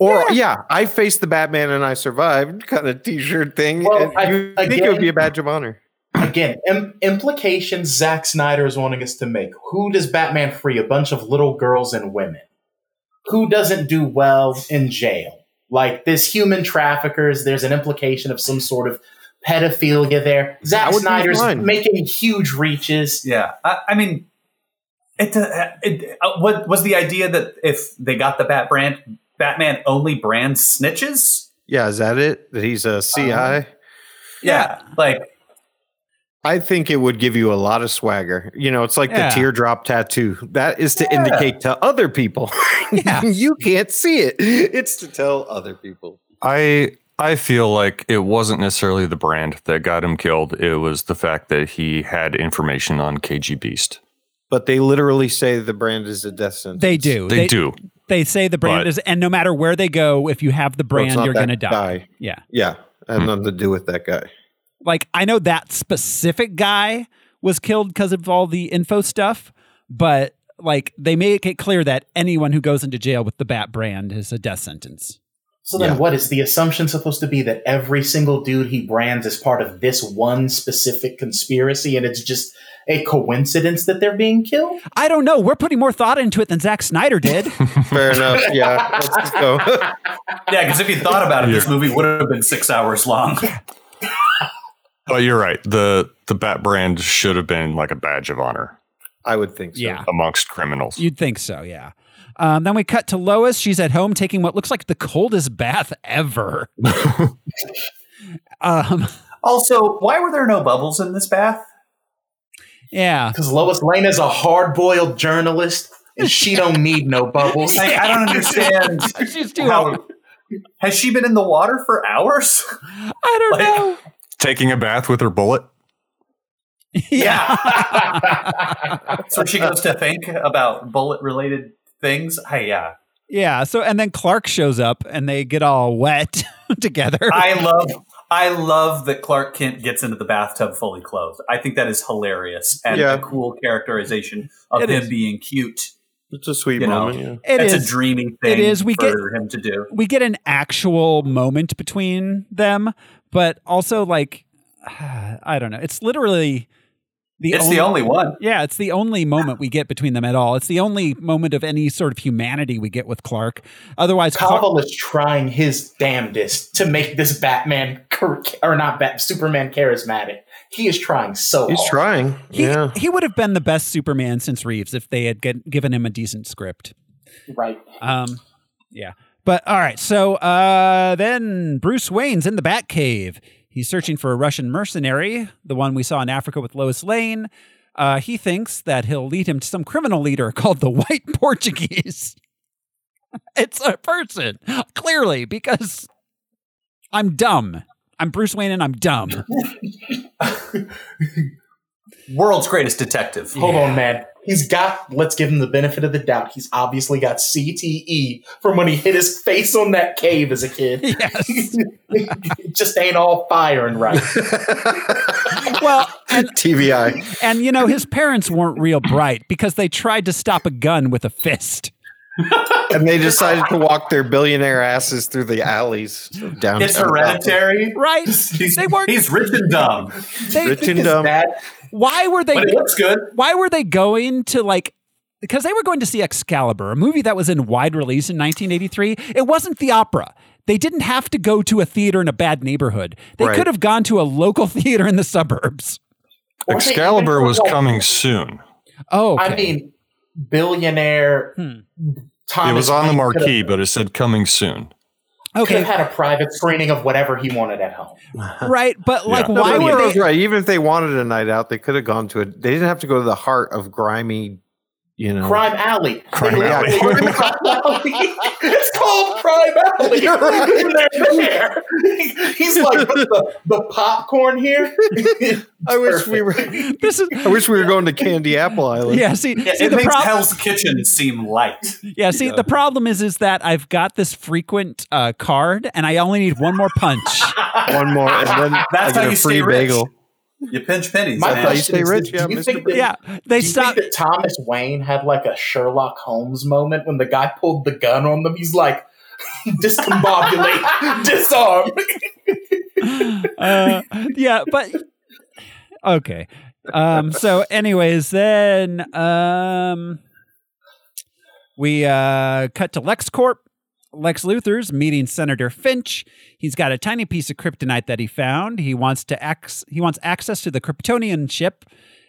[SPEAKER 2] Or yeah. I faced the Batman and I survived kind of T-shirt thing.
[SPEAKER 4] Well,
[SPEAKER 2] and
[SPEAKER 4] I-
[SPEAKER 2] you think it would be a
[SPEAKER 4] again-
[SPEAKER 2] badge of honor?
[SPEAKER 4] Again, Im- implications Zack Snyder is wanting us to make. Who does Batman free? A bunch of little girls and women. Who doesn't do well in jail? Like this human traffickers, there's an implication of some sort of pedophilia there. Zack
[SPEAKER 3] would be
[SPEAKER 4] Snyder's
[SPEAKER 3] fine.
[SPEAKER 4] making huge reaches.
[SPEAKER 3] Yeah, I, I mean, it, uh, it uh, what was the idea that if they got the Bat brand, Batman only brands snitches?
[SPEAKER 2] Yeah, is that it? That he's a CI?
[SPEAKER 4] Um,
[SPEAKER 3] yeah, like
[SPEAKER 2] I think it would give you a lot of swagger. You know, it's like
[SPEAKER 3] Yeah.
[SPEAKER 2] the teardrop tattoo. That is to
[SPEAKER 3] Yeah.
[SPEAKER 2] indicate to other people. you can't see it. It's to tell other people.
[SPEAKER 5] I I feel like it wasn't necessarily the brand that got him killed. It was the fact that he had information on KG Beast.
[SPEAKER 2] But they literally say the brand is a death sentence.
[SPEAKER 1] They do.
[SPEAKER 5] They do.
[SPEAKER 1] They say the brand
[SPEAKER 2] But-
[SPEAKER 1] is, and no matter where they go, if you have the brand, you're going to die. Yeah.
[SPEAKER 2] Yeah. I have nothing to do with that guy.
[SPEAKER 1] Like, I know that specific guy was killed because of all the info stuff, but like, they make it clear that anyone who goes into jail with the Bat brand is a death sentence.
[SPEAKER 4] So then,
[SPEAKER 1] Yeah.
[SPEAKER 4] what is the assumption supposed to be that every single dude he brands is part of this one specific conspiracy, and it's just a coincidence that they're being killed?
[SPEAKER 1] I don't know. We're putting more thought into it than Zack Snyder did.
[SPEAKER 2] Fair enough. Yeah. Let's just go.
[SPEAKER 3] yeah, because if you thought about it, this movie would have been six hours long.
[SPEAKER 5] But Oh, you're right. The the bat brand should have been like a badge of honor.
[SPEAKER 2] I would think
[SPEAKER 1] so. Yeah.
[SPEAKER 5] Amongst criminals.
[SPEAKER 1] You'd think so, yeah. Um, then we cut to Lois. She's at home taking what looks like the coldest bath ever. um,
[SPEAKER 3] also, why were there no bubbles in this bath?
[SPEAKER 1] Yeah,
[SPEAKER 4] because Lois Lane is a hard-boiled journalist, and she don't need no bubbles.
[SPEAKER 3] Like, I don't understand.
[SPEAKER 1] She's
[SPEAKER 3] too how, Has she been in the water for hours?
[SPEAKER 1] I don't know.
[SPEAKER 5] Taking a bath with her bullet.
[SPEAKER 3] So she goes to think about bullet related things. Hey, yeah.
[SPEAKER 1] yeah. So, and then Clark shows up and they get all wet together.
[SPEAKER 3] I love I love that Clark Kent gets into the bathtub fully clothed. I think that is hilarious and
[SPEAKER 1] Yeah.
[SPEAKER 3] a cool characterization of
[SPEAKER 1] It
[SPEAKER 3] him
[SPEAKER 1] is.
[SPEAKER 3] being cute.
[SPEAKER 2] It's a sweet moment, yeah.
[SPEAKER 1] It
[SPEAKER 3] It's
[SPEAKER 1] is.
[SPEAKER 3] a dreamy thing
[SPEAKER 1] It is. We
[SPEAKER 3] for
[SPEAKER 1] get-
[SPEAKER 3] him to do.
[SPEAKER 1] we get an actual moment between them, but also like I don't know. It's literally the
[SPEAKER 3] It's the only one.
[SPEAKER 1] Yeah, it's the only moment we get between them at all. It's the only moment of any sort of humanity we get with Clark. Otherwise, Clark-
[SPEAKER 4] Cavill is trying his damnedest to make this Batman char- or not Bat Superman charismatic. He is trying so hard.
[SPEAKER 1] He, he would have been the best Superman since Reeves if they had get, given him a decent script.
[SPEAKER 4] Right.
[SPEAKER 1] Um, yeah. But all right, so uh, then Bruce Wayne's in the Batcave. He's searching for a Russian mercenary, the one we saw in Africa with Lois Lane. Uh, he thinks that he'll lead him to some criminal leader called the White Portuguese. it's a person, clearly, because I'm dumb. I'm Bruce Wayne and I'm dumb.
[SPEAKER 3] World's greatest detective.
[SPEAKER 4] Hold on, man. He's got. Let's give him the benefit of the doubt. He's obviously got CTE from when he hit his face on that cave as a kid.
[SPEAKER 1] Yes,
[SPEAKER 4] it just ain't all firing right.
[SPEAKER 1] well,
[SPEAKER 2] TVI.
[SPEAKER 1] And you know, his parents weren't real bright because they tried to stop a gun with a fist.
[SPEAKER 2] And they decided to walk their billionaire asses through the alleys of downtown.
[SPEAKER 3] It's hereditary.
[SPEAKER 1] Right.
[SPEAKER 3] they weren't he's rich and dumb.
[SPEAKER 1] They-
[SPEAKER 2] Rich and
[SPEAKER 5] Um,
[SPEAKER 2] dumb.
[SPEAKER 1] Why were they
[SPEAKER 3] But it looks good.
[SPEAKER 1] Why were they going to like because they were going to see Excalibur, a movie that was in wide release in 1983. It wasn't the opera. They didn't have to go to a theater in a bad neighborhood. They
[SPEAKER 5] Right.
[SPEAKER 1] could have gone to a local theater in the suburbs.
[SPEAKER 5] Excalibur was coming soon.
[SPEAKER 1] Oh,
[SPEAKER 4] I mean, billionaire. Thomas
[SPEAKER 5] It was on the
[SPEAKER 4] Wayne
[SPEAKER 5] marquee,
[SPEAKER 4] could've-
[SPEAKER 5] but it said coming soon.
[SPEAKER 1] Okay.
[SPEAKER 4] could've had a private screening of whatever he wanted at home.
[SPEAKER 1] Right, but
[SPEAKER 4] like, why would
[SPEAKER 2] Nero was
[SPEAKER 4] they-
[SPEAKER 2] right. Even if they wanted a night out, they could have gone to it. They didn't have to go to the heart of grimy, you know,
[SPEAKER 4] Crime Alley.
[SPEAKER 2] Crime
[SPEAKER 4] They
[SPEAKER 2] Alley.
[SPEAKER 4] literally- Crime Alley. It's called Crime Alley.
[SPEAKER 2] You're right.
[SPEAKER 4] They're there. He's like the, the popcorn here.
[SPEAKER 2] I wish we were.
[SPEAKER 1] This is.
[SPEAKER 2] I wish we were going to Candy Apple Island.
[SPEAKER 1] Yeah, see-
[SPEAKER 3] Yeah,
[SPEAKER 1] see
[SPEAKER 3] it
[SPEAKER 1] the
[SPEAKER 3] makes
[SPEAKER 1] prob-
[SPEAKER 3] Hell's Kitchen seem light.
[SPEAKER 1] Yeah, see, the problem is is that I've got this frequent uh, card and I only need one more punch.
[SPEAKER 2] one more and then
[SPEAKER 1] I
[SPEAKER 3] That's
[SPEAKER 1] get
[SPEAKER 3] how
[SPEAKER 1] a free
[SPEAKER 3] you stay rich.
[SPEAKER 1] bagel.
[SPEAKER 3] You pinch pennies.
[SPEAKER 4] My
[SPEAKER 3] man.
[SPEAKER 4] question is, do you think that,
[SPEAKER 1] they
[SPEAKER 4] do you think that Thomas Wayne had like a Sherlock Holmes moment when the guy pulled the gun on them? He's like, discombobulate, disarm.
[SPEAKER 1] uh, yeah, but okay. Um, so, anyways, then um, we uh, cut to LexCorp. Lex Luthor's meeting Senator Finch. He's got a tiny piece of kryptonite that he found. He wants to ac- he wants access to the Kryptonian ship,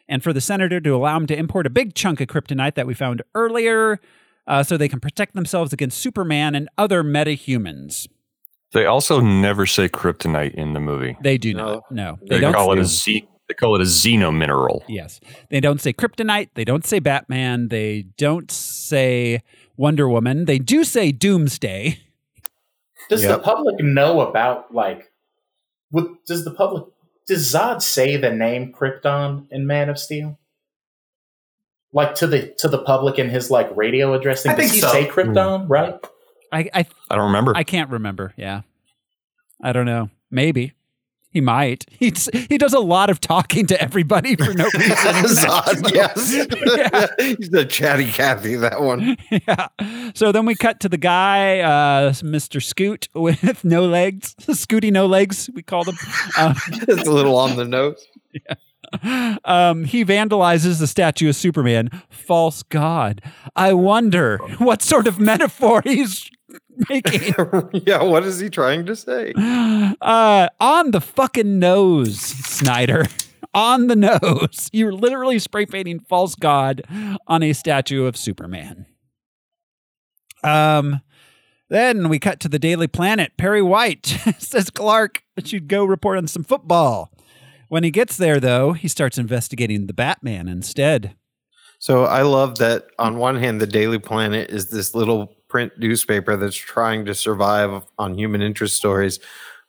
[SPEAKER 1] and for the senator to allow him to import a big chunk of kryptonite that we found earlier, uh, so they can protect themselves against Superman and other metahumans.
[SPEAKER 5] They also never say kryptonite in the movie.
[SPEAKER 1] They do not. No,
[SPEAKER 5] They, call it a z. They call it a xenomineral.
[SPEAKER 1] Yes. They don't say Kryptonite. They don't say Batman. They don't say Wonder Woman. They do say Doomsday.
[SPEAKER 4] Does
[SPEAKER 1] Yep.
[SPEAKER 4] the public know about like? What, does the public does Zod say the name Krypton in Man of Steel? Like to the to the public in his like radio address thing.
[SPEAKER 1] I
[SPEAKER 4] Does
[SPEAKER 1] think
[SPEAKER 4] he
[SPEAKER 1] so.
[SPEAKER 4] say
[SPEAKER 2] Hmm.
[SPEAKER 4] Krypton? Right?
[SPEAKER 1] I I,
[SPEAKER 5] I don't remember.
[SPEAKER 1] I can't remember. Yeah. I don't know. Maybe. He might. He's, he does a lot of talking to everybody for no reason.
[SPEAKER 2] Zod, yes. He's a chatty Cathy, that one.
[SPEAKER 1] So then we cut to the guy, uh, Mr. Scoot with no legs, Scooty no legs, we call him. Um,
[SPEAKER 2] it's a little on the nose.
[SPEAKER 1] Um, he vandalizes the statue of Superman, false god. I wonder what sort of metaphor he's making.
[SPEAKER 2] yeah, what is he trying to say?
[SPEAKER 1] Uh, on the fucking nose, Snyder. on the nose. You're literally spray painting false god on a statue of Superman. Um, then we cut to the Daily Planet. Perry White says Clark should go report on some football. When he gets there, though, he starts investigating the Batman instead.
[SPEAKER 2] So I love that
[SPEAKER 3] Mm.
[SPEAKER 2] on one hand, the Daily Planet is this little print newspaper that's trying to survive on human interest stories,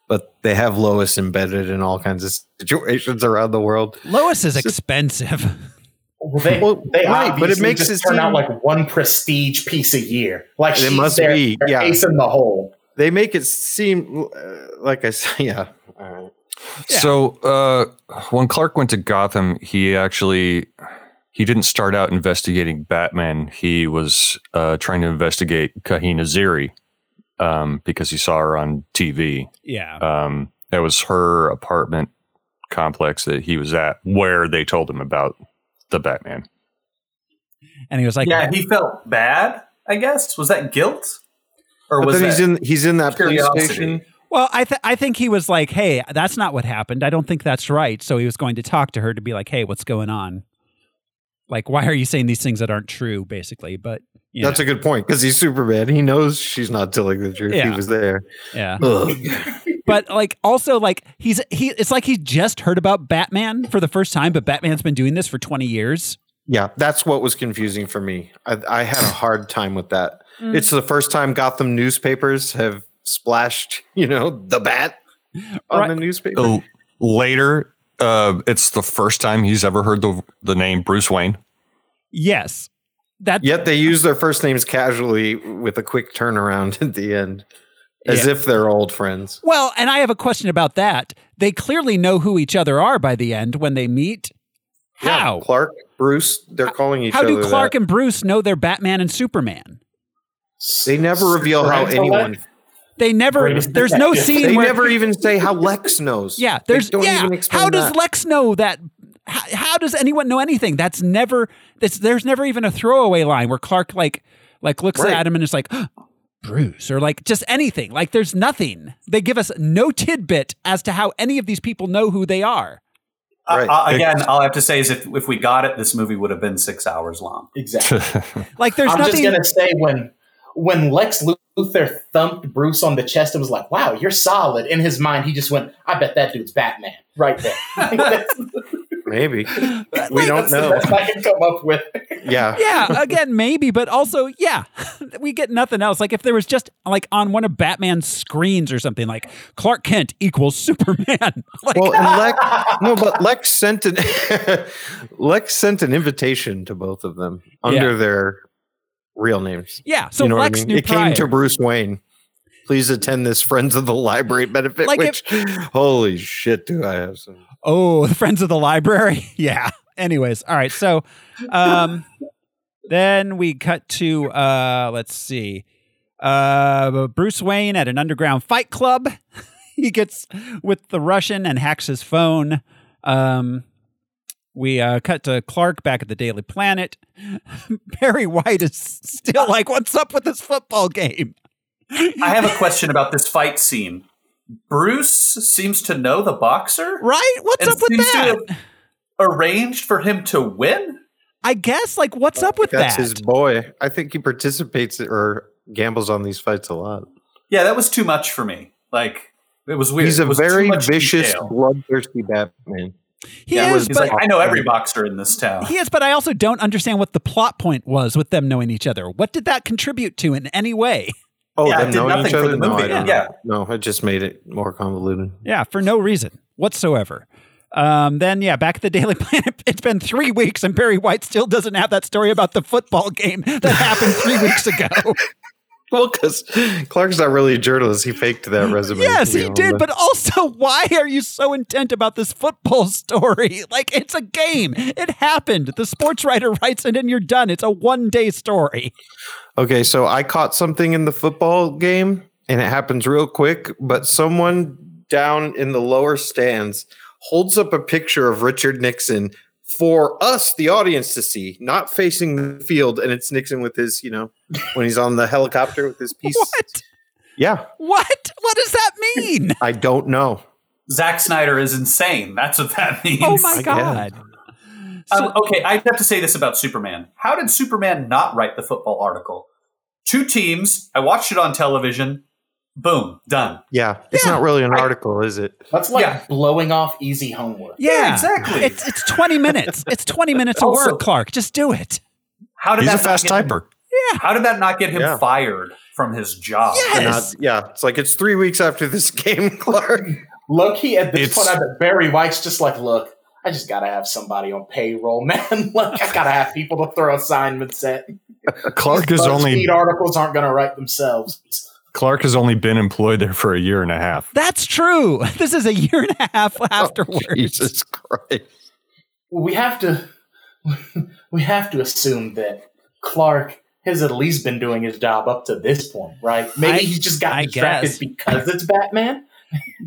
[SPEAKER 2] but they have Lois embedded in all kinds of situations around the world.
[SPEAKER 1] Lois is expensive.
[SPEAKER 4] Well, they
[SPEAKER 2] Well,
[SPEAKER 4] they
[SPEAKER 2] right, but it
[SPEAKER 4] obviously
[SPEAKER 2] makes
[SPEAKER 4] just
[SPEAKER 2] it
[SPEAKER 4] turn out
[SPEAKER 2] seem-
[SPEAKER 4] like one prestige piece a year. Like
[SPEAKER 2] It
[SPEAKER 4] she's
[SPEAKER 2] must
[SPEAKER 4] there,
[SPEAKER 2] be,
[SPEAKER 4] they're
[SPEAKER 2] yeah.
[SPEAKER 4] ace in the hole.
[SPEAKER 2] They make it seem uh, like I said, yeah. All right.
[SPEAKER 5] So uh, when Clark went to Gotham, he actually he didn't start out investigating Batman. He was uh, trying to investigate Kahina Ziri um, because he saw her on TV.
[SPEAKER 1] Yeah.
[SPEAKER 5] Um, that was her apartment complex that he was at, where they told him about the Batman.
[SPEAKER 1] And he was like,
[SPEAKER 3] yeah, he felt bad. I guess was that guilt, or
[SPEAKER 2] But
[SPEAKER 3] was
[SPEAKER 2] then
[SPEAKER 3] that
[SPEAKER 2] he's in he's in that police
[SPEAKER 3] curiosity?
[SPEAKER 2] station.
[SPEAKER 1] Well, I th- I think he was like, "Hey, that's not what happened. I don't think that's right." So he was going to talk to her to be like, "Hey, what's going on? Like, why are you saying these things that aren't true?" Basically, but you
[SPEAKER 2] That's
[SPEAKER 1] know.
[SPEAKER 2] a good point because he's Superman. He knows she's not telling the truth.
[SPEAKER 1] Yeah.
[SPEAKER 2] He was there.
[SPEAKER 1] Yeah.
[SPEAKER 2] Ugh.
[SPEAKER 1] but like also like he's he it's like he just heard about Batman for the first time, but Batman's been doing this for twenty years.
[SPEAKER 2] Yeah, that's what was confusing for me. I, I had a hard time with that.
[SPEAKER 1] Mm.
[SPEAKER 2] It's the first time Gotham newspapers have splashed, you know, the bat on the newspaper.
[SPEAKER 5] Oh, later, uh, it's the first time he's ever heard the the name Bruce Wayne.
[SPEAKER 1] Yes. That
[SPEAKER 2] Yet they use their first names casually with a quick turnaround at the end, as
[SPEAKER 1] Yeah.
[SPEAKER 2] if they're old friends.
[SPEAKER 1] Well, and I have a question about that. They clearly know who each other are by the end when they meet. How?
[SPEAKER 2] Clark, Bruce, they're calling each
[SPEAKER 1] How
[SPEAKER 2] other.
[SPEAKER 1] do Clark
[SPEAKER 2] that.
[SPEAKER 1] and Bruce know they're Batman and Superman?
[SPEAKER 2] They never reveal how
[SPEAKER 1] Superman?
[SPEAKER 2] anyone.
[SPEAKER 1] They never.
[SPEAKER 2] Greatest
[SPEAKER 1] There's no
[SPEAKER 2] detective.
[SPEAKER 1] scene
[SPEAKER 2] They
[SPEAKER 1] where
[SPEAKER 2] never even say how Lex knows.
[SPEAKER 1] Yeah,
[SPEAKER 2] They
[SPEAKER 1] there's
[SPEAKER 2] don't
[SPEAKER 1] yeah.
[SPEAKER 2] even explain
[SPEAKER 1] how does
[SPEAKER 2] that.
[SPEAKER 1] Lex know that? How, how does anyone know anything? That's never. That's, there's never even a throwaway line where Clark like like looks
[SPEAKER 2] Right.
[SPEAKER 1] at him and is like Bruce or like just anything. Like there's nothing. They give us no tidbit as to how any of these people know who they are.
[SPEAKER 3] Uh,
[SPEAKER 2] Right.
[SPEAKER 3] uh, again, all I have to say is if if we got it, this movie would have been six hours long.
[SPEAKER 4] Exactly.
[SPEAKER 1] Like there's
[SPEAKER 4] I'm
[SPEAKER 1] nothing.
[SPEAKER 4] just gonna say when when Lex Luthor thumped Bruce on the chest and was like, "Wow, you're solid." In his mind, he just went, "I bet that dude's Batman." Right there. that's,
[SPEAKER 2] Maybe we
[SPEAKER 1] Like,
[SPEAKER 2] don't
[SPEAKER 4] that's the
[SPEAKER 2] know.
[SPEAKER 4] best I can come up with.
[SPEAKER 2] Yeah,
[SPEAKER 1] yeah, again, maybe, but also, yeah, we get nothing else. Like if there was just like on one of Batman's screens or something, like Clark Kent equals Superman. like,
[SPEAKER 2] Well, and Lex, no, but Lex sent an Lex sent an invitation to both of them under their real names.
[SPEAKER 1] Yeah, so Lex knew
[SPEAKER 2] It came to
[SPEAKER 1] prior.
[SPEAKER 2] Bruce Wayne. Please attend this Friends of the Library benefit.
[SPEAKER 1] Like
[SPEAKER 2] which, holy shit, do I have some?
[SPEAKER 1] Oh, the friends of the library. yeah. Anyways, all right. So, um, then we cut to uh, let's see, uh, Bruce Wayne at an underground fight club. he gets with the Russian and hacks his phone. Um, we uh, cut to Clark back at the Daily Planet. Barry White is still like, "What's up with this football game?"
[SPEAKER 3] I have a question about this fight scene. Bruce seems to know the boxer,
[SPEAKER 1] right? What's up with that?
[SPEAKER 3] arranged for him to win.
[SPEAKER 1] I guess. Like, what's up with
[SPEAKER 2] That's
[SPEAKER 1] that?
[SPEAKER 2] his boy. I think he participates or gambles on these fights a lot.
[SPEAKER 3] Yeah, that was too much for me. Like it was weird.
[SPEAKER 2] He's a
[SPEAKER 3] It was too
[SPEAKER 2] very
[SPEAKER 3] much
[SPEAKER 2] vicious,
[SPEAKER 3] detail.
[SPEAKER 2] bloodthirsty Batman.
[SPEAKER 1] He
[SPEAKER 3] Yeah, it
[SPEAKER 1] is,
[SPEAKER 3] was- he's like,
[SPEAKER 1] but-
[SPEAKER 3] I know every boxer in this town.
[SPEAKER 1] He is, but I also don't understand what the plot point was with them knowing each other. What did that contribute to in any way?
[SPEAKER 2] Oh,
[SPEAKER 3] Yeah, it
[SPEAKER 2] them
[SPEAKER 3] did
[SPEAKER 2] knowing
[SPEAKER 3] nothing
[SPEAKER 2] each
[SPEAKER 3] for
[SPEAKER 2] other?
[SPEAKER 3] the
[SPEAKER 2] no,
[SPEAKER 3] movie.
[SPEAKER 2] I don't
[SPEAKER 3] Yeah.
[SPEAKER 2] know. No, it just made it more convoluted.
[SPEAKER 1] Yeah, for no reason whatsoever. Um, then, yeah, back at the Daily Planet, it's been three weeks and Barry White still doesn't have that story about the football game that happened three weeks ago.
[SPEAKER 2] Well, because Clark's not really a journalist. He faked that resume.
[SPEAKER 1] Yes,
[SPEAKER 2] to be
[SPEAKER 1] he
[SPEAKER 2] on
[SPEAKER 1] did,
[SPEAKER 2] the-
[SPEAKER 1] but also, why are you so intent about this football story? Like, it's a game. It happened. The sports writer writes it and you're done. It's a one day story.
[SPEAKER 2] Okay, so I caught something in the football game, and it happens real quick. But someone down in the lower stands holds up a picture of Richard Nixon for us, the audience, to see, not facing the field, and it's Nixon with his, you know, when he's on the helicopter with his piece.
[SPEAKER 1] What?
[SPEAKER 2] Yeah,
[SPEAKER 1] What? What does that mean?
[SPEAKER 2] I don't know.
[SPEAKER 3] Zack Snyder is insane. That's what that means.
[SPEAKER 1] Oh my God.
[SPEAKER 3] Um, okay, I have to say this about Superman. How did Superman not write the football article? Two teams. I watched it on television. Boom, done.
[SPEAKER 2] Yeah, it's not really an article, is it?
[SPEAKER 4] That's like blowing off easy homework.
[SPEAKER 1] Yeah,
[SPEAKER 3] exactly.
[SPEAKER 1] It's, it's 20 minutes. It's 20 minutes of
[SPEAKER 3] Also-
[SPEAKER 1] work, Clark. Just do it.
[SPEAKER 3] How did
[SPEAKER 5] He's
[SPEAKER 3] that
[SPEAKER 5] a fast
[SPEAKER 3] not get
[SPEAKER 5] typer.
[SPEAKER 3] Him, how did that not get him
[SPEAKER 2] Yeah.
[SPEAKER 3] fired from his job?
[SPEAKER 2] They're not- yeah, it's like it's three weeks after this game, Clark.
[SPEAKER 4] Low key, at this
[SPEAKER 2] It's-
[SPEAKER 4] point, I bet Barry White's just like, look, I just gotta have somebody on payroll, man. like, I gotta have people to throw assignments at.
[SPEAKER 5] Clark is only
[SPEAKER 4] BuzzFeed articles aren't gonna write themselves.
[SPEAKER 5] Clark has only been employed there for a year and a half.
[SPEAKER 1] That's true. This is a year and a half afterwards.
[SPEAKER 2] Oh, Jesus Christ.
[SPEAKER 4] We have to, we have to assume that Clark has at least been doing his job up to this point, right? Maybe
[SPEAKER 1] I-
[SPEAKER 4] he's just got
[SPEAKER 1] I
[SPEAKER 4] distracted
[SPEAKER 1] guess.
[SPEAKER 4] because it's Batman.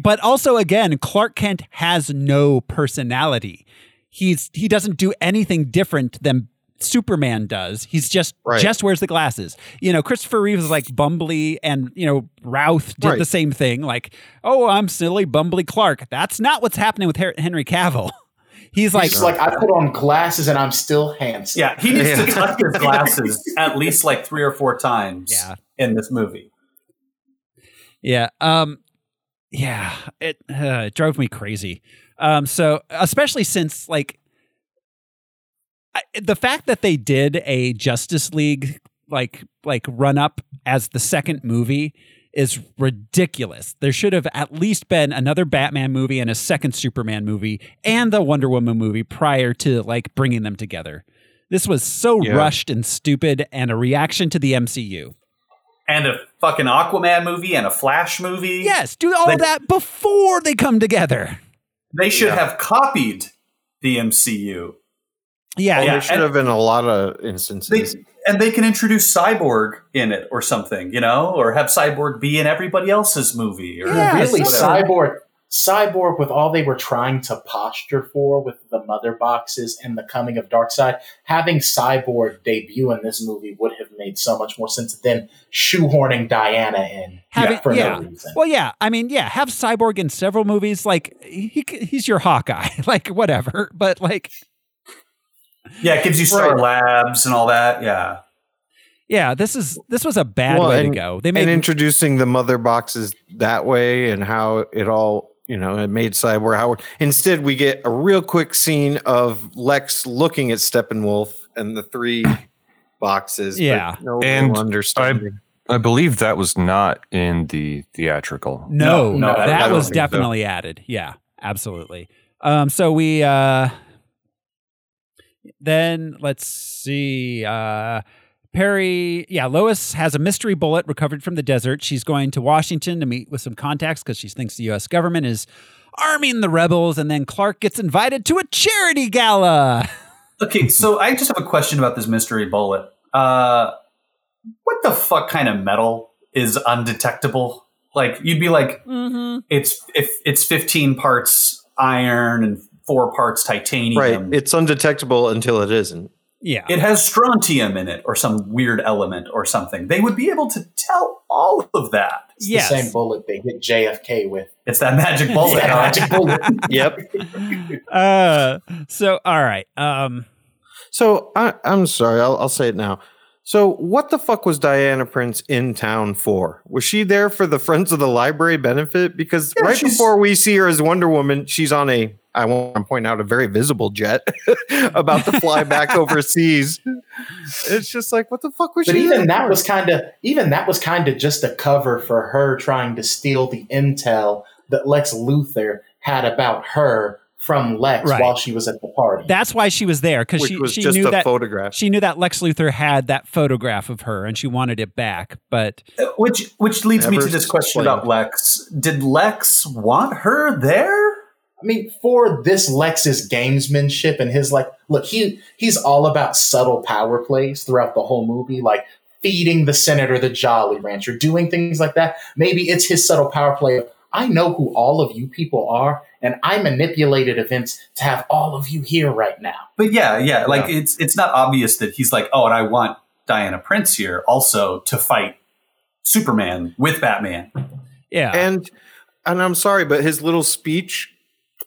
[SPEAKER 1] But also again, Clark Kent has no personality. He's he doesn't do anything different than Superman does. He's just
[SPEAKER 2] Right.
[SPEAKER 1] just wears the glasses. You know, Christopher Reeve is like Bumbly and, you know, Routh did
[SPEAKER 2] Right.
[SPEAKER 1] the same thing like, "Oh, I'm silly Bumbly Clark." That's not what's happening with Her- Henry Cavill. He's like,
[SPEAKER 4] He's just like, I put on glasses and I'm still handsome.
[SPEAKER 3] Yeah, he needs to
[SPEAKER 2] Yeah.
[SPEAKER 3] touch his glasses at least like three or four times
[SPEAKER 1] Yeah.
[SPEAKER 3] in this movie.
[SPEAKER 1] Yeah. Um yeah, it uh, it drove me crazy. Um so especially since like I, the fact that they did a Justice League like like run up as the second movie is ridiculous. There should have at least been another Batman movie and a second Superman movie and the Wonder Woman movie prior to like bringing them together. This was so
[SPEAKER 5] Yeah.
[SPEAKER 1] rushed and stupid and a reaction to the MCU.
[SPEAKER 3] And a fucking Aquaman movie and a Flash movie.
[SPEAKER 1] Yes, do all
[SPEAKER 3] They-
[SPEAKER 1] of that before they come together.
[SPEAKER 3] They should
[SPEAKER 2] Yeah.
[SPEAKER 3] have copied the MCU.
[SPEAKER 1] Yeah,
[SPEAKER 2] Well,
[SPEAKER 1] yeah.
[SPEAKER 2] there should
[SPEAKER 3] and-
[SPEAKER 2] have been a lot of
[SPEAKER 3] They,
[SPEAKER 2] instances.
[SPEAKER 3] and they can introduce Cyborg in it or something, you know, or have Cyborg be in everybody else's movie. Or
[SPEAKER 1] Yeah,
[SPEAKER 4] really,
[SPEAKER 1] so-
[SPEAKER 3] whatever.
[SPEAKER 4] cyborg, cyborg with all they were trying to posture for with the mother boxes and the coming of Darkseid, having cyborg debut in this movie would have made so much more sense than shoehorning Diana in
[SPEAKER 1] Having-
[SPEAKER 4] for
[SPEAKER 1] yeah.
[SPEAKER 4] no reason.
[SPEAKER 1] Well, yeah. I mean, yeah. Have Cyborg in several movies. Like he, he's your Hawkeye. Like whatever. But like,
[SPEAKER 3] Yeah, it gives you Star Labs and all that. Yeah.
[SPEAKER 1] yeah. This is this was a bad
[SPEAKER 2] Well,
[SPEAKER 1] way
[SPEAKER 2] and-
[SPEAKER 1] to go. They
[SPEAKER 2] and
[SPEAKER 1] made
[SPEAKER 2] introducing the mother boxes that way and how it all, you know, it made Cyborg Howard. Instead, we get a real quick scene of Lex looking at Steppenwolf and the three boxes. but
[SPEAKER 1] Yeah.
[SPEAKER 2] no real
[SPEAKER 5] And
[SPEAKER 2] understanding.
[SPEAKER 5] I believe that was not in the theatrical.
[SPEAKER 1] no,
[SPEAKER 3] No, no, I
[SPEAKER 1] that
[SPEAKER 3] don't
[SPEAKER 1] was
[SPEAKER 3] think
[SPEAKER 5] so.
[SPEAKER 1] definitely added. Yeah, absolutely. Um, so we uh, then let's see. Uh, Perry, yeah, Lois has a mystery bullet recovered from the desert. She's going to Washington to meet with some contacts because she thinks the U.S. government is arming the rebels. And then Clark gets invited to a charity gala.
[SPEAKER 3] Okay, so I just have a question about this mystery bullet. Uh, what the fuck kind of metal is undetectable? Like you'd be like,
[SPEAKER 1] Mm-hmm.
[SPEAKER 3] it's if it's fifteen parts iron and four parts titanium.
[SPEAKER 2] Right. It's undetectable until it isn't.
[SPEAKER 1] Yeah.
[SPEAKER 3] It has strontium in it or some weird element or something. They would be able to tell all of that.
[SPEAKER 4] It's the same bullet they hit JFK with.
[SPEAKER 3] It's that magic bullet.
[SPEAKER 4] It's that magic bullet.
[SPEAKER 2] yep.
[SPEAKER 1] Uh, so all right. Um,
[SPEAKER 2] so I, I'm sorry. I'll, I'll say it now. So what the fuck was Diana Prince in town for? Was she there for the Friends of the Library benefit? Because
[SPEAKER 3] Yeah,
[SPEAKER 2] right
[SPEAKER 3] she's-
[SPEAKER 2] before we see her as Wonder Woman, she's on a I want to point out a very visible jet about to fly back overseas. It's just like what the fuck was
[SPEAKER 4] But
[SPEAKER 2] she?
[SPEAKER 4] even
[SPEAKER 2] in
[SPEAKER 4] that
[SPEAKER 2] for?
[SPEAKER 4] was kind of even that was kind of just a cover for her trying to steal the intel that Lex Luthor had about her from Lex
[SPEAKER 1] Right.
[SPEAKER 4] while she was at the party.
[SPEAKER 1] that's why she was there because
[SPEAKER 2] Which
[SPEAKER 1] she
[SPEAKER 2] was
[SPEAKER 1] she
[SPEAKER 2] just
[SPEAKER 1] knew
[SPEAKER 2] a
[SPEAKER 1] that
[SPEAKER 2] photograph.
[SPEAKER 1] She knew that Lex Luthor had that photograph of her, and she wanted it back. But
[SPEAKER 3] Which which leads me
[SPEAKER 1] Never
[SPEAKER 3] to this question about Lex. Did Lex want her there?
[SPEAKER 4] I mean, for this Lex's gamesmanship and his like, look, he he's all about subtle power plays throughout the whole movie, like feeding the senator the Jolly Rancher, doing things like that. Maybe it's his subtle power play. of, I know who all of you people are, and I manipulated events to have all of you here right now.
[SPEAKER 3] But yeah, yeah, like it's it's not obvious that he's like, oh, and I want Diana Prince here also to fight Superman with Batman.
[SPEAKER 1] Yeah.
[SPEAKER 2] And and I'm sorry, but his little speech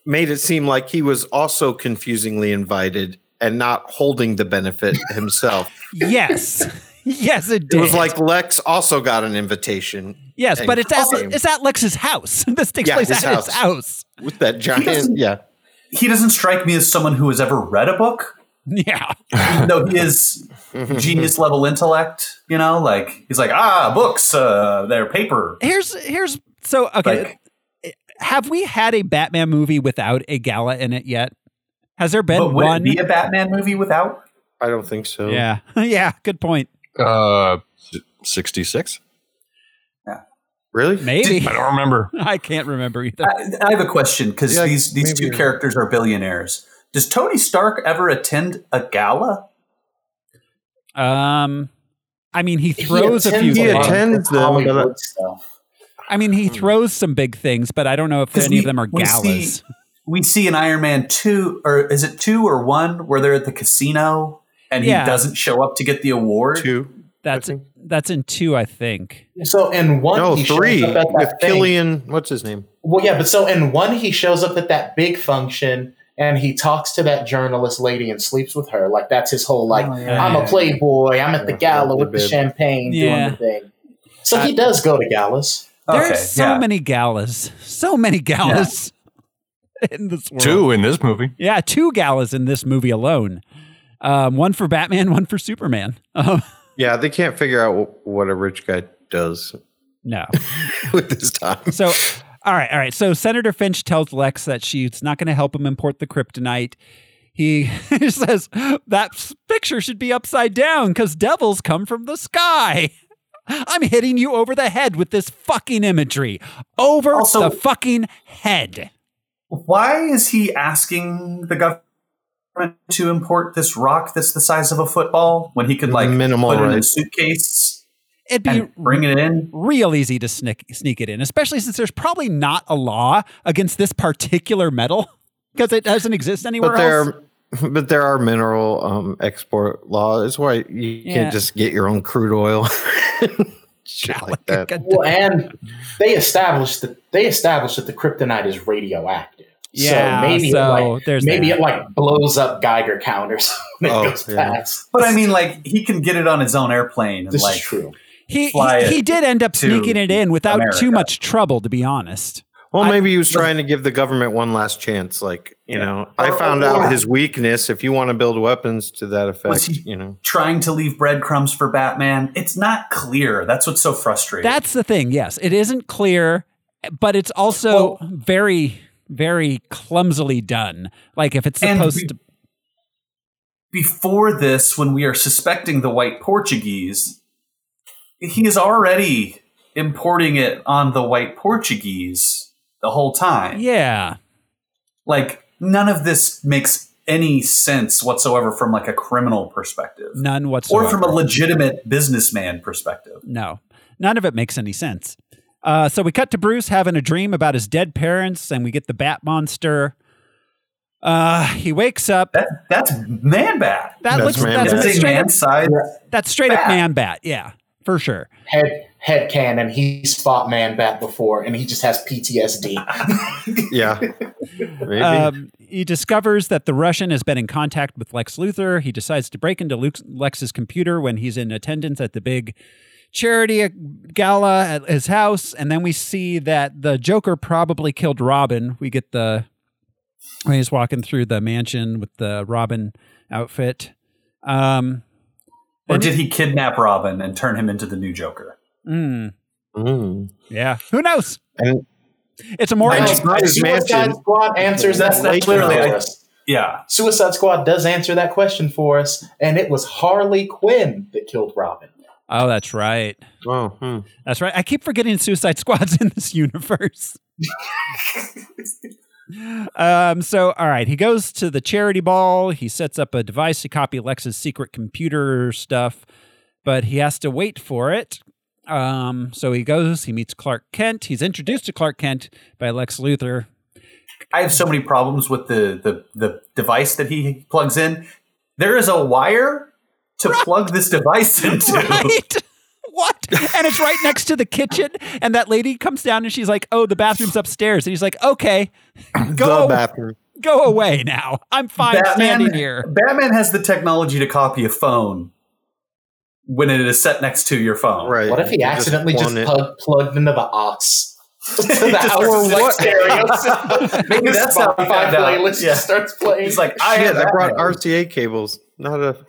[SPEAKER 2] made it seem like he was also confusingly invited and not holding the benefit himself.
[SPEAKER 1] yes, yes, it
[SPEAKER 2] It
[SPEAKER 1] did.
[SPEAKER 2] was like Lex also got an invitation.
[SPEAKER 1] yes,
[SPEAKER 2] and
[SPEAKER 1] but it's at,
[SPEAKER 2] came.
[SPEAKER 1] it's at Lex's house. this takes
[SPEAKER 2] Yeah,
[SPEAKER 1] place
[SPEAKER 2] his
[SPEAKER 1] at his house.
[SPEAKER 2] with that giant.
[SPEAKER 3] doesn't-
[SPEAKER 2] Yeah,
[SPEAKER 3] He doesn't strike me as someone who has ever read a book.
[SPEAKER 1] Yeah,
[SPEAKER 3] No, he is genius level intellect, you know, like he's like, ah, books, uh, they're paper.
[SPEAKER 1] here's here's so okay. eh,
[SPEAKER 3] Like-
[SPEAKER 1] have we had a Batman movie without a gala in it yet? Has there been
[SPEAKER 3] But would
[SPEAKER 1] one?
[SPEAKER 3] it be a Batman movie without?
[SPEAKER 2] I don't think so.
[SPEAKER 1] yeah, yeah. Good point.
[SPEAKER 5] Uh, 66?
[SPEAKER 2] really?
[SPEAKER 1] Maybe
[SPEAKER 5] I don't remember.
[SPEAKER 1] I can't remember either.
[SPEAKER 3] I, I have a question because
[SPEAKER 2] Yeah,
[SPEAKER 3] these these two
[SPEAKER 2] maybe.
[SPEAKER 3] characters are billionaires. Does Tony Stark ever attend a gala?
[SPEAKER 1] Um, I mean, he throws a few.
[SPEAKER 4] attends
[SPEAKER 2] He
[SPEAKER 1] things.
[SPEAKER 4] lot of
[SPEAKER 2] attends them, but I-
[SPEAKER 4] Hollywood stuff.
[SPEAKER 1] I mean, he throws some big things, but I don't know if
[SPEAKER 3] 'Cause
[SPEAKER 1] any of
[SPEAKER 3] we-
[SPEAKER 1] them are
[SPEAKER 3] we
[SPEAKER 1] galas.
[SPEAKER 3] see- we see in Iron Man two, or is it two or one, where they're at the casino and
[SPEAKER 1] Yeah.
[SPEAKER 3] he doesn't show up to get the award.
[SPEAKER 2] Two.
[SPEAKER 1] that's that's in two, I think.
[SPEAKER 4] So in one,
[SPEAKER 2] No,
[SPEAKER 4] he shows
[SPEAKER 2] Oh, three
[SPEAKER 4] up at that
[SPEAKER 2] with
[SPEAKER 4] thing.
[SPEAKER 2] Killian. What's his name?
[SPEAKER 4] Well, yeah, but so in one, he shows up at that big function and he talks to that journalist lady and sleeps with her. Like that's his whole like,
[SPEAKER 3] Oh, yeah.
[SPEAKER 4] I'm a playboy. I'm at the gala with the
[SPEAKER 2] babe.
[SPEAKER 4] champagne
[SPEAKER 1] Yeah. Uh,
[SPEAKER 4] doing the thing. So he does go to galas.
[SPEAKER 1] There
[SPEAKER 3] Okay,
[SPEAKER 1] are so
[SPEAKER 3] yeah.
[SPEAKER 1] many galas, so many galas in this world.
[SPEAKER 5] Two in this movie.
[SPEAKER 1] yeah, two galas in this movie alone. Um, one for Batman, one for Superman. Um,
[SPEAKER 2] Yeah, they can't figure out wh- what a rich guy does
[SPEAKER 1] no,
[SPEAKER 2] with his time.
[SPEAKER 1] so. All right, all right. So Senator Finch tells Lex that she's not going to help him import the kryptonite. He says that s- picture should be upside down because devils come from the sky. I'm hitting you over the head with this fucking imagery. Over
[SPEAKER 3] Also-
[SPEAKER 1] the fucking head.
[SPEAKER 3] Why is he asking the government to import this rock that's the size of a football when he could like
[SPEAKER 2] Minimal
[SPEAKER 3] put it in a
[SPEAKER 2] rights.
[SPEAKER 3] suitcase
[SPEAKER 1] It'd be
[SPEAKER 3] and bring it in?
[SPEAKER 1] real easy to sneak, sneak it in, especially since there's probably not a law against this particular metal because it doesn't exist anywhere
[SPEAKER 2] But there,
[SPEAKER 1] else.
[SPEAKER 2] are, but there are mineral um, export laws. That's why you
[SPEAKER 1] Yeah.
[SPEAKER 2] can't just get your own crude oil. Shit like that.
[SPEAKER 4] Well, and they established that they established that the kryptonite is radioactive.
[SPEAKER 1] Yeah,
[SPEAKER 4] so maybe
[SPEAKER 1] so
[SPEAKER 4] it like,
[SPEAKER 1] there's
[SPEAKER 4] maybe
[SPEAKER 1] that.
[SPEAKER 4] it like blows up Geiger counters when it
[SPEAKER 2] Oh,
[SPEAKER 4] goes
[SPEAKER 2] yeah.
[SPEAKER 4] past.
[SPEAKER 3] But I mean, like he can get it on his own airplane and
[SPEAKER 4] This
[SPEAKER 3] like
[SPEAKER 4] is true.
[SPEAKER 1] he,
[SPEAKER 3] fly
[SPEAKER 1] he, he
[SPEAKER 3] it
[SPEAKER 1] did end up
[SPEAKER 3] to
[SPEAKER 1] sneaking it in without too
[SPEAKER 3] America.
[SPEAKER 1] much trouble, to be honest.
[SPEAKER 2] Well,
[SPEAKER 1] I-
[SPEAKER 2] maybe he was trying to give the government one last chance. Like, you
[SPEAKER 3] Yeah.
[SPEAKER 2] know, I
[SPEAKER 3] Or-
[SPEAKER 2] found
[SPEAKER 3] or-
[SPEAKER 2] out his weakness. If you want to build weapons to that
[SPEAKER 3] Was
[SPEAKER 2] effect,
[SPEAKER 3] he-
[SPEAKER 2] you know,
[SPEAKER 3] trying to leave breadcrumbs for Batman. It's not clear. That's what's so frustrating.
[SPEAKER 1] That's the thing. Yes, it isn't clear, but it's also
[SPEAKER 3] Well-
[SPEAKER 1] very, very clumsily done. Like if it's
[SPEAKER 3] And
[SPEAKER 1] supposed
[SPEAKER 3] we-
[SPEAKER 1] to.
[SPEAKER 3] before this, when we are suspecting the white Portuguese, he is already importing it on the white Portuguese the whole time.
[SPEAKER 1] Yeah.
[SPEAKER 3] Like none of this makes any sense whatsoever from like a criminal perspective
[SPEAKER 1] None whatsoever.
[SPEAKER 3] or from a legitimate businessman perspective.
[SPEAKER 1] No, none of it makes any sense. Uh, so we cut to Bruce having a dream about his dead parents, and we get the Bat Monster. Uh, he wakes up. That,
[SPEAKER 3] that's man bat.
[SPEAKER 1] That
[SPEAKER 3] That's
[SPEAKER 1] looks
[SPEAKER 3] Man
[SPEAKER 1] that's,
[SPEAKER 3] Bat.
[SPEAKER 1] a
[SPEAKER 3] That's a
[SPEAKER 1] straight
[SPEAKER 3] man
[SPEAKER 1] up,
[SPEAKER 3] side
[SPEAKER 1] That's straight up man bat. Yeah, for sure.
[SPEAKER 4] Head head cannon. He's fought man bat before, and he just has PTSD.
[SPEAKER 2] yeah. Maybe.
[SPEAKER 1] Um, he discovers that the Russian has been in contact with Lex Luthor. He decides to break into Luke's, Lex's computer when he's in attendance at the big charity gala at his house. And then we see that the Joker probably killed Robin. We get the when he's walking through the mansion with the Robin outfit. Um,
[SPEAKER 3] Or did he kidnap Robin and turn him into the new Joker?
[SPEAKER 1] mm,
[SPEAKER 2] Mm.
[SPEAKER 1] yeah, who knows? It's a more
[SPEAKER 4] And Suicide Squad answers that
[SPEAKER 3] That's- that's
[SPEAKER 4] question
[SPEAKER 3] literally-
[SPEAKER 4] for us.
[SPEAKER 3] Yeah.
[SPEAKER 4] Suicide Squad does answer that question for us, and it was Harley Quinn that killed Robin.
[SPEAKER 1] Oh, that's right.
[SPEAKER 2] Oh,
[SPEAKER 1] that's right. I keep forgetting Suicide Squad's in this universe. um, so, all right, he goes to the charity ball. He sets up a device to copy Lex's secret computer stuff, but he has to wait for it. Um, so he goes. He meets Clark Kent. He's introduced to Clark Kent by Lex Luthor.
[SPEAKER 3] I have so many problems with the the, the device that he plugs in. There is a wire to plug this device into.
[SPEAKER 1] Right? What? And it's right next to the kitchen. And that lady comes down and she's like, "Oh, the bathroom's upstairs." And he's like, "Okay, go
[SPEAKER 2] bathroom.
[SPEAKER 1] go away now. I'm fine standing here."
[SPEAKER 3] Batman has the technology to copy a phone when it is set next to your phone. Right.
[SPEAKER 4] What if he accidentally just, plug, plugged into the aux? to
[SPEAKER 3] He
[SPEAKER 4] the
[SPEAKER 3] just-
[SPEAKER 4] hour
[SPEAKER 3] What?
[SPEAKER 4] stereo
[SPEAKER 3] Maybe that's how he found out.
[SPEAKER 4] playlist
[SPEAKER 3] Yeah.
[SPEAKER 4] just starts playing.
[SPEAKER 3] He's like, I,
[SPEAKER 2] Shit,
[SPEAKER 3] am
[SPEAKER 2] I brought
[SPEAKER 3] Batman.
[SPEAKER 2] RCA cables, not a.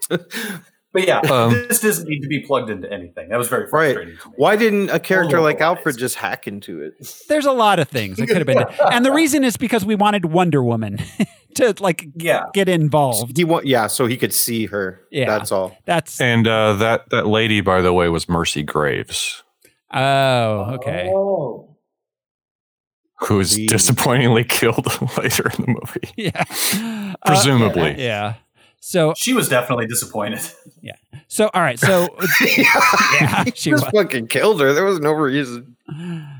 [SPEAKER 3] But yeah,
[SPEAKER 2] Um,
[SPEAKER 3] this doesn't need to be plugged into anything. That was very
[SPEAKER 2] right.
[SPEAKER 3] frustrating.
[SPEAKER 2] Why didn't a character
[SPEAKER 3] All
[SPEAKER 2] like Alfred just hack into it?
[SPEAKER 1] There's a lot of things that could have been, and the reason is because we wanted Wonder Woman to like
[SPEAKER 3] yeah.
[SPEAKER 1] get involved.
[SPEAKER 2] He want yeah, so he could see her.
[SPEAKER 1] Yeah.
[SPEAKER 2] that's all.
[SPEAKER 1] That's
[SPEAKER 5] and uh, that that lady, by the way, was Mercy Graves,
[SPEAKER 1] oh, okay.
[SPEAKER 4] Oh,
[SPEAKER 5] who was disappointingly killed later in the movie.
[SPEAKER 1] Yeah,
[SPEAKER 5] Presumably.
[SPEAKER 1] Uh, yeah. So
[SPEAKER 3] she was definitely disappointed.
[SPEAKER 1] Yeah. So all right. So yeah,
[SPEAKER 2] He
[SPEAKER 1] she
[SPEAKER 2] just
[SPEAKER 1] was.
[SPEAKER 2] fucking killed her. There was no reason.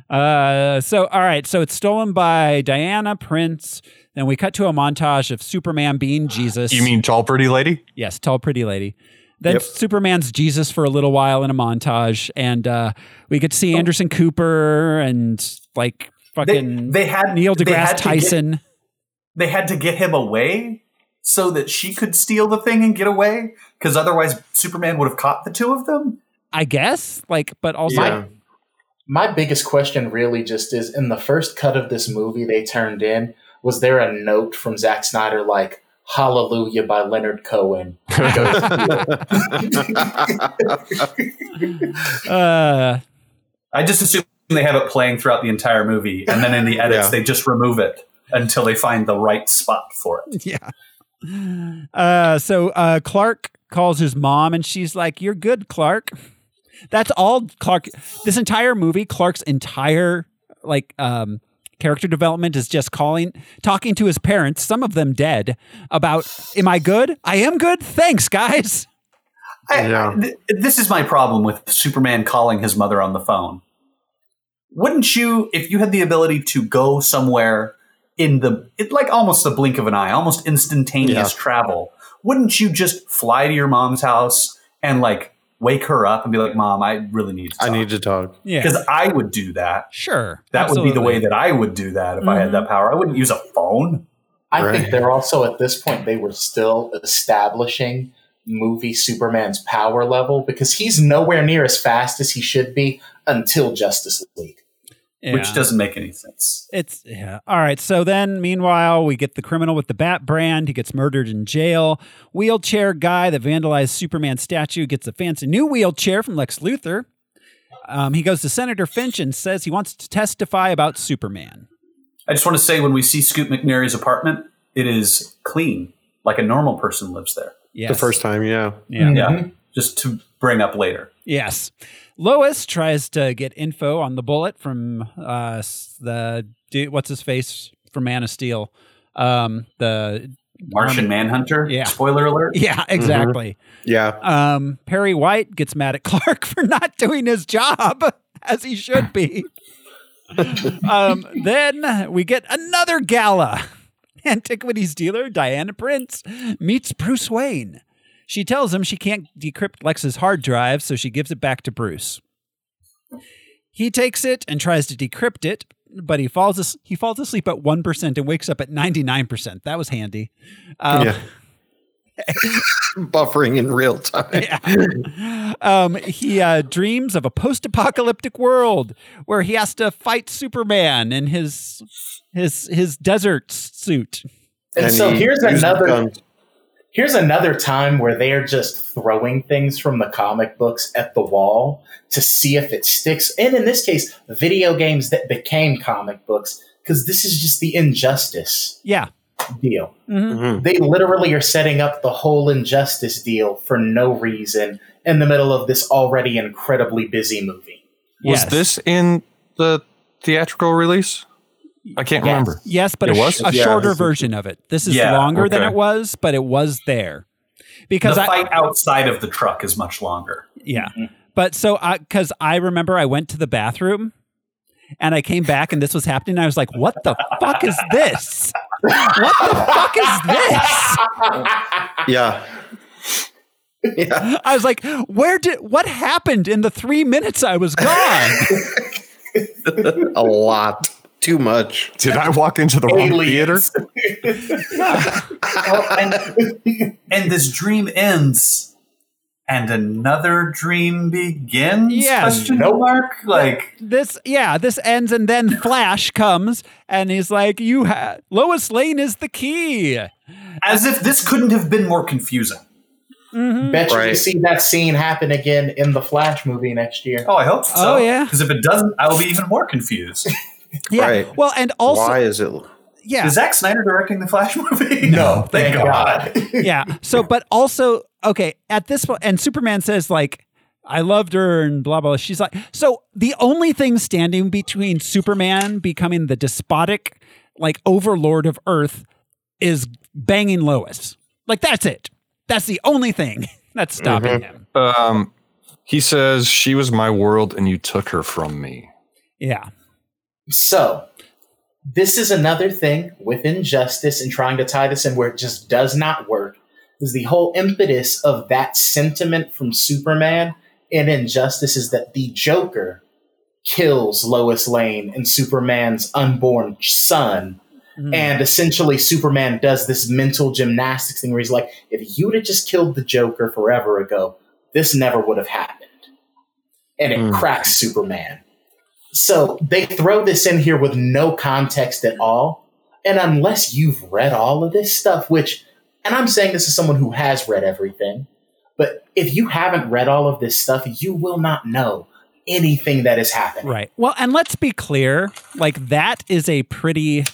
[SPEAKER 1] Uh, so all right. So it's stolen by Diana Prince. Then we cut to a montage of Superman being Jesus.
[SPEAKER 5] You mean tall, pretty lady?
[SPEAKER 1] Yes, tall, pretty lady. Then
[SPEAKER 5] Yep.
[SPEAKER 1] Superman's Jesus for a little while in a montage, and uh, we could
[SPEAKER 3] Oh.
[SPEAKER 1] see Anderson Cooper and like fucking
[SPEAKER 3] they had-
[SPEAKER 1] Neil
[SPEAKER 3] they
[SPEAKER 1] deGrasse
[SPEAKER 3] had to get-
[SPEAKER 1] Tyson.
[SPEAKER 3] They had to get him away so that she could steal the thing and get away because otherwise Superman would have caught the two of them.
[SPEAKER 1] I guess, like, but also
[SPEAKER 4] my, my biggest question really just is in the first cut of this movie they turned in, was there a note from Zack Snyder like Hallelujah by Leonard Cohen?
[SPEAKER 1] Uh,
[SPEAKER 3] I just assume they have it playing throughout the entire movie, and then in the edits
[SPEAKER 1] Yeah.
[SPEAKER 3] they just remove it until they find the right spot for it.
[SPEAKER 1] Yeah. Uh, so uh, Clark calls his mom, and she's like, "You're good, Clark." That's all Clark. This entire movie, Clark's entire like um, character development is just calling, talking to his parents, some of them dead, about, "Am I good? I am good. Thanks, guys."
[SPEAKER 3] I- th- this is my problem with Superman calling his mother on the phone. Wouldn't you, if you had the ability to go somewhere in the, it, like almost the blink of an eye, almost instantaneous
[SPEAKER 5] Yeah.
[SPEAKER 3] travel, wouldn't you just fly to your mom's house and like wake her up and be like, Mom, I really need to talk? I need
[SPEAKER 2] to talk.
[SPEAKER 1] Yeah.
[SPEAKER 3] Because I would do that.
[SPEAKER 1] Sure.
[SPEAKER 3] That would be the
[SPEAKER 4] Absolutely.
[SPEAKER 3] way that I would do that if I had that power. I wouldn't use a phone.
[SPEAKER 4] I
[SPEAKER 3] Right.
[SPEAKER 4] think they're also at this point they were still establishing movie Superman's power level because he's nowhere near as fast as he should be until Justice League.
[SPEAKER 3] Which
[SPEAKER 1] Yeah.
[SPEAKER 3] doesn't make any sense.
[SPEAKER 1] It's yeah. All right. So then, meanwhile, we get the criminal with the bat brand. He gets murdered in jail. Wheelchair guy that vandalized Superman statue gets a fancy new wheelchair from Lex Luthor. Um, he goes to Senator Finch and says he wants to testify about Superman.
[SPEAKER 3] I just want to say when we see Scoot McNairy's apartment, it is clean, like a normal person lives there.
[SPEAKER 1] Yes.
[SPEAKER 2] The first time, yeah.
[SPEAKER 1] Yeah.
[SPEAKER 3] Yeah. Just to bring up later.
[SPEAKER 1] Yes. Lois tries to get info on the bullet from uh, s- the dude, what's his face from Man of Steel, um, the
[SPEAKER 3] Martian Manhunter.
[SPEAKER 1] Yeah.
[SPEAKER 3] Spoiler alert.
[SPEAKER 1] Yeah,
[SPEAKER 2] Mm-hmm.
[SPEAKER 1] exactly.
[SPEAKER 2] Yeah.
[SPEAKER 1] Um, Perry White gets mad at Clark for not doing his job as he should be. um, then we get another gala. antiquities dealer Diana Prince meets Bruce Wayne. She tells him she can't decrypt Lex's hard drive, so she gives it back to Bruce. He takes it and tries to decrypt it, but he falls as- he falls asleep at one percent and wakes up at ninety nine percent. That was handy. Um,
[SPEAKER 2] yeah. Buffering in real time.
[SPEAKER 1] um, he uh, dreams of a post-apocalyptic world where he has to fight Superman in his his his desert suit.
[SPEAKER 4] And, so here's another
[SPEAKER 2] guns.
[SPEAKER 4] here's another time where they are just throwing things from the comic books at the wall to see if it sticks. And in this case, video games that became comic books because this is just the injustice
[SPEAKER 1] Yeah.
[SPEAKER 4] deal.
[SPEAKER 1] Mhm.
[SPEAKER 4] They literally are setting up the whole injustice deal for no reason in the middle of this already incredibly busy movie.
[SPEAKER 5] Was this in the theatrical release? I can't
[SPEAKER 1] Yes.
[SPEAKER 5] remember.
[SPEAKER 1] Yes, but a,
[SPEAKER 5] it
[SPEAKER 1] sh-
[SPEAKER 5] was
[SPEAKER 1] a shorter version of it. This is
[SPEAKER 5] Yeah,
[SPEAKER 1] longer than
[SPEAKER 5] okay.
[SPEAKER 1] it was, but it was there because
[SPEAKER 3] the
[SPEAKER 1] I
[SPEAKER 3] fight outside of the truck is much longer.
[SPEAKER 1] yeah.
[SPEAKER 5] Mm-hmm.
[SPEAKER 1] But so I because I remember I went to the bathroom and I came back and this was happening. And I was like, "What the fuck is this? What the fuck is this?"
[SPEAKER 2] Yeah.
[SPEAKER 1] I was like, "Where did what happened in the three minutes I was gone?"
[SPEAKER 2] a lot. Too much.
[SPEAKER 5] Did I walk into the
[SPEAKER 2] wrong
[SPEAKER 5] theater?
[SPEAKER 3] and, and this dream ends, and another dream begins.
[SPEAKER 1] Yes.
[SPEAKER 3] Question
[SPEAKER 1] Nope.
[SPEAKER 3] mark. Like
[SPEAKER 1] this yeah this ends and then flash comes and he's like you ha- lois lane is the key
[SPEAKER 3] as if this couldn't have been more confusing.
[SPEAKER 4] Bet you we
[SPEAKER 3] Right.
[SPEAKER 4] see that scene happen again in the Flash movie next year.
[SPEAKER 3] Oh, I hope so.
[SPEAKER 1] Oh, yeah.
[SPEAKER 3] Because if it doesn't, I will be even more confused.
[SPEAKER 1] yeah well and also
[SPEAKER 2] Why is it?
[SPEAKER 1] yeah
[SPEAKER 3] Is Zack Snyder directing the Flash movie? No, thank, God.
[SPEAKER 1] yeah so but also okay at this point and superman says like i loved her and blah blah blah. she's like so the only thing standing between superman becoming the despotic like overlord of earth is banging lois like that's it that's the only thing that's stopping him
[SPEAKER 5] Um, he says she was my world and you took her from me.
[SPEAKER 1] yeah
[SPEAKER 4] So, this is another thing with injustice and trying to tie this in where it just does not work. Is the whole impetus of that sentiment from Superman in Injustice is that the Joker kills Lois Lane and Superman's unborn son. And essentially, Superman does this mental gymnastics thing where he's like, if you'd have just killed the Joker forever ago, this never would have happened. And it cracks Superman. So they throw this in here with no context at all. And unless you've read all of this stuff, which, and I'm saying this as someone who has read everything, but if you haven't read all of this stuff, you will not know anything that has happened.
[SPEAKER 1] Right. Well, and let's be clear, like that is a pretty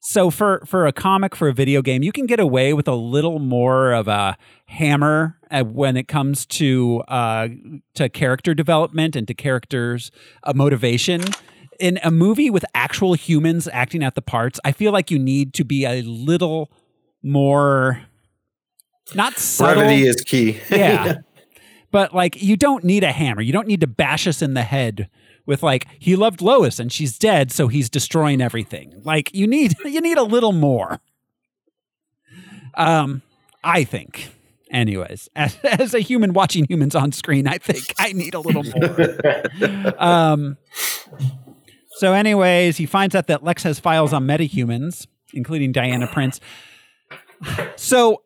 [SPEAKER 1] so for for a comic for a video game, you can get away with a little more of a hammer uh, when it comes to uh to character development and to characters uh, motivation. In a movie with actual humans acting out the parts, I feel like you need to be a little more not subtle
[SPEAKER 2] Brevity is key.
[SPEAKER 1] yeah. But like you don't need a hammer. You don't need to bash us in the head with like he loved Lois and she's dead so he's destroying everything. Like you need you need a little more. Um I think anyways as, as a human watching humans on screen I think I need a little more. um so anyways, he finds out that Lex has files on metahumans including Diana Prince. So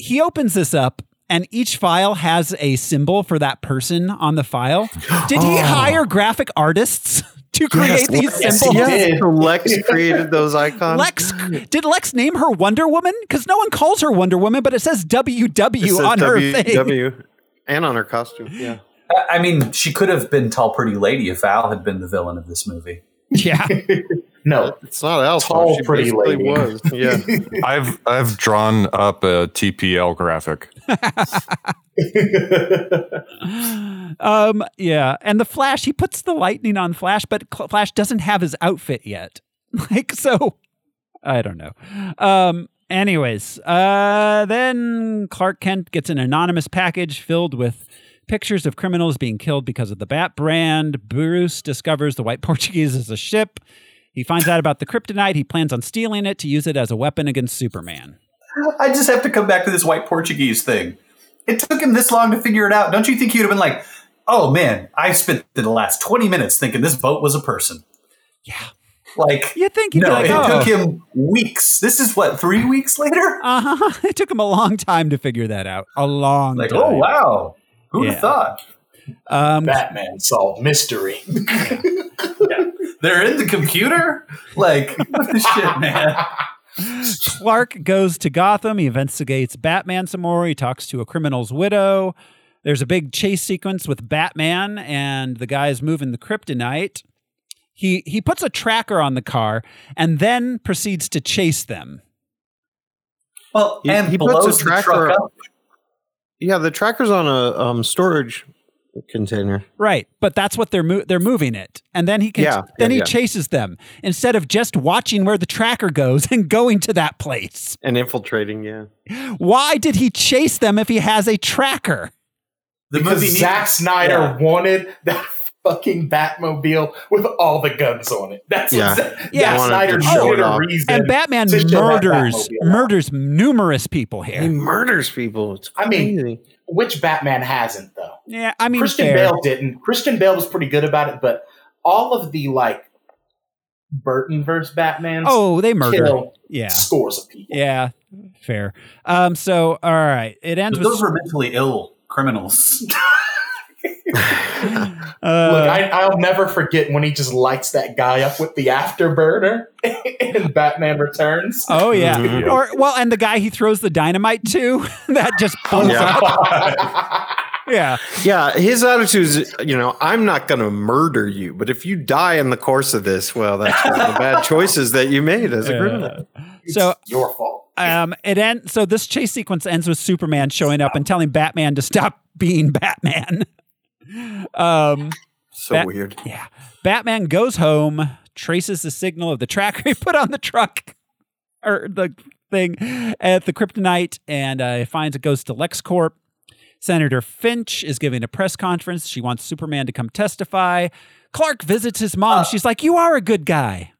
[SPEAKER 1] he opens this up and each file has a symbol for that person on the file. Did he
[SPEAKER 2] Oh.
[SPEAKER 1] hire graphic artists to create these
[SPEAKER 2] Yes,
[SPEAKER 1] symbols?
[SPEAKER 2] yes. Lex created those icons.
[SPEAKER 1] Lex did Lex name her Wonder Woman? Because no one calls her Wonder Woman, but it says WW
[SPEAKER 2] It says
[SPEAKER 1] on her thing.
[SPEAKER 2] WW, and on her costume. Yeah.
[SPEAKER 3] I- I mean, she could have been Tall Pretty Lady if Al had been the villain of this movie.
[SPEAKER 1] Yeah.
[SPEAKER 4] No,
[SPEAKER 2] It's not Alpha.
[SPEAKER 4] Tall,
[SPEAKER 2] she
[SPEAKER 4] pretty
[SPEAKER 2] basically
[SPEAKER 4] lady.
[SPEAKER 2] was. Yeah.
[SPEAKER 5] I've I've drawn up a TPL graphic.
[SPEAKER 1] Um, yeah, and the Flash, he puts the lightning on Flash, but Cl- Flash doesn't have his outfit yet. Like so, I don't know. Um, anyways, uh, then Clark Kent gets an anonymous package filled with pictures of criminals being killed because of the Bat brand. Bruce discovers the White Portuguese is a ship. He finds out about the kryptonite. He plans on stealing it to use it as a weapon against Superman.
[SPEAKER 3] I just have to come back to this white Portuguese thing. It took him this long to figure it out. Don't you think he'd have been like, oh man, I spent the last 20 minutes thinking this boat was a person? Yeah. Like,
[SPEAKER 1] you think
[SPEAKER 3] no,
[SPEAKER 1] he'd be like,
[SPEAKER 3] it
[SPEAKER 1] "Oh."
[SPEAKER 3] took him weeks. This is what, three weeks later?
[SPEAKER 1] Uh huh. It took him a long time to figure that out. A long
[SPEAKER 3] Like,
[SPEAKER 1] time.
[SPEAKER 3] oh wow. Who'd have
[SPEAKER 1] Yeah.
[SPEAKER 3] thought?
[SPEAKER 1] Um,
[SPEAKER 4] Batman solved mystery.
[SPEAKER 3] They're in the computer? Like, what the shit, man?
[SPEAKER 1] Clark goes to Gotham. He investigates Batman some more. He talks to a criminal's widow. There's a big chase sequence with Batman, and the guy's moving the kryptonite. He he puts a tracker on the car and then proceeds to chase them.
[SPEAKER 3] Well,
[SPEAKER 2] He-
[SPEAKER 3] and
[SPEAKER 2] he puts a
[SPEAKER 3] blows the
[SPEAKER 2] tracker
[SPEAKER 3] truck up.
[SPEAKER 2] Yeah, the tracker's on a um, storage container.
[SPEAKER 1] Right, but that's what they're mo- they're moving it, and then he can
[SPEAKER 2] Yeah,
[SPEAKER 1] then
[SPEAKER 2] yeah,
[SPEAKER 1] he
[SPEAKER 2] yeah.
[SPEAKER 1] chases them instead of just watching where the tracker goes and going to that place.
[SPEAKER 2] And infiltrating, yeah.
[SPEAKER 1] Why did he chase them if he has a tracker?
[SPEAKER 3] The
[SPEAKER 4] because
[SPEAKER 1] movie needs-
[SPEAKER 4] Zack Snyder wanted that fucking Batmobile with all the guns on it. That's
[SPEAKER 1] Yeah.
[SPEAKER 4] what Zack
[SPEAKER 1] Yeah.
[SPEAKER 4] Zack
[SPEAKER 1] Wanted
[SPEAKER 4] Snyder
[SPEAKER 1] to show
[SPEAKER 4] needed
[SPEAKER 1] it
[SPEAKER 4] a
[SPEAKER 1] off.
[SPEAKER 4] reason.
[SPEAKER 1] And Batman
[SPEAKER 4] to show that
[SPEAKER 1] murders
[SPEAKER 4] Batmobile.
[SPEAKER 1] murders numerous people here.
[SPEAKER 2] He murders people. It's
[SPEAKER 4] I mean, which Batman hasn't though?
[SPEAKER 1] Yeah, I mean,
[SPEAKER 4] Christian
[SPEAKER 1] fair.
[SPEAKER 4] Bale didn't. Christian Bale was pretty good about it, but all of the like Burton versus Batman.
[SPEAKER 1] Oh, they murder.
[SPEAKER 4] kill
[SPEAKER 1] Yeah.
[SPEAKER 4] scores of people.
[SPEAKER 1] Yeah, fair. Um, so all right, it ends with
[SPEAKER 3] Those were mentally ill criminals.
[SPEAKER 1] Uh,
[SPEAKER 4] Look, I, I'll never forget when he just lights that guy up with the afterburner in Batman Returns.
[SPEAKER 1] oh yeah,
[SPEAKER 4] Mhm.
[SPEAKER 1] or well, and the guy he throws the dynamite to that just blows
[SPEAKER 2] Yeah.
[SPEAKER 1] up. yeah.
[SPEAKER 2] Yeah, his attitude is, you know, I'm not going to murder you, but if you die in the course of this, well, that's one of the bad choices that you made as a
[SPEAKER 1] Yeah.
[SPEAKER 2] criminal.
[SPEAKER 1] Uh, So
[SPEAKER 4] your fault.
[SPEAKER 1] Um, it end. So this chase sequence ends with Superman showing up and telling Batman to stop being Batman. Um,
[SPEAKER 2] So weird.
[SPEAKER 1] Yeah. Batman goes home, traces the signal of the tracker he put on the truck or the thing at the kryptonite, and uh, finds it goes to LexCorp. Senator Finch is giving a press conference. She wants Superman to come testify. Clark visits his mom. She's like, "You are a good guy."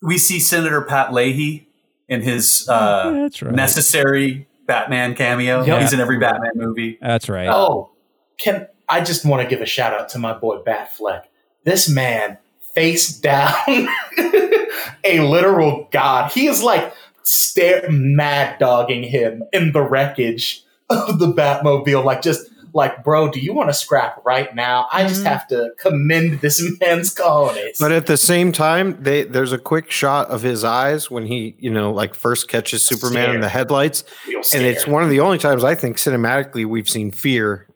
[SPEAKER 3] we see Senator Pat Leahy in his uh, necessary Batman cameo.
[SPEAKER 4] Yep.
[SPEAKER 3] He's in every Batman movie.
[SPEAKER 1] That's right.
[SPEAKER 4] Oh, can I just want to give a shout out to my boy Bat Fleck. This man face down a literal god. He is like stare mad dogging him in the wreckage of the Batmobile. Like just like, bro, do you want to scrap right now? I just have to commend this man's cojones.
[SPEAKER 2] Mm-hmm. But at the same time, they there's a quick shot of his eyes when he, you know, like first catches Superman in
[SPEAKER 4] Scared.
[SPEAKER 2] the headlights.
[SPEAKER 4] Real
[SPEAKER 2] And it's
[SPEAKER 4] scared.
[SPEAKER 2] one of the only times I think cinematically we've seen fear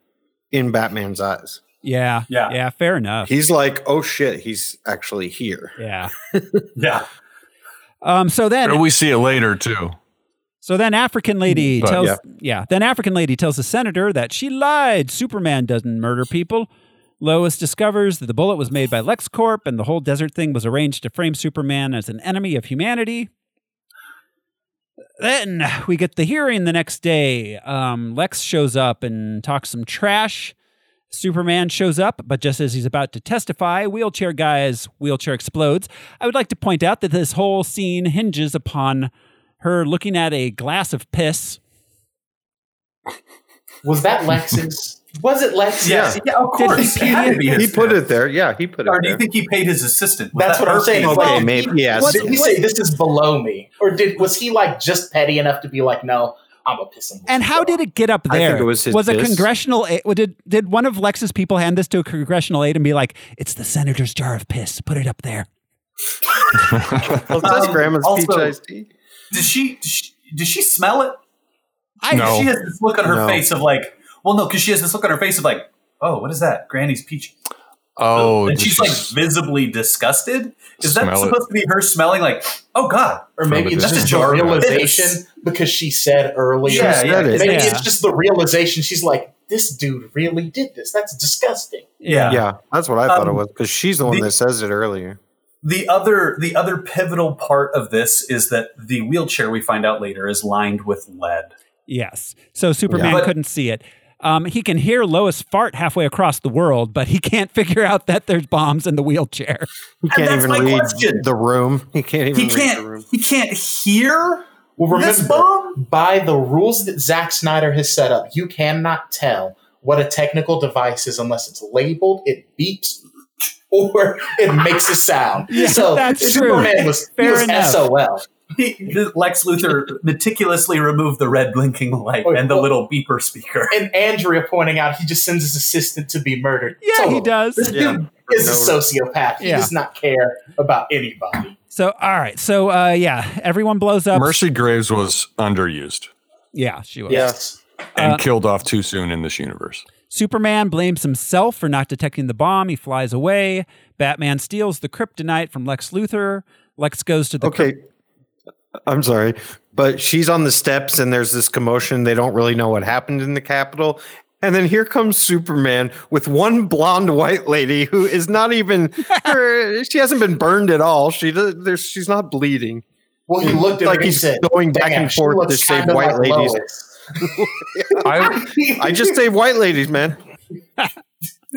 [SPEAKER 2] in Batman's eyes.
[SPEAKER 1] Yeah. Yeah. Yeah. Fair enough.
[SPEAKER 2] He's like, oh shit, he's actually here.
[SPEAKER 1] Yeah.
[SPEAKER 3] yeah.
[SPEAKER 1] Um. So then
[SPEAKER 5] But we see it later too.
[SPEAKER 1] So then African lady
[SPEAKER 5] Mm, But,
[SPEAKER 1] tells
[SPEAKER 5] yeah.
[SPEAKER 1] yeah. then African lady tells the senator that she lied. Superman doesn't murder people. Lois discovers that the bullet was made by LexCorp and the whole desert thing was arranged to frame Superman as an enemy of humanity. Then we get the hearing the next day. Um, Lex shows up and talks some trash. Superman shows up, but just as he's about to testify, wheelchair guy's wheelchair explodes. I would like to point out that this whole scene hinges upon her looking at a glass of piss.
[SPEAKER 4] Was that Lexus? Was it Lexus?
[SPEAKER 2] Yeah.
[SPEAKER 3] Yeah, of
[SPEAKER 1] Did he
[SPEAKER 3] course.
[SPEAKER 1] pee
[SPEAKER 3] Had to
[SPEAKER 1] it?
[SPEAKER 3] be
[SPEAKER 2] He
[SPEAKER 3] his-
[SPEAKER 2] put it there. Yeah, he put it
[SPEAKER 3] or do
[SPEAKER 2] there.
[SPEAKER 3] you think he paid his assistant? Was
[SPEAKER 4] That's
[SPEAKER 3] that
[SPEAKER 4] what I'm
[SPEAKER 3] her
[SPEAKER 4] saying.
[SPEAKER 3] pay?
[SPEAKER 4] It's
[SPEAKER 2] Okay,
[SPEAKER 4] like,
[SPEAKER 2] maybe,
[SPEAKER 4] he-
[SPEAKER 2] yeah,
[SPEAKER 4] Was,
[SPEAKER 2] so-
[SPEAKER 4] he say this is below me, or did was he like just petty enough to be like, no, I'm a pissing.
[SPEAKER 1] And how did it get up
[SPEAKER 2] I
[SPEAKER 1] there?
[SPEAKER 2] think it was his
[SPEAKER 1] a
[SPEAKER 2] piss.
[SPEAKER 1] congressional aide? Did did one of Lex's people hand this to a congressional aide and be like, "It's the senator's jar of piss. Put it up there."
[SPEAKER 2] well, it says
[SPEAKER 3] Um,
[SPEAKER 2] grandma's
[SPEAKER 3] also-
[SPEAKER 2] peach iced tea.
[SPEAKER 3] Does she, does she does she smell it?
[SPEAKER 1] I-
[SPEAKER 2] No.
[SPEAKER 3] She has this look on her
[SPEAKER 2] No.
[SPEAKER 3] face of like, well, no, because she has this look on her face of like, oh, what is that? Granny's peach.
[SPEAKER 5] Oh,
[SPEAKER 3] and
[SPEAKER 5] did
[SPEAKER 3] she's
[SPEAKER 5] she
[SPEAKER 3] like
[SPEAKER 5] s-
[SPEAKER 3] visibly disgusted. Is that
[SPEAKER 5] Smell it.
[SPEAKER 3] supposed to be her smelling like, oh god,
[SPEAKER 4] Or maybe it's
[SPEAKER 3] That's
[SPEAKER 4] just
[SPEAKER 3] a
[SPEAKER 4] the
[SPEAKER 3] jar of
[SPEAKER 4] realization
[SPEAKER 3] piss.
[SPEAKER 4] because she said earlier.
[SPEAKER 3] Yeah, She said yeah. it.
[SPEAKER 4] Maybe
[SPEAKER 3] Yeah.
[SPEAKER 4] it's just the realization. She's like, this dude really did this. That's disgusting.
[SPEAKER 2] Yeah. that's what I thought it
[SPEAKER 3] Um,
[SPEAKER 2] was because she's the one
[SPEAKER 3] the-
[SPEAKER 2] that says it earlier.
[SPEAKER 3] the other the other pivotal part of this is that the wheelchair we find out later is lined with lead.
[SPEAKER 1] Yes. So Superman
[SPEAKER 3] But-
[SPEAKER 1] couldn't see it. Um, he can hear Lois fart halfway across the world, but he can't figure out that there's bombs in the wheelchair.
[SPEAKER 2] He can't even read the room. He can't even
[SPEAKER 3] He
[SPEAKER 2] read
[SPEAKER 3] can't-
[SPEAKER 2] the room.
[SPEAKER 3] He can't hear
[SPEAKER 4] Well,
[SPEAKER 3] this
[SPEAKER 4] remember,
[SPEAKER 3] bomb.
[SPEAKER 4] by the rules that Zack Snyder has set up, you cannot tell what a technical device is unless it's labeled, it beeps, or it makes a sound.
[SPEAKER 3] Yeah,
[SPEAKER 4] so
[SPEAKER 3] that's
[SPEAKER 4] Superman
[SPEAKER 3] true.
[SPEAKER 4] was,
[SPEAKER 3] Fair
[SPEAKER 4] he was
[SPEAKER 3] enough.
[SPEAKER 4] SOL.
[SPEAKER 3] He- Lex Luthor meticulously removed the red blinking light and the little beeper speaker.
[SPEAKER 4] And Andrea pointing out he just sends his assistant to be murdered.
[SPEAKER 1] Yeah,
[SPEAKER 4] So
[SPEAKER 1] he does.
[SPEAKER 4] This
[SPEAKER 1] Yeah.
[SPEAKER 4] dude is a sociopath. He
[SPEAKER 1] Yeah.
[SPEAKER 4] does not care about anybody.
[SPEAKER 1] So, all right. So, uh, yeah, everyone blows up.
[SPEAKER 5] Mercy Graves was underused
[SPEAKER 1] Yeah, she was.
[SPEAKER 5] and
[SPEAKER 1] Uh,
[SPEAKER 5] killed off too soon in this universe.
[SPEAKER 1] Superman blames himself for not detecting the bomb. He flies away. Batman steals the kryptonite from Lex Luthor. Lex goes to the
[SPEAKER 2] Okay. I'm sorry, but she's on the steps and there's this commotion. They don't really know what happened in the Capitol. And then here comes Superman with one blonde white lady who is not even her, she hasn't been burned at all. She does, there's she's not bleeding.
[SPEAKER 4] Well, he looked at her
[SPEAKER 2] like
[SPEAKER 4] and he
[SPEAKER 2] he's
[SPEAKER 4] said,
[SPEAKER 2] going back
[SPEAKER 4] "Damn,
[SPEAKER 2] and
[SPEAKER 4] she
[SPEAKER 2] forth
[SPEAKER 4] looks
[SPEAKER 2] to save
[SPEAKER 4] kinda
[SPEAKER 2] white
[SPEAKER 4] like
[SPEAKER 2] ladies.
[SPEAKER 4] Lois."
[SPEAKER 5] I
[SPEAKER 2] I just save white ladies, man.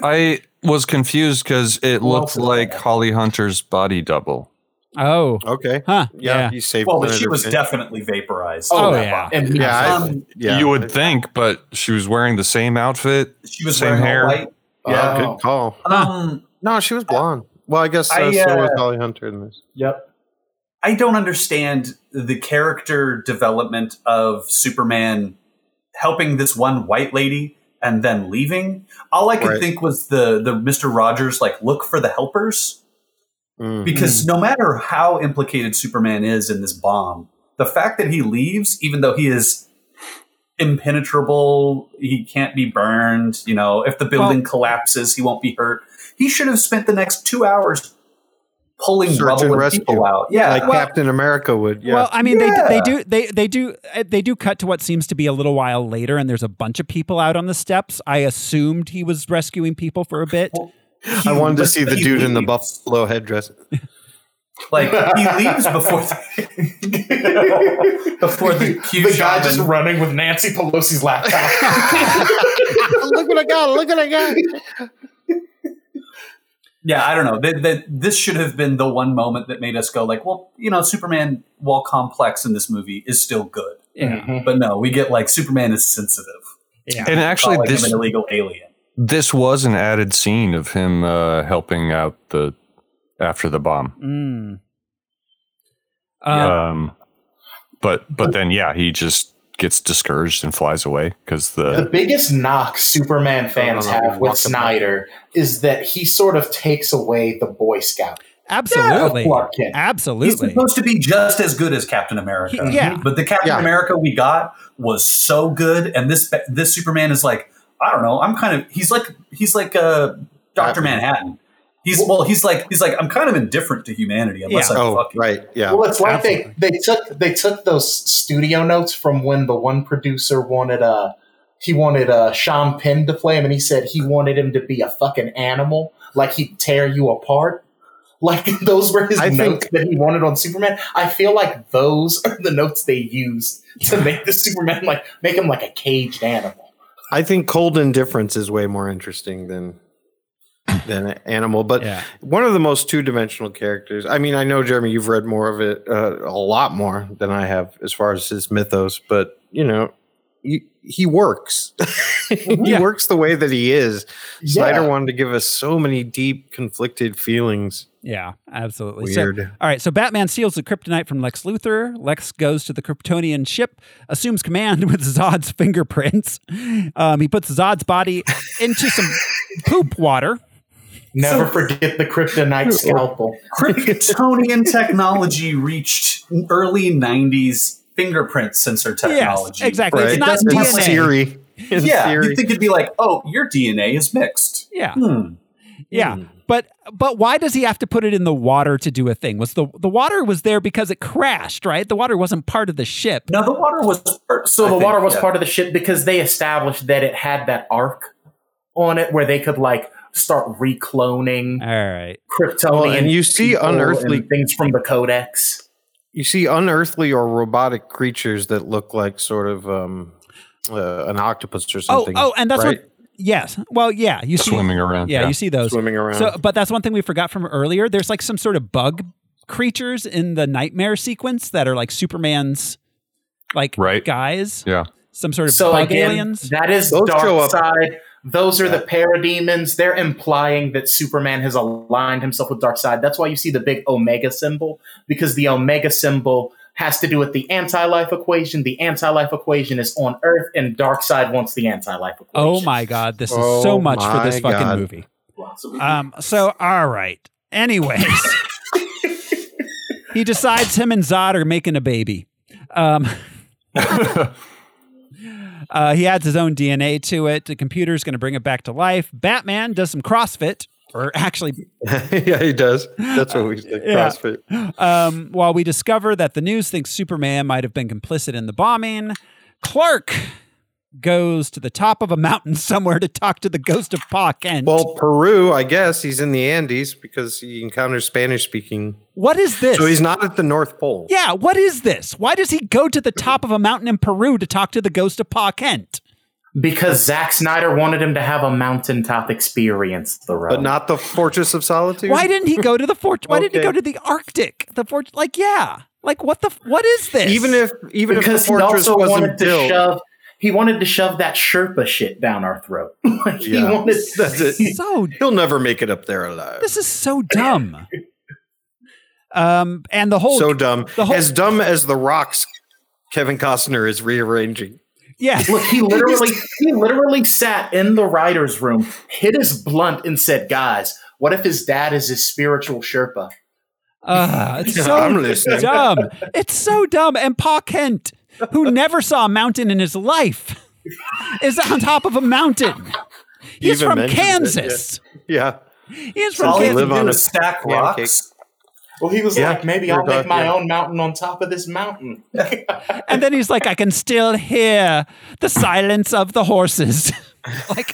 [SPEAKER 5] I was confused because it looked like Holly Hunter's body double.
[SPEAKER 1] Oh,
[SPEAKER 2] okay,
[SPEAKER 1] huh?
[SPEAKER 5] Yeah, you saved
[SPEAKER 3] Well, but
[SPEAKER 5] Leonard
[SPEAKER 3] she was
[SPEAKER 5] Finn.
[SPEAKER 3] definitely vaporized.
[SPEAKER 5] Oh,
[SPEAKER 3] That
[SPEAKER 5] yeah.
[SPEAKER 3] bomb.
[SPEAKER 4] And
[SPEAKER 5] I-
[SPEAKER 3] Um,
[SPEAKER 5] you would think, but she was wearing the same outfit.
[SPEAKER 3] She was
[SPEAKER 5] same
[SPEAKER 3] wearing all
[SPEAKER 5] hair.
[SPEAKER 3] white.
[SPEAKER 2] Yeah,
[SPEAKER 3] Oh.
[SPEAKER 2] good call.
[SPEAKER 3] Um,
[SPEAKER 2] no, she was blonde. Well, I guess uh,
[SPEAKER 3] I,
[SPEAKER 2] so
[SPEAKER 3] uh,
[SPEAKER 2] was Holly Hunter in this.
[SPEAKER 4] Yep.
[SPEAKER 3] I don't understand the character development of Superman helping this one white lady and then leaving. All I could
[SPEAKER 2] Right.
[SPEAKER 3] think was the the Mister Rogers like look for the helpers
[SPEAKER 2] Mm.
[SPEAKER 3] because no matter how implicated Superman is in this bomb, the fact that he leaves, even though he is impenetrable, he can't be burned. You know, if the building collapses, he won't be hurt. He should have spent the next two hours pulling
[SPEAKER 2] Search
[SPEAKER 3] rubble
[SPEAKER 2] and
[SPEAKER 3] and
[SPEAKER 2] rescue,
[SPEAKER 3] people out. Yeah,
[SPEAKER 2] like
[SPEAKER 3] well,
[SPEAKER 2] Captain America would. Yeah.
[SPEAKER 1] Well, I mean,
[SPEAKER 3] Yeah.
[SPEAKER 1] they they do they they do uh, they do cut to what seems to be a little while later, and there's a bunch of people out on the steps. I assumed he was rescuing people for a bit.
[SPEAKER 2] I wanted to see the
[SPEAKER 3] he
[SPEAKER 2] dude in the
[SPEAKER 3] leaves.
[SPEAKER 2] buffalo headdress.
[SPEAKER 3] Like he leaves before the, before the cue
[SPEAKER 4] The guy
[SPEAKER 3] shaman-
[SPEAKER 4] just running with Nancy Pelosi's laptop.
[SPEAKER 2] look what I got! Look what I got!
[SPEAKER 3] Yeah, I don't know. That that this should have been the one moment that made us go like, well, you know, Superman, while complex in this movie, is still good.
[SPEAKER 1] Yeah.
[SPEAKER 3] But no, we get like Superman is sensitive.
[SPEAKER 1] Yeah.
[SPEAKER 5] And actually,
[SPEAKER 3] Calling him
[SPEAKER 5] this
[SPEAKER 3] an illegal alien.
[SPEAKER 5] this was an added scene of him uh, helping out the after the
[SPEAKER 1] Mm.
[SPEAKER 5] bomb.
[SPEAKER 1] Uh,
[SPEAKER 5] Um, but but then yeah, he just gets discouraged and flies away because
[SPEAKER 4] the
[SPEAKER 5] the
[SPEAKER 4] biggest knock Superman fans
[SPEAKER 2] No, no, no,
[SPEAKER 4] have
[SPEAKER 2] walk
[SPEAKER 4] with
[SPEAKER 2] the
[SPEAKER 4] Snyder is that he sort of takes away the Boy Scout.
[SPEAKER 1] Absolutely.
[SPEAKER 4] Yeah, Clark Kent.
[SPEAKER 3] He's
[SPEAKER 1] Absolutely.
[SPEAKER 3] supposed to be just as good as Captain America.
[SPEAKER 1] He- yeah.
[SPEAKER 3] But the Captain
[SPEAKER 2] Yeah.
[SPEAKER 3] America we got was so good, and this this Superman is like, I don't know. I'm kind of he's like he's like uh, Doctor
[SPEAKER 2] Batman.
[SPEAKER 3] Manhattan. He's well, he's like he's like I'm kind of indifferent to humanity unless
[SPEAKER 1] Yeah.
[SPEAKER 3] I
[SPEAKER 2] Oh,
[SPEAKER 3] fuck you.
[SPEAKER 2] right. Yeah.
[SPEAKER 4] Well, it's like they, they took they took those studio notes from when the one producer wanted uh he wanted uh Sean Penn to play him, and he said he wanted him to be a fucking animal, like he'd tear you apart. Like those were his
[SPEAKER 2] I
[SPEAKER 4] notes that he wanted on Superman. I feel like those are the notes they used to make the Superman like make him like a caged animal.
[SPEAKER 2] I think cold indifference is way more interesting than than animal. But
[SPEAKER 1] Yeah.
[SPEAKER 2] one of the most two dimensional characters. I mean, I know Jeremy, you've read more of it, uh, a lot more than I have as far as his mythos. But you know, he, he works. he
[SPEAKER 1] Yeah.
[SPEAKER 2] works the way that he is.
[SPEAKER 4] Yeah.
[SPEAKER 2] Snyder wanted to give us so many deep, conflicted feelings.
[SPEAKER 1] Yeah, absolutely. So-
[SPEAKER 2] Weird.
[SPEAKER 1] all right, so Batman steals the kryptonite from Lex Luthor. Lex goes to the Kryptonian ship, assumes command with Zod's fingerprints. Um, he puts Zod's body into some poop water.
[SPEAKER 4] Never forget the kryptonite scalpel.
[SPEAKER 3] Kryptonian technology reached early 90s fingerprint sensor technology.
[SPEAKER 1] Yes, exactly.
[SPEAKER 2] Right.
[SPEAKER 1] It's not
[SPEAKER 3] doesn't
[SPEAKER 2] In
[SPEAKER 3] have
[SPEAKER 1] DNA.
[SPEAKER 2] theory. In
[SPEAKER 3] Yeah,
[SPEAKER 2] theory.
[SPEAKER 3] you'd think it'd be like, oh, your DNA is mixed.
[SPEAKER 1] Yeah,
[SPEAKER 3] Hmm.
[SPEAKER 1] yeah. But but why does he have to put it in the water to do a thing? Was the the water was there because it crashed, right? The water wasn't part of the ship.
[SPEAKER 3] No, the water was part.
[SPEAKER 12] So the water was part of the ship because they established that it had that arc on it where they could like start recloning
[SPEAKER 1] All right.
[SPEAKER 12] Kryptonian
[SPEAKER 2] Well, and you see
[SPEAKER 12] people
[SPEAKER 2] unearthly-
[SPEAKER 12] and things from the Codex.
[SPEAKER 2] you see unearthly or robotic creatures that look like sort of um uh, an octopus or
[SPEAKER 1] Oh,
[SPEAKER 2] something.
[SPEAKER 1] oh, and that's
[SPEAKER 2] right?
[SPEAKER 1] what. Yes. Well, yeah. You see
[SPEAKER 5] Swimming around,
[SPEAKER 1] Yeah,
[SPEAKER 5] yeah.
[SPEAKER 1] you see those
[SPEAKER 2] Swimming around.
[SPEAKER 1] So, but that's one thing we forgot from earlier. There's like some sort of bug creatures in the nightmare sequence that are like Superman's, like guys.
[SPEAKER 5] Yeah.
[SPEAKER 1] Some sort of
[SPEAKER 4] so
[SPEAKER 1] bug
[SPEAKER 4] again,
[SPEAKER 1] aliens.
[SPEAKER 4] that is
[SPEAKER 1] Those show
[SPEAKER 4] dark
[SPEAKER 1] up-
[SPEAKER 4] side. Those are the parademons. They're implying that Superman has aligned himself with dark side. That's why you see the big omega symbol because the omega symbol has to do with the anti-life equation. The anti-life equation is on Earth, and dark side wants the anti-life equation.
[SPEAKER 1] Oh my God! This is
[SPEAKER 2] Oh
[SPEAKER 1] so much for this fucking movie. Um. So all right. Anyways, he decides him and Zod are making a baby. Um. uh, he adds his own DNA to it. The computer's going to bring it back to life. Batman does some CrossFit, or actually
[SPEAKER 2] yeah, he does. That's what we said.
[SPEAKER 1] Yeah.
[SPEAKER 2] CrossFit.
[SPEAKER 1] Um, while we discover that the news thinks Superman might have been complicit in the bombing, Clark goes to the top of a mountain somewhere to talk to the ghost of Pa Kent.
[SPEAKER 2] Well, Peru, I guess he's in the Andes because he encounters Spanish speaking.
[SPEAKER 1] what is this?
[SPEAKER 2] So he's not at the North Pole.
[SPEAKER 1] Yeah, what is this? Why does he go to the top of a mountain in Peru to talk to the ghost of Pa Kent?
[SPEAKER 4] Because Zack Snyder wanted him to have a mountaintop experience, the road.
[SPEAKER 2] But not the Fortress of Solitude.
[SPEAKER 1] Why didn't he go to the fort? Why didn't he
[SPEAKER 2] Okay.
[SPEAKER 1] go to the Arctic? The fort, like, yeah, like what the what is this?
[SPEAKER 2] Even if even
[SPEAKER 4] because
[SPEAKER 2] if the fortress
[SPEAKER 4] he also
[SPEAKER 2] wasn't
[SPEAKER 4] wanted to
[SPEAKER 2] built,
[SPEAKER 4] shove he wanted to shove that Sherpa shit down our throat. Like, He
[SPEAKER 2] Yeah.
[SPEAKER 4] wanted
[SPEAKER 2] That's it.
[SPEAKER 1] So
[SPEAKER 2] he'll never make it up there alive.
[SPEAKER 1] this is so dumb. Um, and the whole
[SPEAKER 2] so dumb.
[SPEAKER 1] the whole-
[SPEAKER 2] as dumb as the rocks Kevin Costner is rearranging.
[SPEAKER 1] Yeah.
[SPEAKER 4] Look, he literally he literally sat in the writer's room, hit his blunt, and said, Guys, what if his dad is his spiritual Sherpa?
[SPEAKER 1] Ah, it's so
[SPEAKER 2] I'm listening.
[SPEAKER 1] dumb. It's so dumb. And Pa Kent, who never saw a mountain in his life, is on top of a mountain.
[SPEAKER 2] He
[SPEAKER 1] He's
[SPEAKER 2] even
[SPEAKER 1] from
[SPEAKER 2] mentions it, yeah.
[SPEAKER 1] Kansas.
[SPEAKER 2] Yeah.
[SPEAKER 1] He is
[SPEAKER 2] Does
[SPEAKER 1] from
[SPEAKER 2] he
[SPEAKER 1] Kansas.
[SPEAKER 2] live on a
[SPEAKER 3] stack
[SPEAKER 2] pancake?
[SPEAKER 3] rocks?
[SPEAKER 4] Well, he was
[SPEAKER 2] Yeah,
[SPEAKER 4] like, Maybe
[SPEAKER 2] you're
[SPEAKER 4] I'll make
[SPEAKER 2] dark,
[SPEAKER 4] my
[SPEAKER 2] yeah.
[SPEAKER 4] own mountain on top of this mountain.
[SPEAKER 1] And then he's like, I can still hear the silence of the horses. like,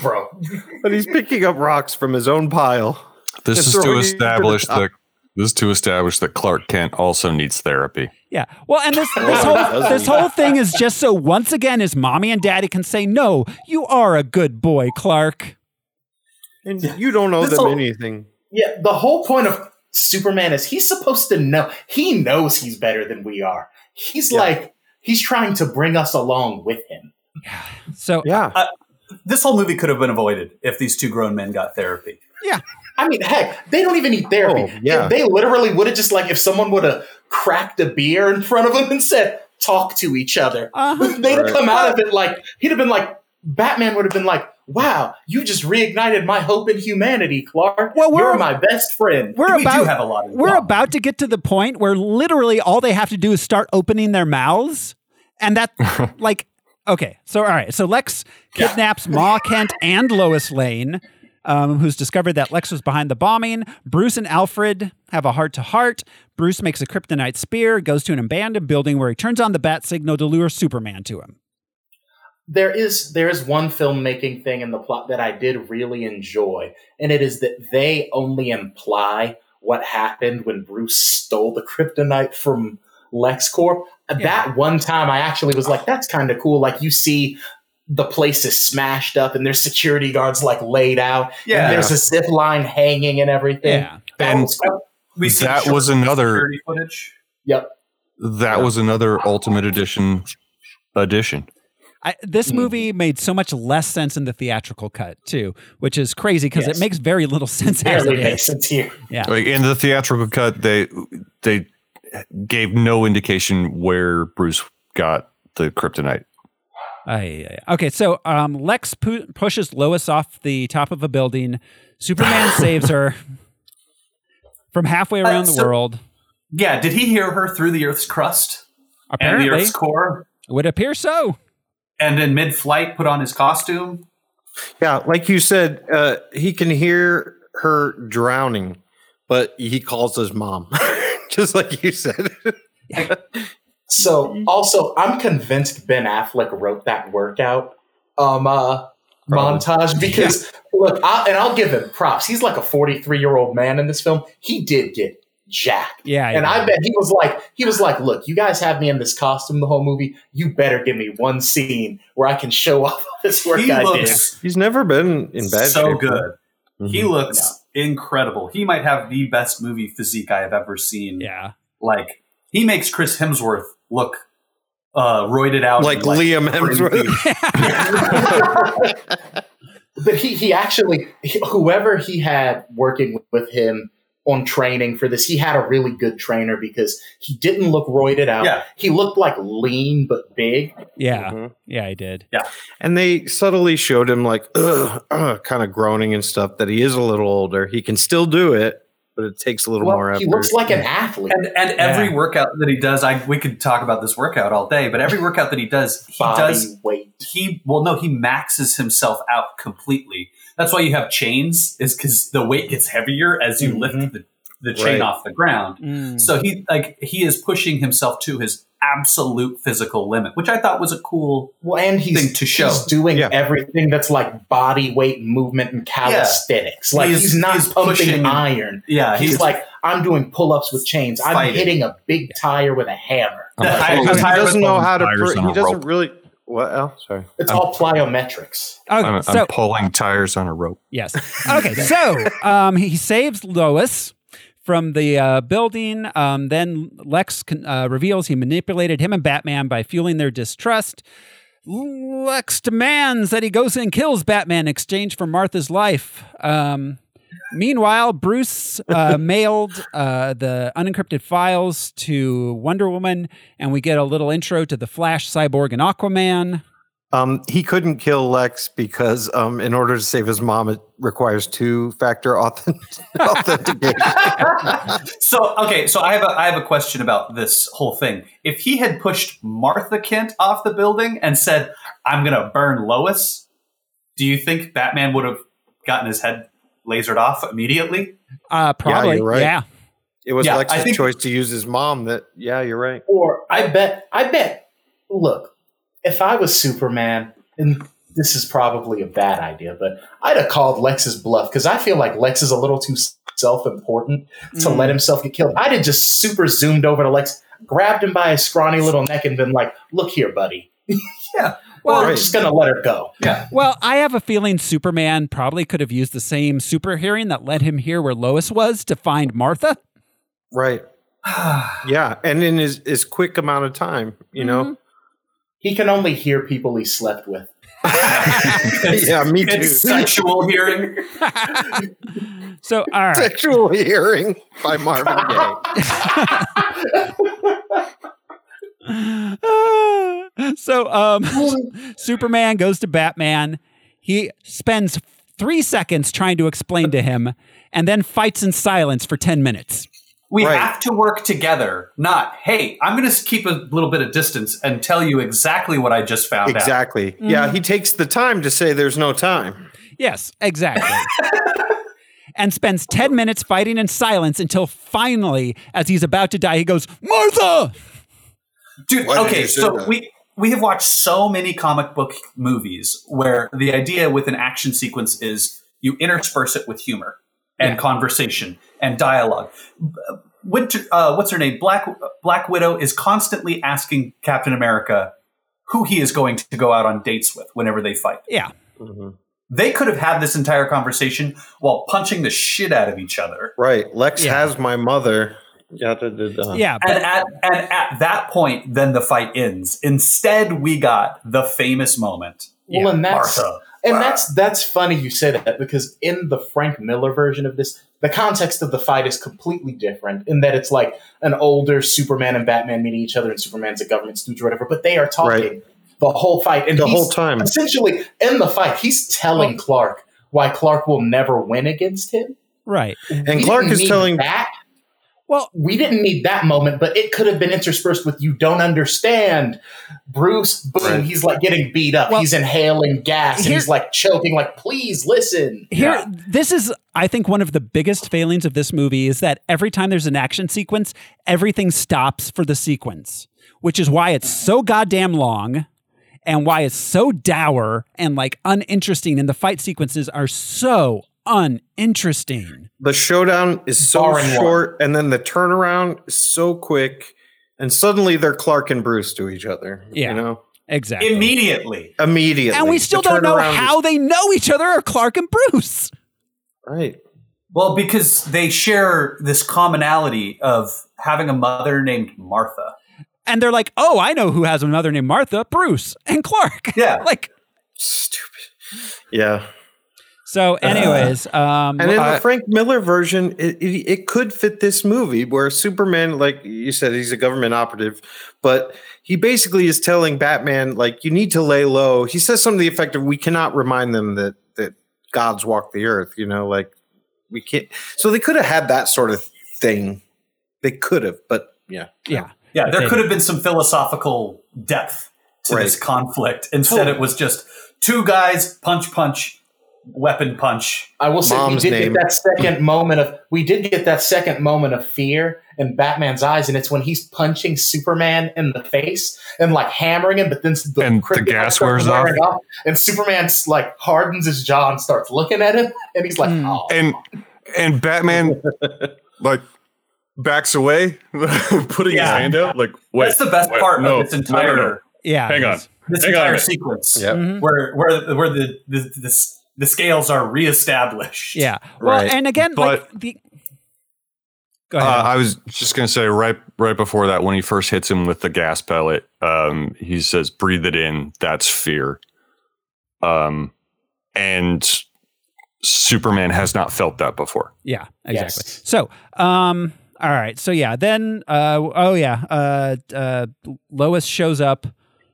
[SPEAKER 4] Bro.
[SPEAKER 2] But he's picking up rocks from his own pile.
[SPEAKER 5] This
[SPEAKER 2] Just
[SPEAKER 5] is to
[SPEAKER 2] throwing it over the
[SPEAKER 5] establish
[SPEAKER 2] top.
[SPEAKER 5] that this is to establish that Clark Kent also needs therapy.
[SPEAKER 1] yeah. Well, and this this whole
[SPEAKER 2] Oh, does
[SPEAKER 1] this
[SPEAKER 2] he?
[SPEAKER 1] whole thing is just so once again his mommy and daddy can say, No, you are a good boy, Clark.
[SPEAKER 2] And you don't owe
[SPEAKER 4] This
[SPEAKER 2] them
[SPEAKER 4] whole-
[SPEAKER 2] anything.
[SPEAKER 4] Yeah, the whole point of Superman is he's supposed to know. He knows he's better than we are. He's like he's trying to bring us along with him.
[SPEAKER 1] So
[SPEAKER 2] Yeah.
[SPEAKER 3] This whole movie could have been avoided if these two grown men got therapy.
[SPEAKER 4] I mean, heck, they don't even need therapy.
[SPEAKER 2] Oh, yeah.
[SPEAKER 4] They literally would have just like if someone would have cracked a beer in front of him and said, "Talk to each other."
[SPEAKER 1] Uh-huh.
[SPEAKER 4] They'd have
[SPEAKER 2] Right.
[SPEAKER 4] come out of it like he'd have been like Batman would have been like, "Wow, you just reignited my hope in humanity, Clark.
[SPEAKER 1] Well, we're-
[SPEAKER 4] You're my best friend."
[SPEAKER 1] We're
[SPEAKER 3] We do
[SPEAKER 1] about
[SPEAKER 3] have a lot in
[SPEAKER 1] we're
[SPEAKER 3] common.
[SPEAKER 1] about to get to the point where literally all they have to do is start opening their mouths, and that like okay. So all right. So Lex kidnaps Ma Kent and Lois Lane, um, who's discovered that Lex was behind the bombing. Bruce and Alfred have a heart to heart. Bruce makes a kryptonite spear, goes to an abandoned building where he turns on the bat signal to lure Superman to him.
[SPEAKER 4] there is there is one filmmaking thing in the plot that I did really enjoy, and it is that they only imply what happened when Bruce stole the kryptonite from LexCorp. That one time, I actually was like, "That's kind of cool." Like you see. The place is smashed up, and there's security guards like laid out.
[SPEAKER 3] Yeah.
[SPEAKER 4] and there's a zip line hanging and everything.
[SPEAKER 1] Yeah.
[SPEAKER 4] That
[SPEAKER 5] And-
[SPEAKER 4] was cool.
[SPEAKER 3] We see
[SPEAKER 5] That
[SPEAKER 3] short
[SPEAKER 5] was another-
[SPEAKER 3] security footage.
[SPEAKER 4] Yep.
[SPEAKER 5] That was another Ultimate Edition edition.
[SPEAKER 1] I, this
[SPEAKER 3] Mm.
[SPEAKER 1] movie made so much less sense in the theatrical cut too, which is crazy because
[SPEAKER 4] Yes.
[SPEAKER 1] it makes very little sense. as
[SPEAKER 4] Barely
[SPEAKER 1] it
[SPEAKER 4] makes
[SPEAKER 1] is.
[SPEAKER 4] sense here.
[SPEAKER 1] Yeah.
[SPEAKER 5] Like in the theatrical cut, they they gave no indication where Bruce got the kryptonite.
[SPEAKER 1] Ay, ay, ay. Okay, so um, Lex pu- pushes Lois off the top of a building. Superman saves her from halfway
[SPEAKER 3] Uh,
[SPEAKER 1] around the
[SPEAKER 3] so-
[SPEAKER 1] world.
[SPEAKER 3] Yeah, did he hear her through the Earth's crust
[SPEAKER 1] Apparently,
[SPEAKER 3] and the Earth's core,
[SPEAKER 1] it would appear so.
[SPEAKER 3] and in mid-flight put on his costume?
[SPEAKER 2] Yeah, like you said, uh, he can hear her drowning, but he calls his mom, just like you said.
[SPEAKER 4] So also, I'm convinced Ben Affleck wrote that workout um uh, montage because look, I, and I'll give him props. He's like a 43 year old man in this film. He did get jack.
[SPEAKER 1] Yeah,
[SPEAKER 4] and
[SPEAKER 1] yeah.
[SPEAKER 4] I bet he was like, he was like, look, you guys have me in this costume the whole movie. You better give me one scene where I can show off this work
[SPEAKER 3] He
[SPEAKER 4] I
[SPEAKER 3] looks-
[SPEAKER 2] He's never been in bad
[SPEAKER 3] so
[SPEAKER 2] shape.
[SPEAKER 3] good. He
[SPEAKER 2] Mhm.
[SPEAKER 3] looks incredible. He might have the best movie physique I have ever seen.
[SPEAKER 1] Yeah.
[SPEAKER 3] Like he makes Chris Hemsworth look uh roided out
[SPEAKER 2] Like
[SPEAKER 3] and,
[SPEAKER 2] Liam Hemsworth.
[SPEAKER 4] did. But he he actually he- whoever he had working with him on training for this, he had a really good trainer because he didn't look roided out.
[SPEAKER 1] Yeah.
[SPEAKER 4] He looked like lean but big.
[SPEAKER 1] Yeah. Yeah, I did.
[SPEAKER 3] Yeah.
[SPEAKER 2] Mm-hmm. And they subtly showed him like ugh, ugh, kind of groaning and stuff that he is a little older. He can still do it, but it takes a little more effort.
[SPEAKER 4] he looks like an athlete.
[SPEAKER 3] And, and every workout that he does, I we could talk about this workout all day, but every workout that he does, he
[SPEAKER 4] Body
[SPEAKER 3] does
[SPEAKER 4] weight.
[SPEAKER 3] He well, no, he maxes himself out completely. That's why you have chains, is because the weight gets heavier as you lift the, the chain
[SPEAKER 4] Right.
[SPEAKER 3] off the ground.
[SPEAKER 1] Mm.
[SPEAKER 3] So he like he is pushing himself to his absolute physical limit, which I thought was a cool
[SPEAKER 4] well, and he's,
[SPEAKER 3] thing to show.
[SPEAKER 4] He's doing everything that's like body weight movement and calisthenics.
[SPEAKER 3] Yeah.
[SPEAKER 4] Like
[SPEAKER 3] He's-
[SPEAKER 4] he's, not
[SPEAKER 3] he's
[SPEAKER 4] pumping
[SPEAKER 3] pushing-
[SPEAKER 4] iron.
[SPEAKER 3] Yeah,
[SPEAKER 4] he's,
[SPEAKER 3] he's-
[SPEAKER 4] like I'm doing pull-ups with chains. I'm
[SPEAKER 3] Fighting.
[SPEAKER 4] hitting a big tire with a hammer.
[SPEAKER 2] "Oh, he doesn't know how to.
[SPEAKER 5] tires
[SPEAKER 2] pr-
[SPEAKER 5] on
[SPEAKER 2] he
[SPEAKER 5] a
[SPEAKER 2] doesn't
[SPEAKER 5] rope.
[SPEAKER 2] really. What? Oh, sorry.
[SPEAKER 4] It's all plyometrics.
[SPEAKER 5] I'm, I'm
[SPEAKER 1] so-
[SPEAKER 5] pulling tires on a rope.
[SPEAKER 1] Yes. Okay, so um, he saves Lois from the uh, building. Um, then Lex con- uh, reveals he manipulated him and Batman by fueling their distrust. Lex demands that he goes and kills Batman in exchange for Martha's life. Um, meanwhile, Bruce uh, mailed uh, the unencrypted files to Wonder Woman, and we get a little intro to the Flash, Cyborg, and Aquaman.
[SPEAKER 2] Um, he couldn't kill Lex because, um, in order to save his mom, it requires two-factor authentic- authentication.
[SPEAKER 3] So okay, so I have a I have a question about this whole thing. If he had pushed Martha Kent off the building and said, "I'm going to burn Lois," do you think Batman would have gotten his head lasered off immediately?
[SPEAKER 1] Uh,
[SPEAKER 2] Yeah,
[SPEAKER 1] probably.
[SPEAKER 2] you're right.
[SPEAKER 1] yeah.
[SPEAKER 2] It was
[SPEAKER 3] Yeah, I
[SPEAKER 2] Lex's
[SPEAKER 3] think-
[SPEAKER 2] choice to use his mom. That yeah, you're right.
[SPEAKER 4] Or I bet, I bet. Look, if I was Superman, and this is probably a bad idea, but I'd have called Lex's bluff because I feel like Lex is a little too self-important to
[SPEAKER 1] Mm.
[SPEAKER 4] let himself get killed. I'd have just super zoomed over to Lex, grabbed him by his scrawny little neck, and been like, "Look here, buddy.
[SPEAKER 3] yeah,
[SPEAKER 4] well, I'm
[SPEAKER 1] Right.
[SPEAKER 4] just gonna let her go."
[SPEAKER 3] Yeah.
[SPEAKER 1] Well, I have a feeling Superman probably could have used the same super hearing that led him here where Lois was to find Martha.
[SPEAKER 2] Right. yeah, and in his, his quick amount of time, you know.
[SPEAKER 4] He can only hear people he slept with.
[SPEAKER 2] yeah, me too.
[SPEAKER 3] It's sexual hearing.
[SPEAKER 1] So, all right.
[SPEAKER 2] Sexual hearing by Marvin Gaye.
[SPEAKER 1] so um Superman goes to Batman. He spends 3 seconds trying to explain to him and then fights in silence for 10 minutes.
[SPEAKER 3] We have to work together, not, hey, I'm going to keep a little bit of distance and tell you exactly what I just found out.
[SPEAKER 2] Exactly. Yeah, he takes the time to say there's no time.
[SPEAKER 1] Yes, exactly. and spends 10 minutes fighting in silence until finally as he's about to die he goes, "Martha!"
[SPEAKER 3] Dude,
[SPEAKER 2] Why did
[SPEAKER 3] okay,
[SPEAKER 2] you say
[SPEAKER 3] so
[SPEAKER 2] that?
[SPEAKER 3] we we have watched so many comic book movies where the idea with an action sequence is you intersperse it with humor and conversation and dialogue. Winter, uh, what's her name? Black Black Widow is constantly asking Captain America who he is going to go out on dates with whenever they fight.
[SPEAKER 1] Yeah.
[SPEAKER 3] They could have had this entire conversation while punching the shit out of each other.
[SPEAKER 2] Right. Lex has my mother. Yada, da, da.
[SPEAKER 1] Yeah, but-
[SPEAKER 3] and at, and at that point, then the fight ends. Instead, we got the famous moment.
[SPEAKER 4] Well, and that's
[SPEAKER 3] Martha.
[SPEAKER 4] and that's that's funny you say that because in the Frank Miller version of this, the context of the fight is completely different in that it's like an older Superman and Batman meeting each other, and Superman's a government stooge or whatever, but they are talking
[SPEAKER 2] Right.
[SPEAKER 4] the whole fight and
[SPEAKER 2] The
[SPEAKER 4] he's-
[SPEAKER 2] whole time.
[SPEAKER 4] Essentially, in the fight, he's telling Clark why Clark will never win against him.
[SPEAKER 1] Right.
[SPEAKER 2] And
[SPEAKER 4] We
[SPEAKER 2] Clark
[SPEAKER 4] didn't
[SPEAKER 2] is
[SPEAKER 4] need
[SPEAKER 2] telling
[SPEAKER 4] that.
[SPEAKER 1] Well,
[SPEAKER 4] we didn't need that moment, but it could have been interspersed with "You don't understand." Bruce, boom,
[SPEAKER 2] Right.
[SPEAKER 4] he's like getting beat up.
[SPEAKER 1] Well,
[SPEAKER 4] he's inhaling gas, and
[SPEAKER 1] here-
[SPEAKER 4] he's like choking. Like, please listen.
[SPEAKER 1] Here, this is, I think, one of the biggest failings of this movie is that every time there's an action sequence, everything stops for the sequence, which is why it's so goddamn long and why it's so dour and like uninteresting. And the fight sequences are so uninteresting.
[SPEAKER 2] The showdown is so
[SPEAKER 1] Barring one.
[SPEAKER 2] short, and then the turnaround is so quick, and suddenly they're Clark and Bruce to each other.
[SPEAKER 1] Yeah.
[SPEAKER 2] You know?
[SPEAKER 1] Exactly.
[SPEAKER 3] Immediately.
[SPEAKER 2] Immediately.
[SPEAKER 1] And we still
[SPEAKER 2] The
[SPEAKER 1] don't know
[SPEAKER 2] turnaround is-
[SPEAKER 1] how they know each other are Clark and Bruce.
[SPEAKER 2] Right.
[SPEAKER 3] Well, because they share this commonality of having a mother named Martha.
[SPEAKER 1] And they're like, oh, I know who has another named Martha, Bruce, and Clark.
[SPEAKER 3] Yeah.
[SPEAKER 1] like,
[SPEAKER 2] Yeah.
[SPEAKER 1] so, anyways. um,
[SPEAKER 2] Uh-huh. and in
[SPEAKER 1] I-
[SPEAKER 2] the Frank Miller version, it, it, it could fit this movie where Superman, like you said, he's a government operative, but he basically is telling Batman, like, you need to lay low. He says something to the effect of, we cannot remind them that, that gods walk the earth, you know, like, we can't. So they could have had that sort of thing. They could have, but yeah.
[SPEAKER 1] Yeah.
[SPEAKER 3] Yeah, there
[SPEAKER 2] They-
[SPEAKER 3] could have been some philosophical depth to this conflict. Instead, it was just two guys punch, punch, weapon punch.
[SPEAKER 4] I will say we did get that second moment of we did get that second moment of fear in Batman's eyes, and it's when he's punching Superman in the face and like hammering him, but then the,
[SPEAKER 5] And the
[SPEAKER 4] kryptonite
[SPEAKER 5] gas
[SPEAKER 4] starts
[SPEAKER 5] wears off.
[SPEAKER 4] wearing and Superman's like hardens his jaw and starts looking at him, and he's like,
[SPEAKER 1] Hmm.
[SPEAKER 4] "Oh,
[SPEAKER 5] and and Batman like backs away, putting his
[SPEAKER 3] Yeah.
[SPEAKER 5] hand out. Like, wait,
[SPEAKER 3] That's the best
[SPEAKER 5] wait,
[SPEAKER 3] part
[SPEAKER 5] no,
[SPEAKER 3] of this
[SPEAKER 5] no, no,
[SPEAKER 3] entire
[SPEAKER 5] no, no.
[SPEAKER 1] Yeah, mm-hmm.
[SPEAKER 5] hang
[SPEAKER 1] it
[SPEAKER 5] on,
[SPEAKER 1] is.
[SPEAKER 3] this
[SPEAKER 5] hang on a
[SPEAKER 3] entire
[SPEAKER 5] minute.
[SPEAKER 3] sequence
[SPEAKER 5] Yep.
[SPEAKER 3] where where where the the, the, the the scales are reestablished.
[SPEAKER 1] Yeah. Well, and again,
[SPEAKER 5] But-
[SPEAKER 1] like, the, Oh,
[SPEAKER 5] Uh, I was just gonna say right right before that when he first hits him with the gas pellet, um, he says, "Breathe it in. That's fear." Um, and Superman has not felt that before.
[SPEAKER 1] Yeah, exactly. So, um, all right. So yeah, then uh, oh yeah, uh, uh, Lois shows up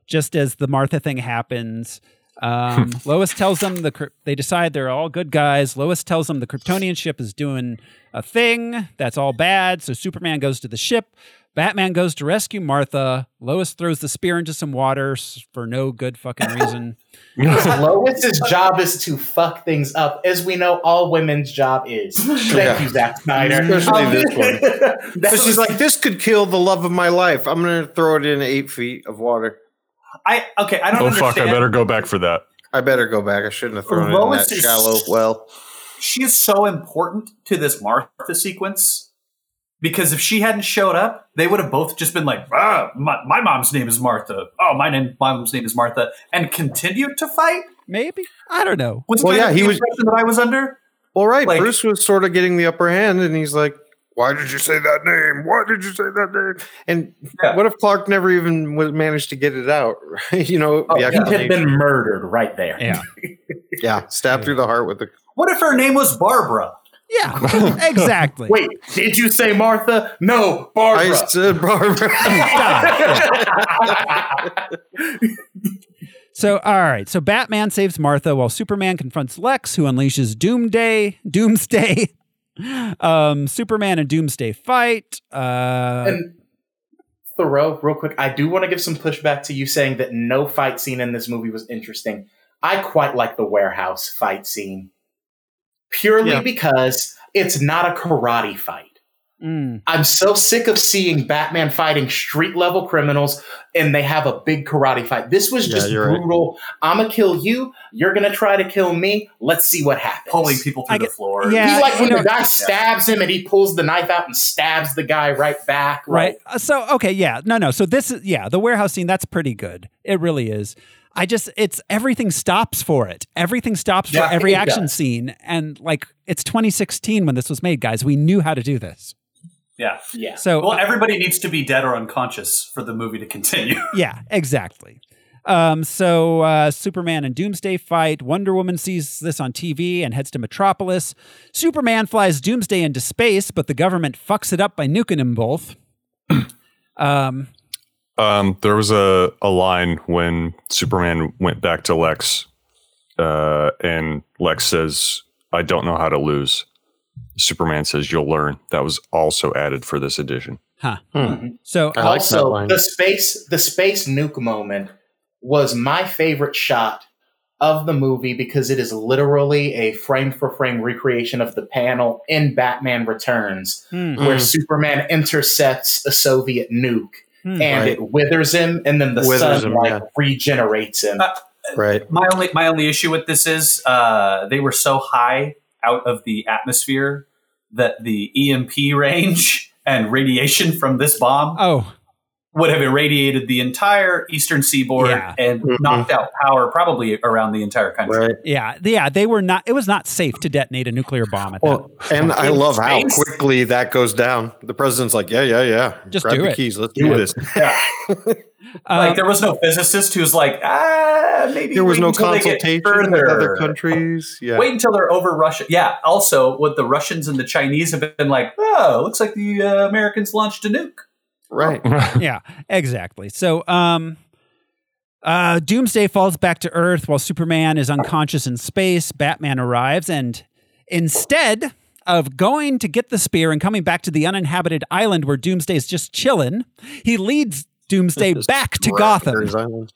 [SPEAKER 1] just as the Martha thing happens. Um, Lois tells them the Kryp- they decide they're all good guys. Lois tells them the Kryptonian ship is doing a thing that's all bad. So Superman goes to the ship. Batman goes to rescue Martha. Lois throws the spear into some water s- for no good fucking reason.
[SPEAKER 4] Lois's job is to fuck things up, as we know all women's job is. Thank
[SPEAKER 2] Yeah.
[SPEAKER 4] you, Zack Snyder.
[SPEAKER 2] Especially
[SPEAKER 4] Um,
[SPEAKER 2] this one.
[SPEAKER 4] That's
[SPEAKER 2] so she's like, this could kill the love of my life. I'm going to throw it in eight feet of water.
[SPEAKER 3] I okay. I don't
[SPEAKER 5] oh
[SPEAKER 3] understand.
[SPEAKER 5] fuck! I better go back for that.
[SPEAKER 2] I better go back. I shouldn't have thrown
[SPEAKER 3] Lois
[SPEAKER 2] it in
[SPEAKER 3] is-
[SPEAKER 2] that shallow well.
[SPEAKER 3] She is so important to this Martha sequence because if she hadn't showed up, they would have both just been like, ah, my, my mom's name is Martha. Oh, my name, my mom's name is Martha, and continued to fight.
[SPEAKER 1] Maybe I don't know.
[SPEAKER 3] Was
[SPEAKER 2] Well,
[SPEAKER 3] kind
[SPEAKER 2] yeah,
[SPEAKER 3] of
[SPEAKER 2] he
[SPEAKER 3] the
[SPEAKER 2] was-
[SPEAKER 3] impression that I was under.
[SPEAKER 2] Well, right.
[SPEAKER 3] Like-
[SPEAKER 2] Bruce was sort of getting the upper hand, and he's like, "Why did you say that name? Why did you say that name?" And what if Clark never even was, managed to get it out? you know,
[SPEAKER 4] Oh,
[SPEAKER 2] the
[SPEAKER 4] he'd have
[SPEAKER 2] explanation.
[SPEAKER 4] been murdered right there.
[SPEAKER 1] Yeah.
[SPEAKER 2] yeah, stabbed through the heart with the.
[SPEAKER 3] What if her name was Barbara?
[SPEAKER 1] Yeah, exactly.
[SPEAKER 4] Wait, did you say Martha? No, Barbara.
[SPEAKER 2] I said Barbara. Ah,
[SPEAKER 1] So, all right. So, Batman saves Martha while Superman confronts Lex, who unleashes Doomsday. Doomsday. Um, Superman and Doomsday fight. Uh,
[SPEAKER 4] and Thoreau, real quick, I do want to give some pushback to you saying that no fight scene in this movie was interesting. I quite like the warehouse fight scene purely
[SPEAKER 15] Yeah.
[SPEAKER 4] because it's not a karate fight.
[SPEAKER 1] mm,
[SPEAKER 4] I'm so sick of seeing Batman fighting street level criminals and they have a big karate fight. This was
[SPEAKER 2] Yeah,
[SPEAKER 4] just
[SPEAKER 2] you're right.
[SPEAKER 4] brutal. I'm going to kill you. You're going to try to kill me. Let's see what happens.
[SPEAKER 3] Pulling people through the floor.
[SPEAKER 1] yeah,
[SPEAKER 4] He's like
[SPEAKER 1] you
[SPEAKER 4] when
[SPEAKER 1] know-
[SPEAKER 4] the guy stabs him and he pulls the knife out and stabs the guy right back.
[SPEAKER 1] right.
[SPEAKER 4] Like,
[SPEAKER 1] Uh, So, okay. Yeah. No, no. So, this is, yeah, the warehouse scene, that's pretty good. It really is. I just, it's everything stops for it. Everything stops
[SPEAKER 3] Yeah,
[SPEAKER 1] for every
[SPEAKER 3] it
[SPEAKER 1] action
[SPEAKER 3] does.
[SPEAKER 1] scene. And like, it's 2016 when this was made, guys. We knew how to do this.
[SPEAKER 3] Yeah,
[SPEAKER 4] yeah.
[SPEAKER 1] So- uh,
[SPEAKER 3] well, everybody needs to be dead or unconscious for the movie to continue.
[SPEAKER 1] Yeah, exactly. Um, so uh, Superman and Doomsday fight. Wonder Woman sees this on TV and heads to Metropolis. Superman flies Doomsday into space, but the government fucks it up by nuking them both. um,
[SPEAKER 5] Um, there was a, a line when Superman went back to Lex, uh, and Lex says, I don't know how to lose. Superman says, You'll learn. That was also added for this edition.
[SPEAKER 1] huh. So
[SPEAKER 4] Uh-huh.
[SPEAKER 2] I like that
[SPEAKER 4] also,
[SPEAKER 2] line.
[SPEAKER 4] the space the space nuke moment was my favorite shot of the movie because it is literally a frame for frame recreation of the panel in Batman Returns
[SPEAKER 1] hmm.
[SPEAKER 4] where
[SPEAKER 2] Mm.
[SPEAKER 4] Superman intercepts a Soviet nuke
[SPEAKER 1] Hmm.
[SPEAKER 4] and
[SPEAKER 2] Right.
[SPEAKER 4] it withers him, and then the
[SPEAKER 2] Withers
[SPEAKER 4] sun
[SPEAKER 2] him,
[SPEAKER 4] like
[SPEAKER 2] yeah.
[SPEAKER 4] regenerates him.
[SPEAKER 3] Uh,
[SPEAKER 1] Mm-hmm.
[SPEAKER 2] Right.
[SPEAKER 3] My only my only issue with this is uh, they were so high out of the atmosphere that the EMP range and radiation from this bomb
[SPEAKER 1] oh.
[SPEAKER 3] would have irradiated the entire eastern seaboard
[SPEAKER 1] Yeah.
[SPEAKER 3] and
[SPEAKER 2] Mm-hmm.
[SPEAKER 1] Mhm.
[SPEAKER 3] knocked out power probably around the entire country.
[SPEAKER 1] Yeah, yeah, they were not. It was not safe to detonate a nuclear bomb at
[SPEAKER 2] Well,
[SPEAKER 1] that.
[SPEAKER 2] and I love how
[SPEAKER 1] Space?
[SPEAKER 2] quickly that goes down. The president's like, yeah, yeah, yeah.
[SPEAKER 1] Just
[SPEAKER 2] Grab
[SPEAKER 1] do
[SPEAKER 2] the
[SPEAKER 1] it.
[SPEAKER 2] keys. Let's
[SPEAKER 1] Yeah.
[SPEAKER 2] do this.
[SPEAKER 1] Uh, Um,
[SPEAKER 3] like there was no physicist who's like, ah, maybe
[SPEAKER 2] There was
[SPEAKER 3] wait
[SPEAKER 2] no
[SPEAKER 3] until they get
[SPEAKER 2] consultation with
[SPEAKER 3] further."
[SPEAKER 2] other countries. Yeah.
[SPEAKER 3] Wait until they're over Russia. Yeah. Also, what the Russians and the Chinese have been like, oh, looks like the uh, Americans launched a nuke.
[SPEAKER 2] Right.
[SPEAKER 1] yeah, exactly. So, um, uh, Doomsday falls back to Earth while Superman is unconscious in space. Batman arrives, and instead of going to get the spear and coming back to the uninhabited island where Doomsday's just chilling, he leads Doomsday back to Gotham.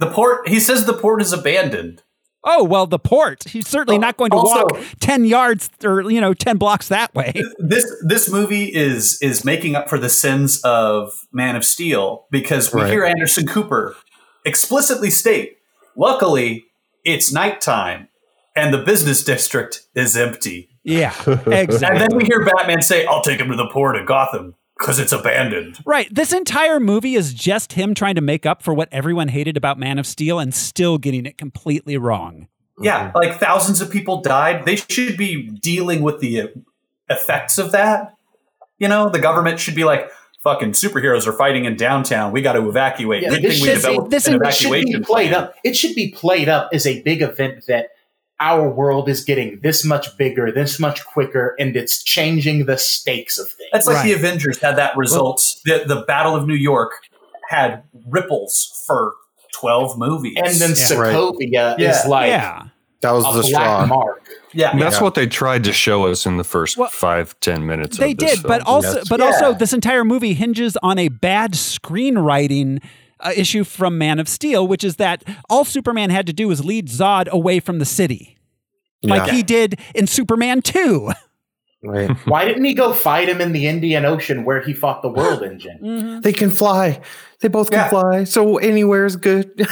[SPEAKER 3] The port. He says the port is abandoned.
[SPEAKER 1] Oh well, the port. He's certainly not going to
[SPEAKER 3] Oh, also-
[SPEAKER 1] walk ten yards or you know ten blocks that way.
[SPEAKER 3] This this movie is is making up for the sins of Man of Steel because we
[SPEAKER 1] Right.
[SPEAKER 3] hear Anderson Cooper explicitly state, "Luckily, it's nighttime and the business district is empty."
[SPEAKER 1] Yeah,
[SPEAKER 3] And
[SPEAKER 1] exactly.
[SPEAKER 3] then we hear Batman say, "I'll take him to the port of Gotham because it's abandoned."
[SPEAKER 1] Right. This entire movie is just him trying to make up for what everyone hated about Man of Steel and still getting it completely wrong.
[SPEAKER 3] Yeah, like thousands of people died. They should be dealing with the effects of that. You know, the government should be like, "Fucking superheroes are fighting in downtown. We got to evacuate."
[SPEAKER 4] Yeah,
[SPEAKER 3] Good
[SPEAKER 4] this
[SPEAKER 3] thing we
[SPEAKER 4] should,
[SPEAKER 3] developed
[SPEAKER 4] be, this
[SPEAKER 3] an
[SPEAKER 4] should be
[SPEAKER 3] evacuation
[SPEAKER 4] played
[SPEAKER 3] plan.
[SPEAKER 4] up. It should be played up as a big event that our world is getting this much bigger, this much quicker, and it's changing the stakes of things.
[SPEAKER 3] That's like the Avengers had that result. the The Battle of New York had ripples for twelve movies,
[SPEAKER 4] And then Yeah. Sokovia
[SPEAKER 3] Yeah.
[SPEAKER 4] is like
[SPEAKER 2] That
[SPEAKER 4] was a the black straw. mark.
[SPEAKER 3] Yeah,
[SPEAKER 5] That's
[SPEAKER 3] Yeah.
[SPEAKER 5] what they tried to show us in the first five, ten minutes.
[SPEAKER 1] they
[SPEAKER 5] of this
[SPEAKER 1] did, but
[SPEAKER 5] film.
[SPEAKER 1] also, but also, this entire movie hinges on a bad screenwriting uh, issue from Man of Steel, which is that all Superman had to do was lead Zod away from the city, like
[SPEAKER 4] Yeah.
[SPEAKER 1] he did in Superman Two.
[SPEAKER 4] Why didn't he go fight him in the Indian Ocean where he fought the World Engine?
[SPEAKER 2] They can fly. They both can fly. So anywhere is good.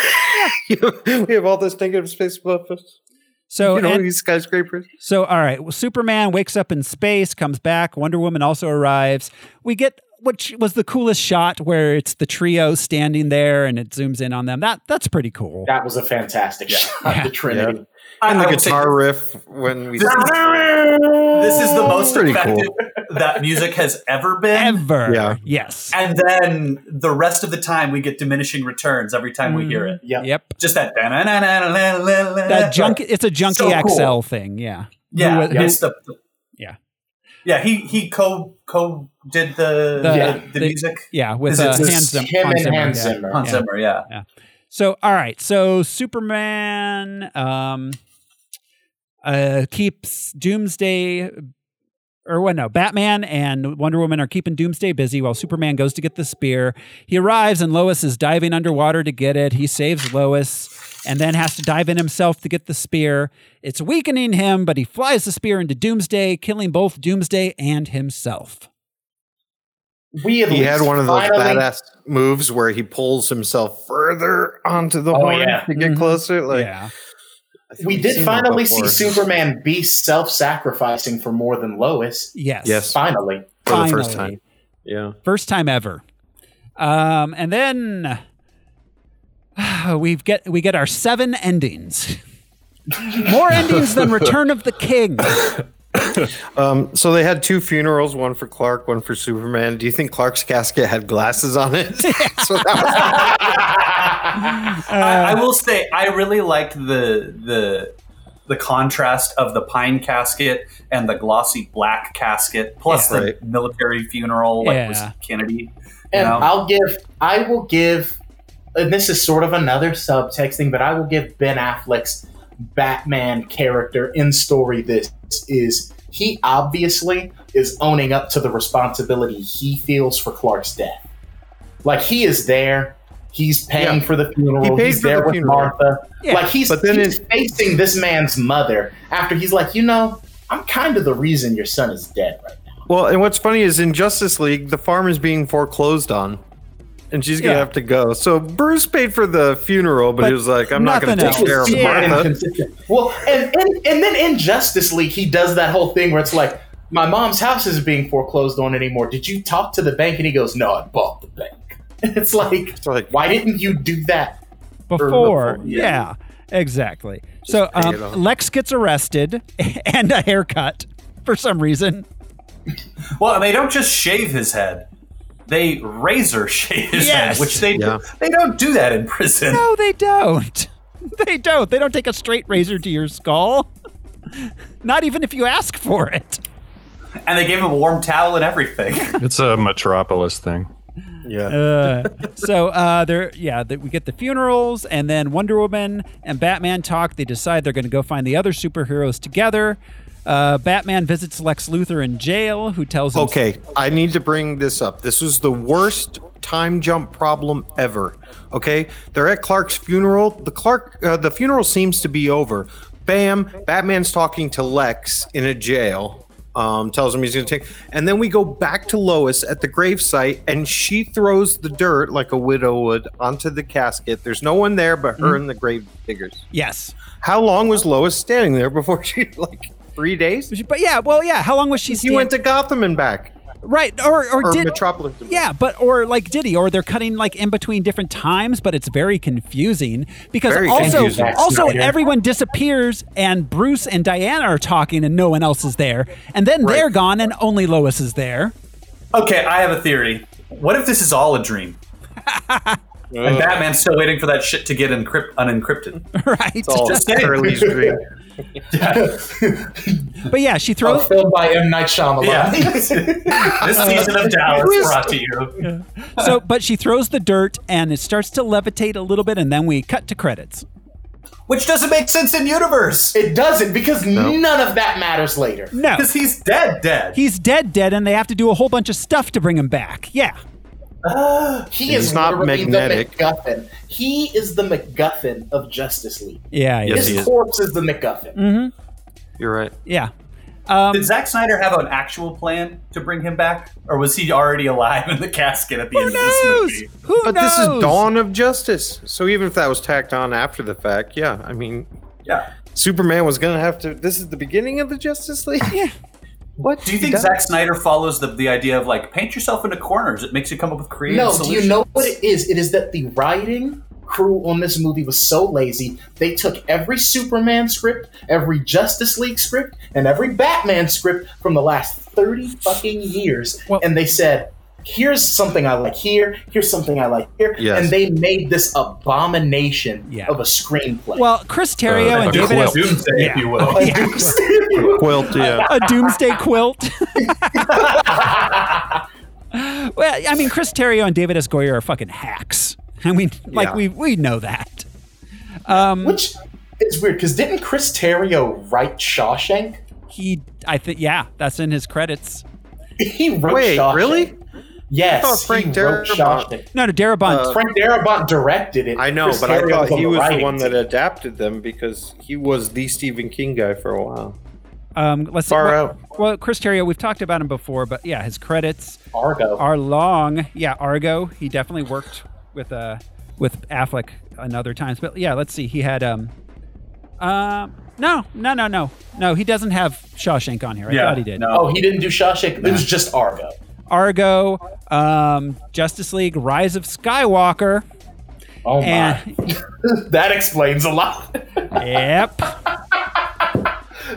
[SPEAKER 2] we have all this negative space above us.
[SPEAKER 1] So
[SPEAKER 2] you know,
[SPEAKER 1] Oh, and-
[SPEAKER 2] these skyscrapers.
[SPEAKER 1] So, all right, well, Superman wakes up in space, comes back. Wonder Woman also arrives. We get what was the coolest shot where it's the trio standing there and it zooms in on them. That that's pretty cool.
[SPEAKER 4] That was a fantastic shot. The Trinity.
[SPEAKER 2] And
[SPEAKER 3] I
[SPEAKER 2] the
[SPEAKER 3] would say
[SPEAKER 2] guitar riff when we
[SPEAKER 3] This is, this is the most
[SPEAKER 2] Pretty
[SPEAKER 3] effective
[SPEAKER 2] cool.
[SPEAKER 3] that music has ever been. Ever.
[SPEAKER 1] Yeah. Yes.
[SPEAKER 3] And then the rest of the time we get diminishing returns every time we hear it.
[SPEAKER 4] Yep.
[SPEAKER 1] Yep.
[SPEAKER 3] Just that. That
[SPEAKER 1] That junk. It's a junkie
[SPEAKER 3] So cool.
[SPEAKER 1] XL thing. Yeah. Who
[SPEAKER 3] Yeah.
[SPEAKER 1] wa- who-
[SPEAKER 3] It's the,
[SPEAKER 1] yeah.
[SPEAKER 3] Yeah. He he co co did the
[SPEAKER 1] The-
[SPEAKER 3] the,
[SPEAKER 1] Yeah.
[SPEAKER 3] the
[SPEAKER 1] the-
[SPEAKER 3] music.
[SPEAKER 1] yeah, with,
[SPEAKER 3] Is
[SPEAKER 1] uh,
[SPEAKER 3] it just
[SPEAKER 1] Hans Zim- Hans Zimmer, yeah.
[SPEAKER 3] Hans
[SPEAKER 1] Yeah.
[SPEAKER 3] Zimmer, Yeah.
[SPEAKER 1] So, all right. So Superman um uh keeps Doomsday or what no, Batman and Wonder Woman are keeping Doomsday busy while Superman goes to get the spear. He arrives and Lois is diving underwater to get it. He saves Lois and then has to dive in himself to get the spear. It's weakening him, but he flies the spear into Doomsday, killing both Doomsday and himself.
[SPEAKER 4] We at
[SPEAKER 2] He
[SPEAKER 4] least
[SPEAKER 2] had one of those
[SPEAKER 4] finally-
[SPEAKER 2] badass moves where he pulls himself further onto the
[SPEAKER 4] Oh,
[SPEAKER 2] horn
[SPEAKER 4] yeah.
[SPEAKER 2] to get closer. Like
[SPEAKER 4] We
[SPEAKER 2] we've
[SPEAKER 4] did
[SPEAKER 2] seen that
[SPEAKER 4] finally see
[SPEAKER 2] before.
[SPEAKER 4] Superman be self-sacrificing for more than Lois.
[SPEAKER 1] Yes.
[SPEAKER 2] Yes.
[SPEAKER 4] Finally.
[SPEAKER 2] for the first
[SPEAKER 1] Finally.
[SPEAKER 2] time. Yeah.
[SPEAKER 1] First time ever. Um, and then we get we get our seven endings. More endings than Return of the King.
[SPEAKER 2] Um, so they had two funerals, one for Clark, one for Superman. Do you think Clark's casket had glasses on it? so that
[SPEAKER 3] I, I will say I really liked the the the contrast of the pine casket and the glossy black casket, plus
[SPEAKER 2] Yeah.
[SPEAKER 3] the
[SPEAKER 2] Right.
[SPEAKER 3] military funeral like was
[SPEAKER 1] Yeah.
[SPEAKER 3] Kennedy.
[SPEAKER 4] And
[SPEAKER 3] know?
[SPEAKER 4] I'll give, I will give, and this is sort of another subtext thing, but I will give Ben Affleck's Batman character in story. This is he obviously is owning up to the responsibility he feels for Clark's death. Like he is there, he's paying for the funeral,
[SPEAKER 2] He paid
[SPEAKER 4] he's
[SPEAKER 2] for
[SPEAKER 4] there
[SPEAKER 2] the
[SPEAKER 4] with
[SPEAKER 2] funeral.
[SPEAKER 4] Martha.
[SPEAKER 2] Yeah.
[SPEAKER 4] Like he's,
[SPEAKER 2] But then
[SPEAKER 4] he's facing this man's mother after he's like, you know, I'm kind of the reason your son is dead right now.
[SPEAKER 2] was- well, and what's funny is in Justice League, the farm is being foreclosed on. and she's gonna have to go. So Bruce paid for the funeral, but, he was like, "I'm not gonna
[SPEAKER 16] Nothing
[SPEAKER 2] take care
[SPEAKER 16] else.
[SPEAKER 2] of
[SPEAKER 16] Yeah.
[SPEAKER 2] Martha."
[SPEAKER 4] Well, and, and and then in Justice League, he does that whole thing where it's like, my mom's house isn't being foreclosed on anymore. Did you talk to the bank? And he goes, No, I bought the bank. It's like, why didn't you do that
[SPEAKER 1] before.
[SPEAKER 4] before,
[SPEAKER 1] Yeah,
[SPEAKER 4] yeah.
[SPEAKER 1] exactly. so
[SPEAKER 4] pay
[SPEAKER 1] um,
[SPEAKER 4] it off.
[SPEAKER 1] Lex gets arrested and a haircut for some reason.
[SPEAKER 3] Well, they don't just shave his head; they razor shave his
[SPEAKER 1] Yes.
[SPEAKER 3] head, which they they don't do that in prison.
[SPEAKER 1] No, they don't. They don't. They don't take a straight razor to your skull. Not even if you ask for it.
[SPEAKER 3] And they gave him a warm towel and everything.
[SPEAKER 5] It's a metropolis thing.
[SPEAKER 2] Yeah.
[SPEAKER 1] Uh, so uh, there, yeah, that we get the funerals, and then Wonder Woman and Batman talk. They decide they're going to go find the other superheroes together. Uh, Batman visits Lex Luthor in jail, who tells him,
[SPEAKER 2] Okay, I need to bring this up. This was the worst time jump problem ever. Okay, they're at Clark's funeral. The Clark, uh, the funeral seems to be over. Bam! Batman's talking to Lex in a jail. Um, tells him he's gonna take, and then we go back to Lois at the gravesite, and she throws the dirt like a widow would onto the casket. There's no one there but her
[SPEAKER 1] Mm-hmm.
[SPEAKER 2] and the grave diggers.
[SPEAKER 1] "Yes."
[SPEAKER 2] How long was Lois standing there before she like three days?
[SPEAKER 1] But yeah, well, yeah. How long was she?
[SPEAKER 2] He went to Gotham and back.
[SPEAKER 1] Right, or or,
[SPEAKER 2] Or
[SPEAKER 1] did
[SPEAKER 2] Metropolis.
[SPEAKER 1] Yeah, but or like did he? Or they're cutting like in between different times, but it's very confusing because
[SPEAKER 2] Very
[SPEAKER 1] also
[SPEAKER 2] confusing.
[SPEAKER 1] also
[SPEAKER 2] Yeah.
[SPEAKER 1] everyone disappears and Bruce and Diana are talking and no one else is there, and then they're gone and only Lois is there.
[SPEAKER 3] Okay, I have a theory. What if this is all a dream? and Batman's still waiting for that shit to get encrypt- unencrypted.
[SPEAKER 1] Right.
[SPEAKER 3] It's all
[SPEAKER 1] Just saying.
[SPEAKER 3] Curly's dream.
[SPEAKER 1] But yeah, she throws
[SPEAKER 4] filmed by M Night Shyamalan?
[SPEAKER 3] Yeah. this season of Dallas brought to you.
[SPEAKER 1] so, but she throws the dirt and it starts to levitate a little bit, and then we cut to credits.
[SPEAKER 3] Which doesn't make sense in universe.
[SPEAKER 4] It doesn't because none of that matters later.
[SPEAKER 1] No,
[SPEAKER 3] Because he's dead, dead.
[SPEAKER 1] He's dead, dead, and they have to do a whole bunch of stuff to bring him back. Yeah.
[SPEAKER 4] he
[SPEAKER 2] He's
[SPEAKER 4] is
[SPEAKER 2] not
[SPEAKER 4] not
[SPEAKER 2] magnetic.
[SPEAKER 4] The MacGuffin. He is the MacGuffin of Justice League.
[SPEAKER 1] Yeah.
[SPEAKER 2] Yes,
[SPEAKER 4] His
[SPEAKER 2] he is.
[SPEAKER 4] corpse is the MacGuffin.
[SPEAKER 1] Mm-hmm.
[SPEAKER 2] You're right.
[SPEAKER 1] Yeah. Um,
[SPEAKER 3] Did Zack Snyder have an actual plan to bring him back? Or was he already alive in the casket at the end of this movie?
[SPEAKER 1] Who
[SPEAKER 2] but this is Dawn of Justice. So even if that was tacked on after the fact, yeah, I mean,
[SPEAKER 3] yeah,
[SPEAKER 2] Superman was gonna have to. This is the beginning of the Justice League. Yeah. What
[SPEAKER 3] Do you think
[SPEAKER 2] He does.
[SPEAKER 3] Zack Snyder follows the, the idea of like paint yourself into corners? It makes you come up with creative
[SPEAKER 4] No, do
[SPEAKER 3] solutions.
[SPEAKER 4] you know what it is? It is that the writing crew on this movie was so lazy. They took every Superman script, every Justice League script, and every Batman script from the last 30 fucking years and they said, "Here's something I like here, here's something I like here."
[SPEAKER 1] Yes.
[SPEAKER 4] And they made this abomination
[SPEAKER 1] Yeah.
[SPEAKER 4] of a screenplay.
[SPEAKER 1] Well, Chris Terrio and David S. yeah.
[SPEAKER 4] A
[SPEAKER 1] Yeah.
[SPEAKER 4] doomsday, if you will.
[SPEAKER 2] Quilt, yeah.
[SPEAKER 1] a doomsday quilt. well, I mean, Chris Terrio and David S. Goyer are fucking hacks, and we like
[SPEAKER 4] Yeah.
[SPEAKER 1] we we know that. Um,
[SPEAKER 4] Which it's weird because didn't Chris Terrio write Shawshank?
[SPEAKER 1] He, I think, yeah, that's in his credits.
[SPEAKER 4] He wrote
[SPEAKER 2] Wait,
[SPEAKER 4] Shawshank.
[SPEAKER 2] really?
[SPEAKER 4] Yes,
[SPEAKER 2] I thought Frank
[SPEAKER 4] he wrote
[SPEAKER 2] Darabont-
[SPEAKER 4] Shawshank.
[SPEAKER 1] No, no, Darabont.
[SPEAKER 2] Uh,
[SPEAKER 4] Frank Darabont directed it.
[SPEAKER 2] I know,
[SPEAKER 4] Chris
[SPEAKER 2] but I
[SPEAKER 4] Terrio
[SPEAKER 2] thought
[SPEAKER 4] on
[SPEAKER 2] he was the
[SPEAKER 4] writing
[SPEAKER 2] one
[SPEAKER 4] team.
[SPEAKER 2] that adapted them because he was the Stephen King guy for a while.
[SPEAKER 1] Um, let's
[SPEAKER 2] Far
[SPEAKER 1] well,
[SPEAKER 2] out.
[SPEAKER 1] Well, Chris Terrio, we've talked about him before, but yeah, his credits
[SPEAKER 4] Argo
[SPEAKER 1] are long. Yeah, Argo. He definitely worked with uh with Affleck and other times, but yeah, let's see. He had um, um, no, no, no, no, no. He doesn't have Shawshank on here. I thought he did.
[SPEAKER 4] Oh, he didn't do Shawshank. It was just Argo.
[SPEAKER 1] Argo, um, Justice League, Rise of Skywalker.
[SPEAKER 4] Oh my.
[SPEAKER 1] And-
[SPEAKER 4] that explains a lot.
[SPEAKER 1] yep.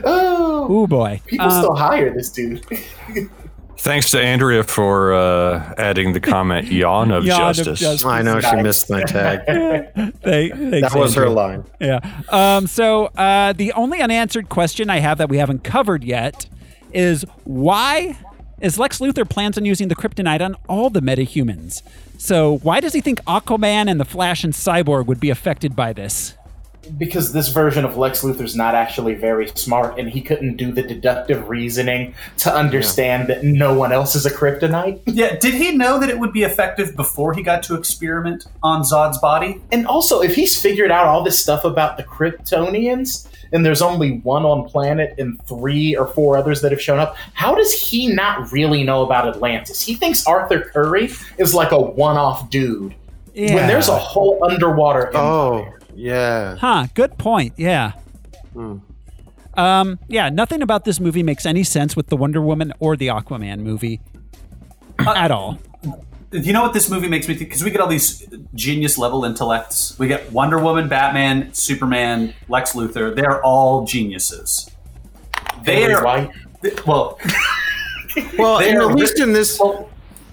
[SPEAKER 4] Oh,
[SPEAKER 1] Ooh boy.
[SPEAKER 4] people
[SPEAKER 1] Um,
[SPEAKER 4] still hire this dude.
[SPEAKER 5] Thanks to Andrea for uh, adding the comment "yawn of
[SPEAKER 1] Yawn of
[SPEAKER 5] justice."
[SPEAKER 1] justice. I know, she missed
[SPEAKER 2] my tag.
[SPEAKER 1] Thank- thanks,
[SPEAKER 2] that was her
[SPEAKER 1] Andrew.
[SPEAKER 2] line.
[SPEAKER 1] Yeah. Um, so uh, the only unanswered question I have that we haven't covered yet is why is Lex Luthor plans on using the kryptonite on all the metahumans? So why does he think Aquaman and the Flash and Cyborg would be affected by this?
[SPEAKER 4] because this version of Lex Luthor's not actually very smart, and he couldn't do the deductive reasoning to understand that no one else is a kryptonite.
[SPEAKER 3] Yeah, did he know that it would be effective before he got to experiment on Zod's body?
[SPEAKER 4] And also, if he's figured out all this stuff about the Kryptonians, and there's only one on planet and three or four others that have shown up, how does he not really know about Atlantis? He thinks Arthur Curry is like a one off dude. When
[SPEAKER 1] Yeah.
[SPEAKER 4] there's a whole underwater
[SPEAKER 2] Oh, yeah.
[SPEAKER 1] Huh, good point. Yeah. Um, yeah, nothing about this movie makes any sense with the Wonder Woman or the Aquaman movie at all.
[SPEAKER 3] You know what this movie makes me think? Because we get all these genius level intellects. We get Wonder Woman, Batman, Superman, Lex Luthor. They're all geniuses. They
[SPEAKER 4] Henry
[SPEAKER 3] are
[SPEAKER 4] White?
[SPEAKER 3] th- well,
[SPEAKER 2] Well,
[SPEAKER 3] They
[SPEAKER 2] and
[SPEAKER 3] are-
[SPEAKER 2] at least in this,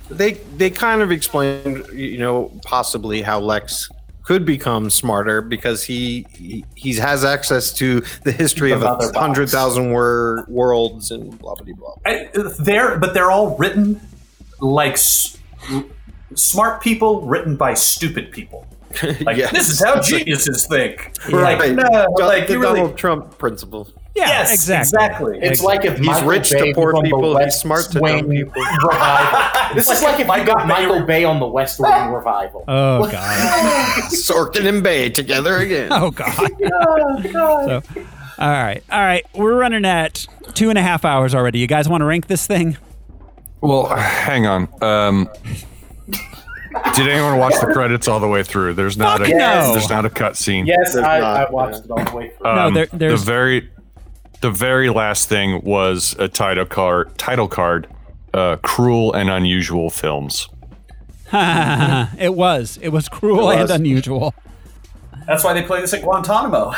[SPEAKER 2] they they kind of explained, you know, possibly how Lex could become smarter because he he, he has access to the history of
[SPEAKER 3] The mother
[SPEAKER 2] a
[SPEAKER 3] box.
[SPEAKER 2] hundred thousand wor- worlds and blah blah blah.
[SPEAKER 3] I, they're but they're all written like s- smart people written by stupid people. Like
[SPEAKER 2] Yes.
[SPEAKER 3] this is how geniuses think. Like
[SPEAKER 2] Right.
[SPEAKER 3] no,
[SPEAKER 2] Just
[SPEAKER 3] like
[SPEAKER 2] the
[SPEAKER 3] you really-
[SPEAKER 2] Donald Trump principle.
[SPEAKER 1] Yeah,
[SPEAKER 3] yes, exactly.
[SPEAKER 4] It's like if
[SPEAKER 2] He's
[SPEAKER 4] Michael
[SPEAKER 2] rich
[SPEAKER 4] Bay
[SPEAKER 2] to poor
[SPEAKER 4] was on the
[SPEAKER 2] people. He's
[SPEAKER 4] West
[SPEAKER 2] smart to
[SPEAKER 4] Wing
[SPEAKER 2] dumb people.
[SPEAKER 4] revival. this
[SPEAKER 3] It's
[SPEAKER 4] is
[SPEAKER 3] like
[SPEAKER 4] like if
[SPEAKER 3] Michael
[SPEAKER 4] you got
[SPEAKER 3] Bay-
[SPEAKER 4] Michael Bay on the West Wing revival.
[SPEAKER 1] Oh god.
[SPEAKER 2] Sorkin and Bay together again.
[SPEAKER 1] Oh god. So, all right, all right. We're running at two and a half hours already. You guys want to rank this thing?
[SPEAKER 5] Well, hang on. Um, did anyone watch the credits all the way through? There's not
[SPEAKER 1] Fuck
[SPEAKER 5] a
[SPEAKER 1] no.
[SPEAKER 5] there's not a cut scene.
[SPEAKER 4] Yes,
[SPEAKER 2] There's
[SPEAKER 4] I,
[SPEAKER 2] not,
[SPEAKER 4] I watched it all the way through.
[SPEAKER 1] No,
[SPEAKER 5] Um,
[SPEAKER 1] there- there's-
[SPEAKER 5] the very the very last thing was a title card title card uh, cruel and unusual films.
[SPEAKER 1] it was. It was cruel
[SPEAKER 2] It
[SPEAKER 1] and
[SPEAKER 2] was.
[SPEAKER 1] unusual.
[SPEAKER 3] That's why they play this at Guantanamo.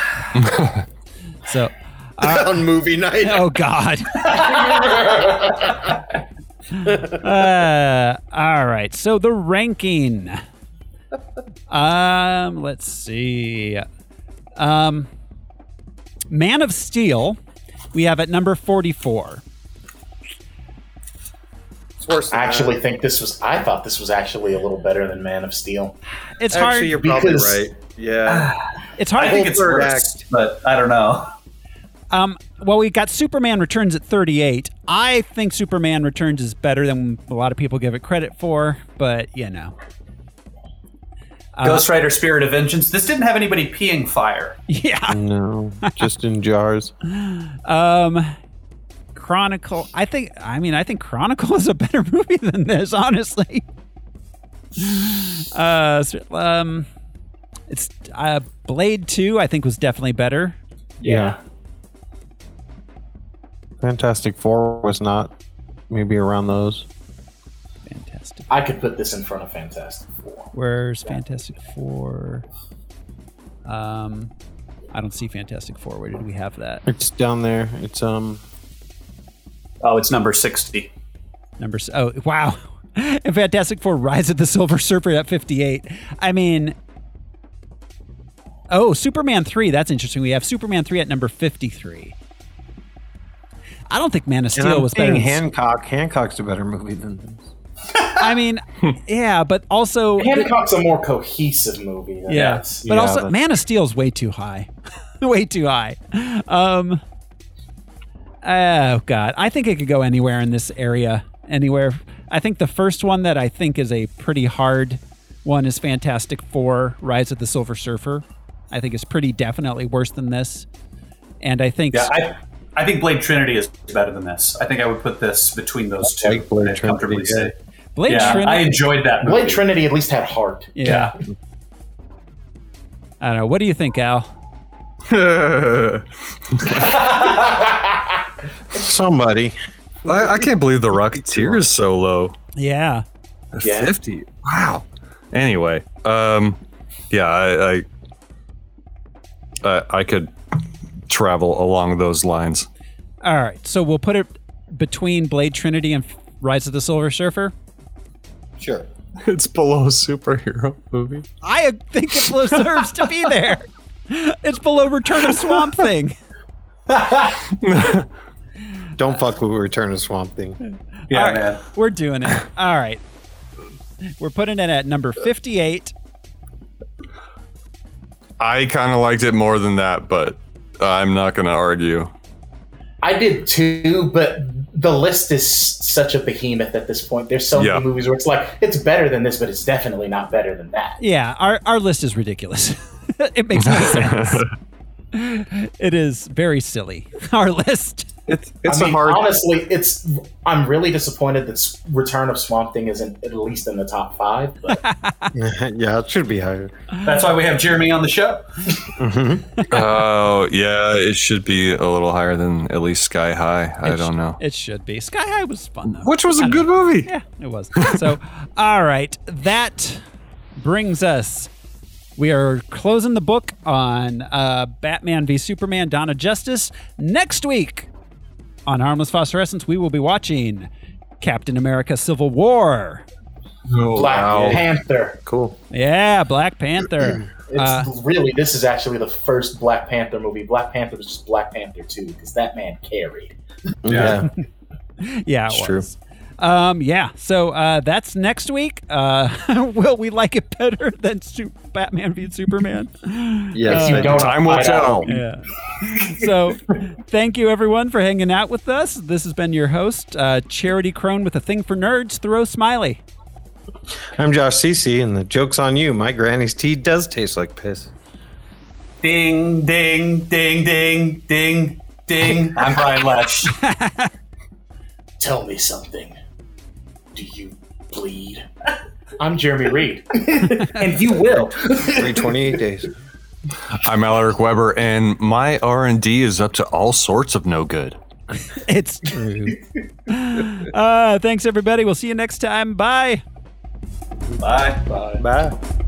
[SPEAKER 1] So,
[SPEAKER 2] on movie night.
[SPEAKER 1] uh, oh god. uh, all right. So the ranking. Um, let's see. Um, Man of Steel, we have at number forty-four.
[SPEAKER 2] It's worse. Than
[SPEAKER 4] I actually
[SPEAKER 2] that.
[SPEAKER 4] think this was. I thought this was actually a little better than Man of Steel.
[SPEAKER 1] It's hard. Ah,
[SPEAKER 2] actually, you're probably
[SPEAKER 4] because-
[SPEAKER 2] right. Yeah.
[SPEAKER 1] it's hard.
[SPEAKER 3] I think it's
[SPEAKER 2] Third
[SPEAKER 3] worse, but I don't know.
[SPEAKER 1] Um, well, we got Superman Returns at 38. I think Superman Returns is better than a lot of people give it credit for, but you know.
[SPEAKER 3] Ghost Rider Spirit of Vengeance. This didn't have anybody peeing fire.
[SPEAKER 1] Yeah.
[SPEAKER 2] No, just in jars.
[SPEAKER 1] Um, Chronicle. I think. I mean, I think Chronicle is a better movie than this, honestly. Uh, s- um, it's uh, Blade Two. I think was definitely better.
[SPEAKER 2] Yeah. Fantastic Four was not maybe around those.
[SPEAKER 1] Fantastic.
[SPEAKER 4] I could put this in front of Fantastic Four.
[SPEAKER 1] Where's Fantastic Four? Um, I don't see Fantastic Four. Where did we have that?
[SPEAKER 2] It's down there. It's um
[SPEAKER 3] Oh, it's number sixty.
[SPEAKER 1] Number s- oh wow, and Fantastic Four: Rise of the Silver Surfer at fifty-eight. I mean, oh Superman three. That's interesting. We have Superman three at number fifty-three. I don't think Man of Steel was better. than-
[SPEAKER 2] Hancock. Hancock's a better movie than this.
[SPEAKER 1] I mean, yeah, but also, yeah,
[SPEAKER 4] Hancock's a more cohesive movie. Than this.
[SPEAKER 1] but
[SPEAKER 2] Yeah,
[SPEAKER 1] also
[SPEAKER 2] that's-
[SPEAKER 1] Man of Steel's way too high, way too high. Um, oh god, I think it could go anywhere in this area. Anywhere. I think the first one that I think is a pretty hard one is Fantastic Four: Rise of the Silver Surfer. I think is pretty definitely worse than this, and I think
[SPEAKER 3] Yeah, I, I think Blade Trinity is better than this. I think I would put this between those two.
[SPEAKER 2] like Blade
[SPEAKER 3] I'd comfortably
[SPEAKER 2] Trinity,
[SPEAKER 3] say.
[SPEAKER 1] Blade
[SPEAKER 3] yeah, I
[SPEAKER 1] Trinity.
[SPEAKER 3] enjoyed that movie.
[SPEAKER 4] Blade Trinity at least had heart.
[SPEAKER 1] yeah. I don't know. What do you think, Al?
[SPEAKER 2] Somebody.
[SPEAKER 5] I, I can't believe the Rocketeer is so low.
[SPEAKER 1] Yeah.
[SPEAKER 4] Yeah.
[SPEAKER 5] 50 wow anyway um yeah i i I- i could travel along those lines
[SPEAKER 1] All right, so we'll put it between Blade Trinity and Rise of the Silver Surfer.
[SPEAKER 2] Sure.
[SPEAKER 5] it's below superhero movie
[SPEAKER 1] I think it deserves to be there. It's below Return of Swamp Thing.
[SPEAKER 2] Don't fuck with Return of Swamp Thing.
[SPEAKER 3] Yeah,
[SPEAKER 1] All right,
[SPEAKER 3] man.
[SPEAKER 1] We're doing it. All right. We're putting it at number 58.
[SPEAKER 5] I kind of liked it more than that, but I'm not going to argue.
[SPEAKER 4] I did too, but the list is such a behemoth at this point. There's so
[SPEAKER 5] Yeah.
[SPEAKER 4] many movies where it's like it's better than this, but it's definitely not better than that.
[SPEAKER 1] Yeah, our, our list is ridiculous. it makes no sense. It is very silly. Our list.
[SPEAKER 2] It's
[SPEAKER 4] I mean, Honestly, it's. I'm really disappointed that S- Return of Swamp Thing isn't at least in the top five. But
[SPEAKER 2] yeah, it should be higher.
[SPEAKER 3] That's why we have Jeremy on the show.
[SPEAKER 5] Oh, yeah, it should be a little higher than at least Sky High. I
[SPEAKER 1] It sh-
[SPEAKER 5] don't know.
[SPEAKER 1] It should be. Sky High was fun though.
[SPEAKER 5] Which was
[SPEAKER 1] I
[SPEAKER 5] a
[SPEAKER 1] don't
[SPEAKER 5] good movie.
[SPEAKER 1] Yeah, it was. So, all right, that brings us. We are closing the book on uh, Batman v Superman: Dawn of Justice. Next week on Harmless Phosphorescence, we will be watching Captain America: Civil War. Oh,
[SPEAKER 4] Black Panther.
[SPEAKER 2] Cool.
[SPEAKER 1] Yeah, Black Panther.
[SPEAKER 4] It's
[SPEAKER 1] Uh,
[SPEAKER 4] really this is actually the first Black Panther movie. Black Panther was just Black Panther two because that man carried.
[SPEAKER 2] Yeah.
[SPEAKER 1] yeah, it was. Um, yeah, so uh, that's next week. Uh, will we like it better than Su- Batman v Superman?
[SPEAKER 2] Yes,
[SPEAKER 4] you
[SPEAKER 2] I-
[SPEAKER 4] don't,
[SPEAKER 5] Time will
[SPEAKER 4] I
[SPEAKER 5] tell.
[SPEAKER 4] don't.
[SPEAKER 1] Yeah. So, thank you everyone for hanging out with us. This has been your host, uh, Charity Crone with a thing for nerds, Thoreau Smiley.
[SPEAKER 2] I'm Josh CC, and the joke's on you. My granny's tea does taste like piss.
[SPEAKER 3] Ding, ding, ding, ding, ding, ding. I'm Brian Lesh.
[SPEAKER 4] Tell me something. Do you bleed? I'm Jeremy Reed, and you will.
[SPEAKER 2] 328 days.
[SPEAKER 5] I'm Alaric Weber, and my R&D is up to all sorts of no good.
[SPEAKER 1] It's true. uh, thanks everybody. We'll see you next time. Bye.
[SPEAKER 3] Bye.
[SPEAKER 2] Bye.